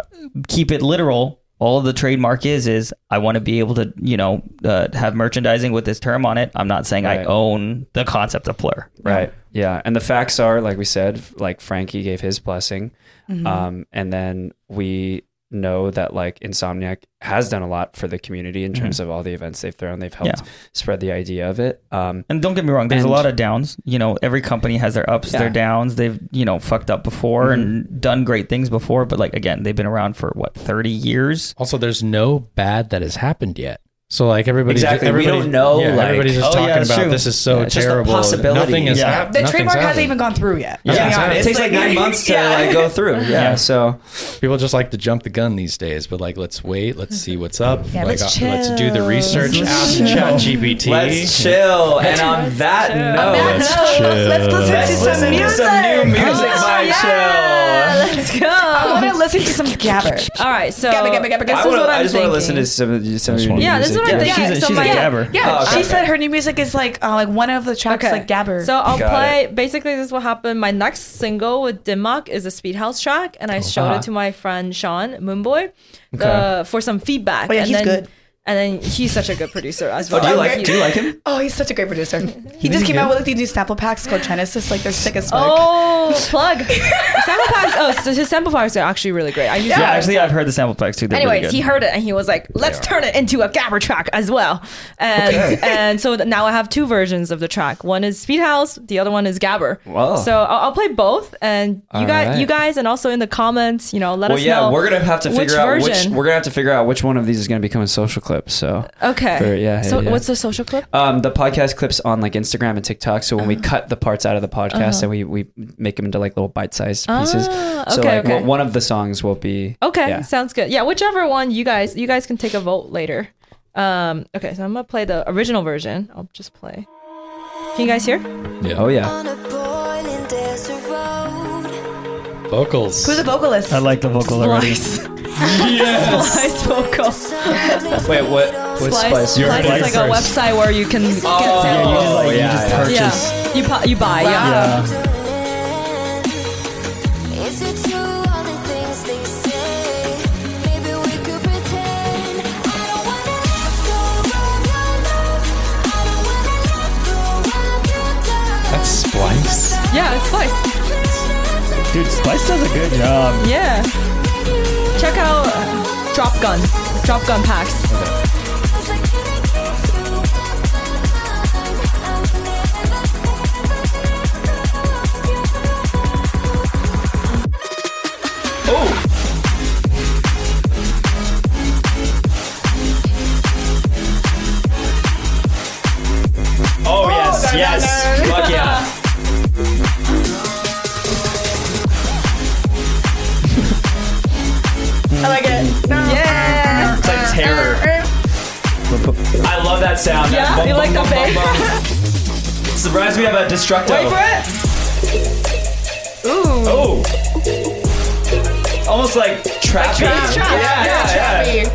keep it literal. All the trademark is is I want to be able to you know uh, have merchandising with this term on it. I'm not saying I Right. own the concept of plur. Right. Yeah. And the Mm-hmm. facts are, like we said, like Frankie gave his blessing. Um, and then we know that like Insomniac has done a lot for the community in terms Mm-hmm. of all the events they've thrown. They've helped Yeah. spread the idea of it. Um, And don't get me wrong, there's And- a lot of downs. You know, every company has their ups, Yeah. their downs. They've, you know, fucked up before Mm-hmm. and done great things before, but like again, they've been around for what, 30 years? Also, there's no bad that has happened yet. So like everybody's Exactly. We don't everybody's, know, Yeah, like- everybody's just Oh, yeah, talking that's about true. this is so Yeah, it's just a terrible. possibility. Nothing has Yeah. happened. The trademark hasn't even gone through yet. Yeah, to be exactly. honest. it takes like nine months to like go through. Yeah. So People just like to jump the gun these days, but like, let's wait, let's see what's up. Yeah, like, let's uh, let's do the chill. research. Let's Ask ChatGPT. let's chill. And on that On that note, note, Let's listen Let's to listen some to music. some new music Oh, by yeah, Chill. let's go. I want to listen to some gabber. All right, so Gabba, gabba, gabba, this gabba. is I, wanna, what I I'm just want thinking. to listen to some of you- some of This your one. new Yeah, this is music. what I'm Yeah, thinking. she's a- so she's a my- gabber. Yeah, Oh, okay. she said her new music is like uh, like one of the tracks Okay. like gabber. So I'll Got play it. basically this is what happened. My next single with Dimak is a speed house track, and I showed Uh-huh. it to my friend Sean Moonboy uh, Okay. for some feedback. Oh, yeah, and he's then, good. And then he's such a good producer as Oh, well. do you I'm like huge- do you like him? oh, he's such a great producer. He just came out with like, these new sample packs called Genesis. Like they're sick as fuck. Oh, plug. sample packs. Oh, so his sample packs are actually really great. I use Yeah, them. actually, I've heard the sample packs too. They're Anyways, pretty he good. heard it and he was like, "Let's turn it into a gabber track as well." And and so th- now I have two versions of the track. One is Speed House, the other one is gabber. Wow. So I'll, I'll play both, and you guys, Alright. you guys, and also in the comments, you know, let Well, us yeah, know. we're gonna have to which figure out version. which we're gonna have to figure out which one of these is gonna become a social clip. So okay. For- yeah, So yeah, yeah. what's the social clip? Um, the podcast clips on like Instagram and TikTok. So when we Uh-huh. cut the parts out of the podcast and we, we make them into like little bite sized pieces. Ah, so okay, like okay. one- one of the songs will be Okay, Yeah. sounds good. Yeah, whichever one you guys, you guys can take a vote later. Um, okay, so I'm gonna play the original version. I'll just play. Can you guys hear? Yeah. oh yeah. On a boiling desert road. Vocals. Oh. Who's a vocalist? I like the vocal already. Slice vocal. Wait, what? What Slice, spice? Slice is like a website where you can get You samples. just, like, you yeah, just yeah. purchase. Yeah, you pu- you buy. Yeah. Yeah. Is it true all the things they say? Maybe we could pretend. I don't wanna let go of your love. I don't wanna let go of your touch. That's Splice. yeah, it's Slice. Dude, Spice does a good job. Yeah, check out uh, Drop Gun, Drop Gun packs. Oh yes, yes. Fuck yeah. I like it. No. Yeah, It's like terror. I love that sound. Yeah? That You like the bum. Surprised we have a destructo. wait for it. Oh. Almost like trappy. trap, trap. Yeah, yeah, yeah.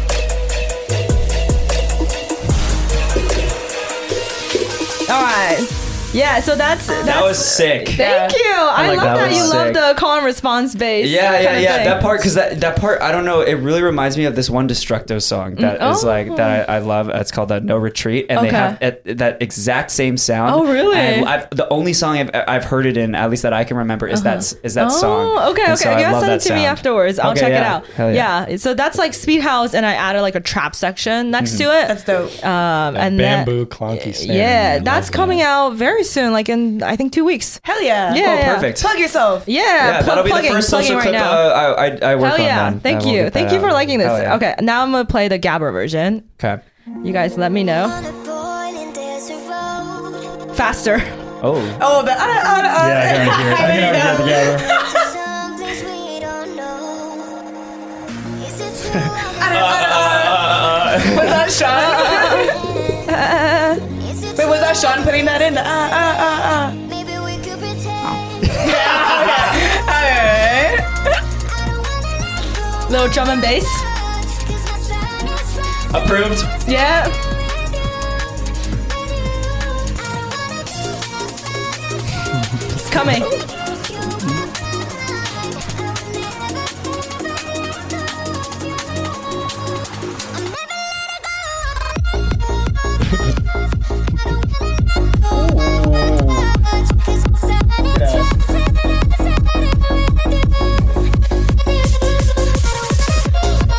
All right. Yeah, so that's that's. That was sick. Thank you. I, like love that that, one. you Sick. love the call and response base. Yeah, kind yeah, of yeah. thing. That part, because that, that part, I don't know. It really reminds me of this one Destructo song that is oh. like that I, I love. It's called uh, No Retreat, and they Okay. have at, that exact same sound. Oh, really? And I've, I've- the only song I've, I've heard it in, at least that I can remember, is that is that oh, song. okay, And okay. so I you love guys send it that to me sound. afterwards. I'll Okay, check it yeah. out. Hell yeah. So that's like Speed House, and I added like a trap section Mm-hmm. next to it. That's dope. Uh, um, and that- Bamboo clunky snare. yeah, I love that's that. coming out very soon, like in I think two weeks. Hell yeah. Yeah. Oh, perfect. Plug yourself. Yeah, Yeah, plug- that'll be plugging- the first plugging social right clip now. uh, I, I, I work on. Hell yeah! then. Thank I will you, get thank that you for out. liking this. Hell yeah. Okay, now I'm gonna play the Gabber version. Okay. You guys, let me know On a boiling desert road. faster. Oh. Oh, but uh, uh, uh, Yeah, I can already hear it. I can already hear the gabber. Some things we don't know. Is it true uh, uh, uh, all the was that Sean? Is it Wait, true? was that Sean putting that in? Uh, uh, uh, uh. Maybe we could pretend. uh, Alright. I don't wanna let go Little drum and bass. of you, 'cause my time is running Approved. Yeah. It's coming. out.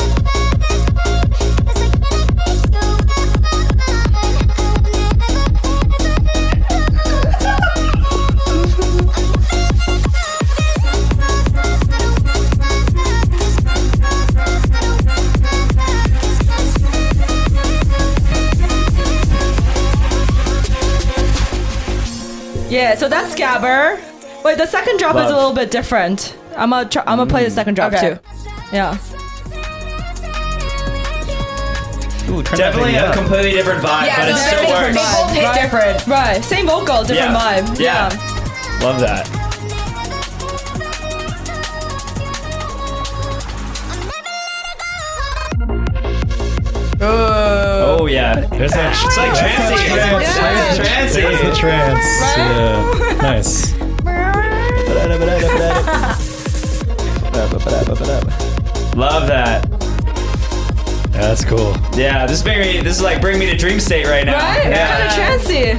Gabber. Wait, the second drop is Love. a little bit different. I'm gonna try, I'm gonna play the second drop Okay. too. Yeah. Ooh, turn that Definitely baby a up. completely different vibe, Yeah, but it no, still definitely works. different vibe. Both hit Right? different. Right. Same vocal, different Yeah. vibe. Yeah. Love that. Oh yeah. It's like trancy. That's the Trancy. There's the trance. Yeah. Nice. Love that. That's cool. Yeah, this is very this is like bring me to dream state right now. Right? Yeah. Kind of trancy.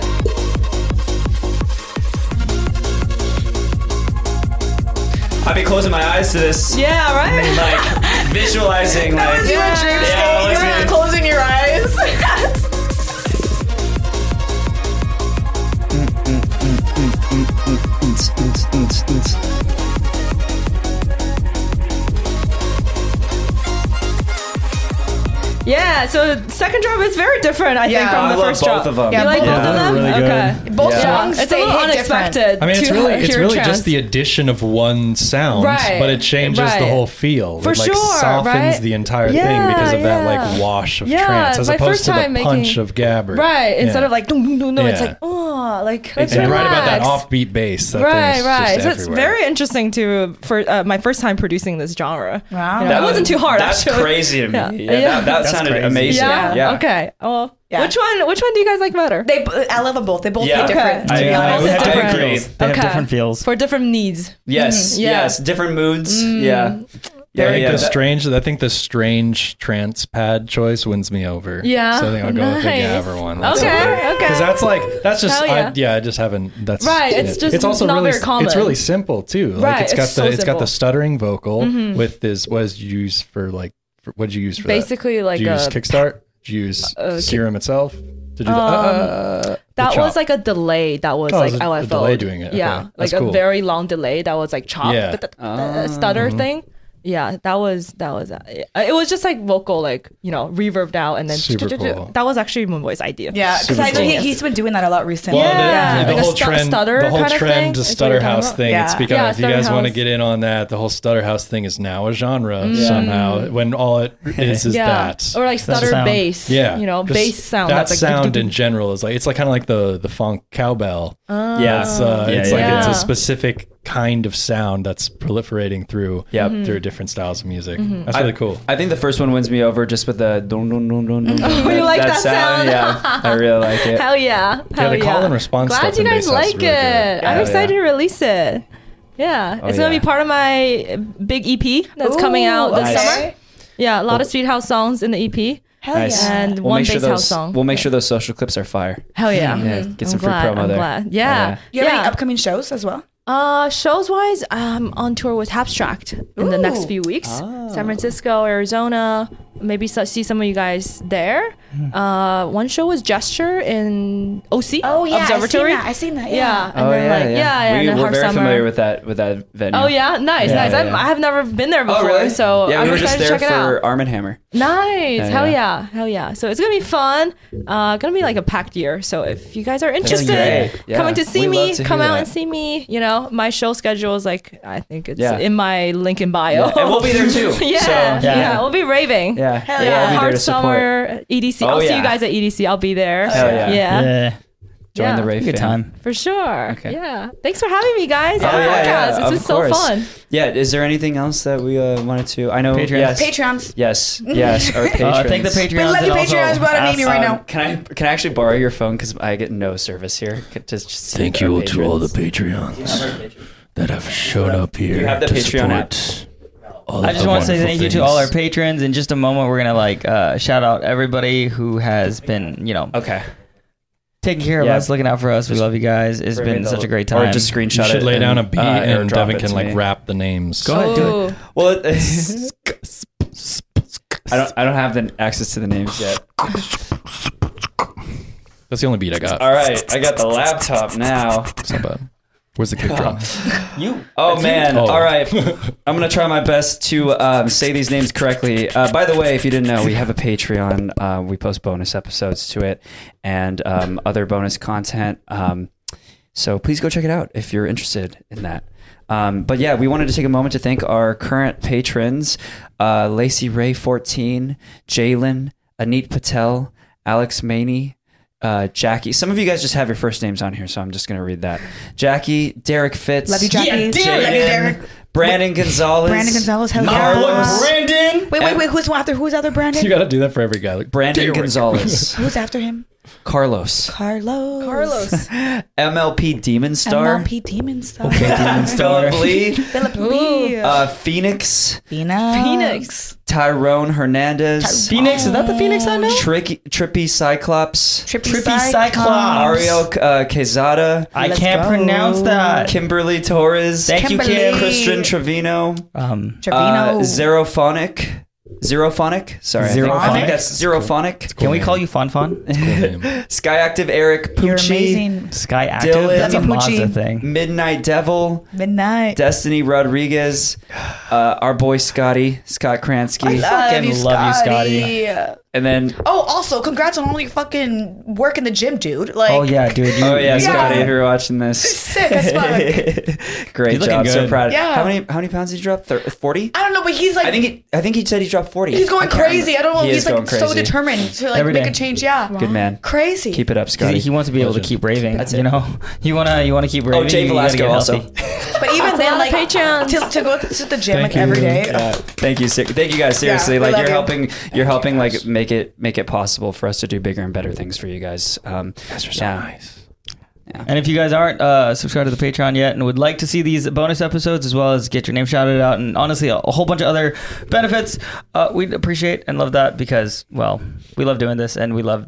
I'd be closing my eyes to this. Yeah, right? Like visualizing like You were dream Yeah, state. You listen. were closing your eyes. Yeah, so second drop is very different, I Yeah. think, from I the love first both drop. of them. You Yeah, like both both of of them? them are really okay. Both Yeah. songs It's a they little hit different. unexpected. I mean, it's to really it's hear really trance. just the addition of one sound, Right, but it changes right. the whole feel. For it like sure, softens right? the entire Yeah, thing because of that yeah. like wash of Yeah, trance as my opposed first to the time making- punch of gabber. Right. Instead Yeah. of like, no, no, no, it's Yeah. like, oh, like, And let's you're right relax. about that offbeat bass. That Right, thing's right. Just So it's everywhere. very interesting to for uh, my first time producing this genre. Wow. You know, That it wasn't too hard. That's actually. crazy to me. Yeah. Yeah, Yeah. that, that That's sounded crazy. amazing. Yeah. Yeah. Okay. Well, Yeah. which one? Which one do you guys like better? They, I love them both. They both hit Yeah. different. Okay. to be Yeah, honest. I would have to different agree. feels. They Okay. have different feels. for different needs. Yes. Mhm. Yeah. Mm. Yes. Different moods. Yeah. I Yeah. think yeah. the That- strange. I think the strange trance pad choice wins me over. Yeah. So I think I'll go with the Nice. Gabber one. That's Okay. Okay. Because that's like that's just Hell yeah. I, yeah I just haven't that's Right, it's just not really very common. it's really simple too like Right, it's got it's the so it's got simple. Mm-hmm. the stuttering vocal with this was used for like for, what did you use for Basically, that? like did you use a- Kickstart did you use uh, Um, Serum itself did you do the, uh, the That chop? was like a delay. That was Oh, it like was a- a LFO. delay doing it. Yeah, Okay. like That's a cool. very long delay. That was like chop, Yeah. Mm-hmm. but the, the stutter thing. Yeah, that was that was uh, it was just like vocal, like you know, reverbed out, and then Super cool. that was actually Moonboy's idea. Yeah, because Super I know he, cool. he's been doing that a lot recently. Well, the, Yeah. the Like a whole stu- trend, stutter the whole kind of thing? trend to Is what stutter you're talking house about? thing. It's Yeah. become. Yeah, if you guys Stutter want to House. Mm. get in on that, the whole stutter house thing is now a genre somehow. When all it is is yeah, that. or like stutter sound. bass. yeah, you know, Just bass sound. That that's like, sound in general is like it's like kind of like the the funk cowbell. yeah. It's, uh, yeah, it's yeah, like yeah. it's Oh. Yeah. a specific kind of sound that's proliferating through Yep. Mm-hmm. through different styles of music. That's really cool. I think the first one wins me over just with the dun dun dun dun dun. Oh, you like that sound? Yeah, I really like it. Hell yeah! yeah, Hell the call and response. Glad stuff you in bass guys house is like it. really good. I'm Yeah, excited yeah. to release it. Yeah, Oh, it's gonna yeah. be part of my big EP that's coming out this okay. summer. Yeah, a lot of Sweet House songs in the E EP. Hell Nice. yeah. And We'll one make bass sure house those song. we'll make sure those social clips are fire. Hell yeah. Mm-hmm. Yeah, get some I'm glad. free promo I'm there. glad. Yeah. You have any yeah. upcoming shows as well? Uh, shows wise, I'm on tour with Abstract in the next Ooh. few weeks. Oh. San Francisco, Arizona. Maybe so- see some of you guys there. Hmm. Uh, one show was Gesture in OC Observatory. Oh, I seen that. yeah. And Oh then, yeah, like, yeah. yeah, we, and then we're Hard very Summer. familiar with that with that venue. Oh yeah, nice, Yeah, nice. yeah, I'm, yeah. I have never been there Oh before, really? so yeah, I'm we were just excited there to check it out. for Arm and Hammer. Nice. Yeah, Hell yeah. yeah. Hell yeah. So it's gonna be fun. Uh, gonna be like a packed year. So if you guys are interested, great. Yeah. coming to see We me, love to come hear out that. and see me. You know, my show schedule is like I think it's Yeah. in my link in bio. Yeah, and we'll be there too. yeah, So, yeah. yeah. We'll be raving. Yeah. Hell we'll yeah. be there Hard to support. summer EDC. Oh, I'll see yeah. you guys at EDC. I'll be there. Hell yeah. Yeah. Yeah, Join Yeah. the rave good fam. time. For sure. Okay. Oh, Yeah. Thanks for having me, guys. on the yeah, yeah, of podcast. It's been so course. fun. Yeah, is there anything else that we uh, wanted to? I know. Patreon. Yes, Patreons. Yes, yes. Our patrons. Uh, thank the Patreons. love and you, also Patreons, but I don't need you ask- right Um, now. Can I can I actually borrow your phone because I get no service here. Could Just, just see Thank our you to all the patrons. Patreons that have shown up here have the to Patreon app? support. all I of just the want to say wonderful thank you to all our things. patrons. In just a moment, we're gonna like uh, shout out everybody who has been, you know, Okay. taking care of Yeah. us, looking out for us. We love you guys. It's Bring me been the- such a great time. Or just You screenshot it. should lay and, down a beat uh, and airdrop Devin it can to like me. rap the names. Go ahead, do it. Ooh. Well, it- I don't I don't have the access to the names yet. That's the only beat I got. All right, I got the laptop now. It's not bad. Where's the kick drum? you. Oh man! Oh. All right, I'm gonna try my best to um, say these names correctly. Uh, by the way, if you didn't know, we have a Patreon. Uh, we post bonus episodes to it and um, other bonus content. Um, So please go check it out if you're interested in that. Um, but yeah, we wanted to take a moment to thank our current patrons uh, Lacey Ray 14, Jalen, Anit Patel, Alex Maney, uh, Jackie. Some of you guys just have your first names on here, so I'm just going to read that. Jackie, Derek Fitz. Love you, Jackie. Yeah, Love you, Derek. Jaden, Brandon Gonzalez. Brandon Gonzalez, hell Marla yeah. Brandon. Wait, wait, and wait. Who's after? Who's after Brandon? You got to do that for every guy. Like, Brandon Derek. Gonzalez. Who's after him? Carlos. Carlos. Carlos. MLP Demon Star. MLP Demon Star. Philip Lee. Philip Lee. Uh, Phoenix. Uh, Phoenix. Phoenix. Tyrone Hernandez. Phoenix, is that the Phoenix I know? Tricky, Trippy Cyclops. Trippy, Trippy Cyclops. Mario uh, Quezada. I Let's can't go. pronounce that. Kimberly Torres. Thank you, Kim. Kimberly. Christian Trevino. Um, Trevino. Uh, Zerophonic. Zerophonic? Sorry. I think- I think, Zerophonic? that's Zerophonic. can we call you Fon Fon? Um, Name. Skyactive Eric You're Pucci. amazing. Sky Active. Dylan. That's a Love you, Poochie. Mazda thing. Midnight Devil. Midnight. Destiny Rodriguez. Uh, our boy Scotty. Scott Kransky. fucking love you, Scotty. and then Oh, also, congrats on all your fucking work in the gym, dude. Like, Oh yeah, dude. You, Oh yeah, Yeah. Scotty, if you're watching this, sick as fuck. great He's looking job. So good. proud. Yeah. How many how many pounds did you drop? Forty? I don't know, but he's like, I think he, I think he said he dropped forty. he's going I can't crazy. I remember. don't know. He he's is going like so crazy. determined to like Every make day. a change. Yeah, Good man. crazy. Keep it up, Scotty. He, he wants to be able to keep raving. That's you it. know, you wanna you wanna keep raving. oh, Jay you gotta Velasco get also. healthy. But even a then, lot like of patrons. to, to go to the gym like you. every day. Yeah. Thank you, ser- thank you guys. Seriously, we like love you're you. Oh helping, you're helping like make it make it possible for us to do bigger and better things for you guys. Um, Guys are so yeah. nice. And if you guys aren't uh, subscribed to the Patreon yet and would like to see these bonus episodes as well as get your name shouted out and honestly a, a whole bunch of other benefits, uh, we'd appreciate and love that because well, we love doing this and we love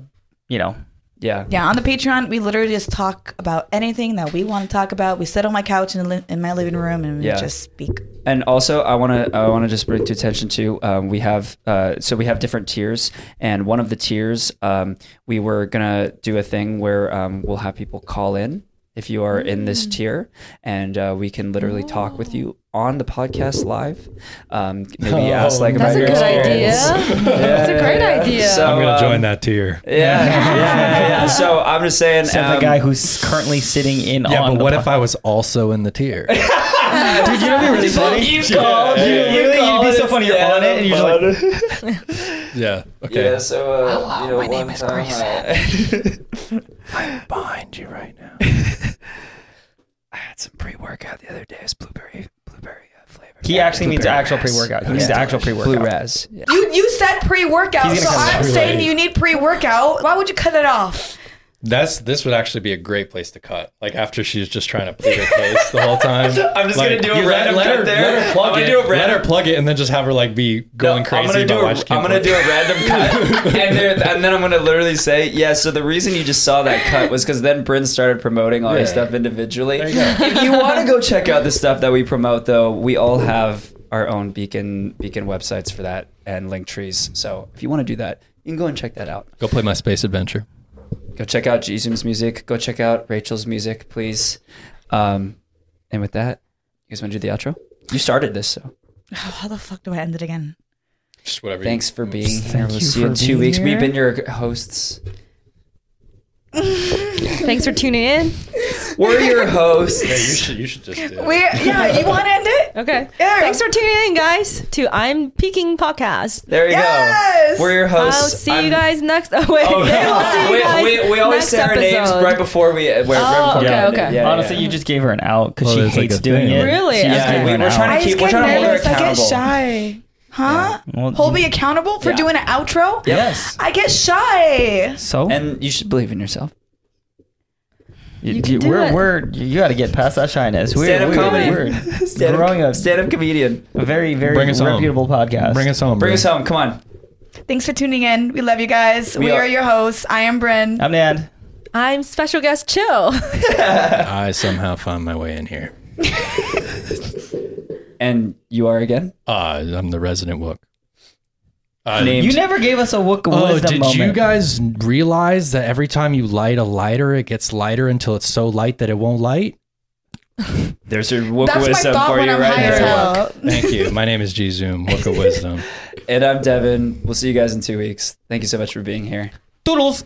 you know yeah, Yeah, on the Patreon, we literally just talk about anything that we want to talk about. We sit on my couch in, the li- in my living room and we Yeah. just speak. and also I want to I want to just bring to attention to um, we have uh, so we have different tiers and one of the tiers um, we were gonna do a thing where um, we'll have people call in if you are in Mm. this tier and uh, we can literally talk with you Oh. on the podcast live um, maybe Oh, ask like about That's a your good idea. experience. That's a great idea. So, I'm gonna um, join that tier. yeah, yeah, yeah, yeah. So I'm just saying, except um, the guy who's currently sitting in Yeah, on. but the what po- if I was also in the tier? Dude, you know what'd be really funny? You call, You, you, really, call you'd be it, so funny. You're yeah, on it, and you're just like, yeah. Okay. yeah. So uh, you know, my name one is time Grace. I- Behind you right now. I had some pre-workout the other day. It's blueberry, blueberry uh, flavor. he actually means Blueberry actual res. pre-workout. He Yeah. means the actual Blue pre-workout. res. Yeah. You you said pre workout, He's so gonna come I'm back. saying Right. you need pre workout. Why would you cut it off? That's this would actually be a great place to cut. Like after she's just trying to plead her case the whole time. I'm just Like, gonna do a you let- random let, cut her, there. Let her plug I'm gonna it. do a let random- her plug it, and then just have her like be going No, crazy I'm gonna about do why a, she can't I'm gonna plug do it. a random cut, and, there, and then I'm gonna literally say, yeah. So the reason you just saw that cut was because then Bryn started promoting all his Yeah. stuff individually. There you go. If you want to go check out the stuff that we promote, though, we all have our own Beacon Beacon websites for that and link trees. So if you want to do that, you can go and check that out. Go play my space adventure. Go check out Jisum's music. Go check out Rachel's music, please. Um, and with that, you guys want to do the outro? You started this, so. How the fuck do I end it again? Just whatever. you- Thanks for being here. Thank We'll you see you in for two being weeks. We've here. been your hosts. Thanks for tuning in. We're your Yeah, you hosts. should. You should just do. it. We yeah, you want to end it? Okay. Yeah. Thanks for tuning in, guys, to I'm Peaking Podcast. There you Yes! go. We're your I'll hosts. see I'm- you guys next. Oh, wait. Oh, They will no. see you we, guys we, we always next say our names episode. right before we. Where, right Oh, before we okay, end it. okay. Yeah, yeah, Honestly, yeah. you just gave her an out because Well, she it's like hates a doing thing. it. Really? She just Yeah, gave we- her an we're trying out. I to just keep- we're get trying to hold her nervous. I get accountable. shy. Huh? Well, hold me accountable for Yeah. doing an outro? Yes. I get shy. So And you should believe in yourself. You, can you- do we're, it. we're you got to get past that shyness. We're, Stand-up we're, comedy. We're Stand growing up, up. stand up comedian. a very very Bring us home. reputable podcast. Bring us home. Bring bro. us home. Come on. Thanks for tuning in. We love you guys. We, are- are, your hosts. I am Bryn. I'm Nan. I'm special guest Chill. I somehow found my way in here. And you are again. Uh, I'm the resident wook. Uh, Named- You never gave us a wook of Oh, wisdom did moment. you guys realize that every time you light a lighter, it gets lighter until it's so light that it won't light? There's your woke That's my wisdom thought for when you I'm right high as here. hell. Thank you. My name is G Zoom, Wook of Wisdom. And I'm Devin. We'll see you guys in two weeks. Thank you so much for being here. Doodles.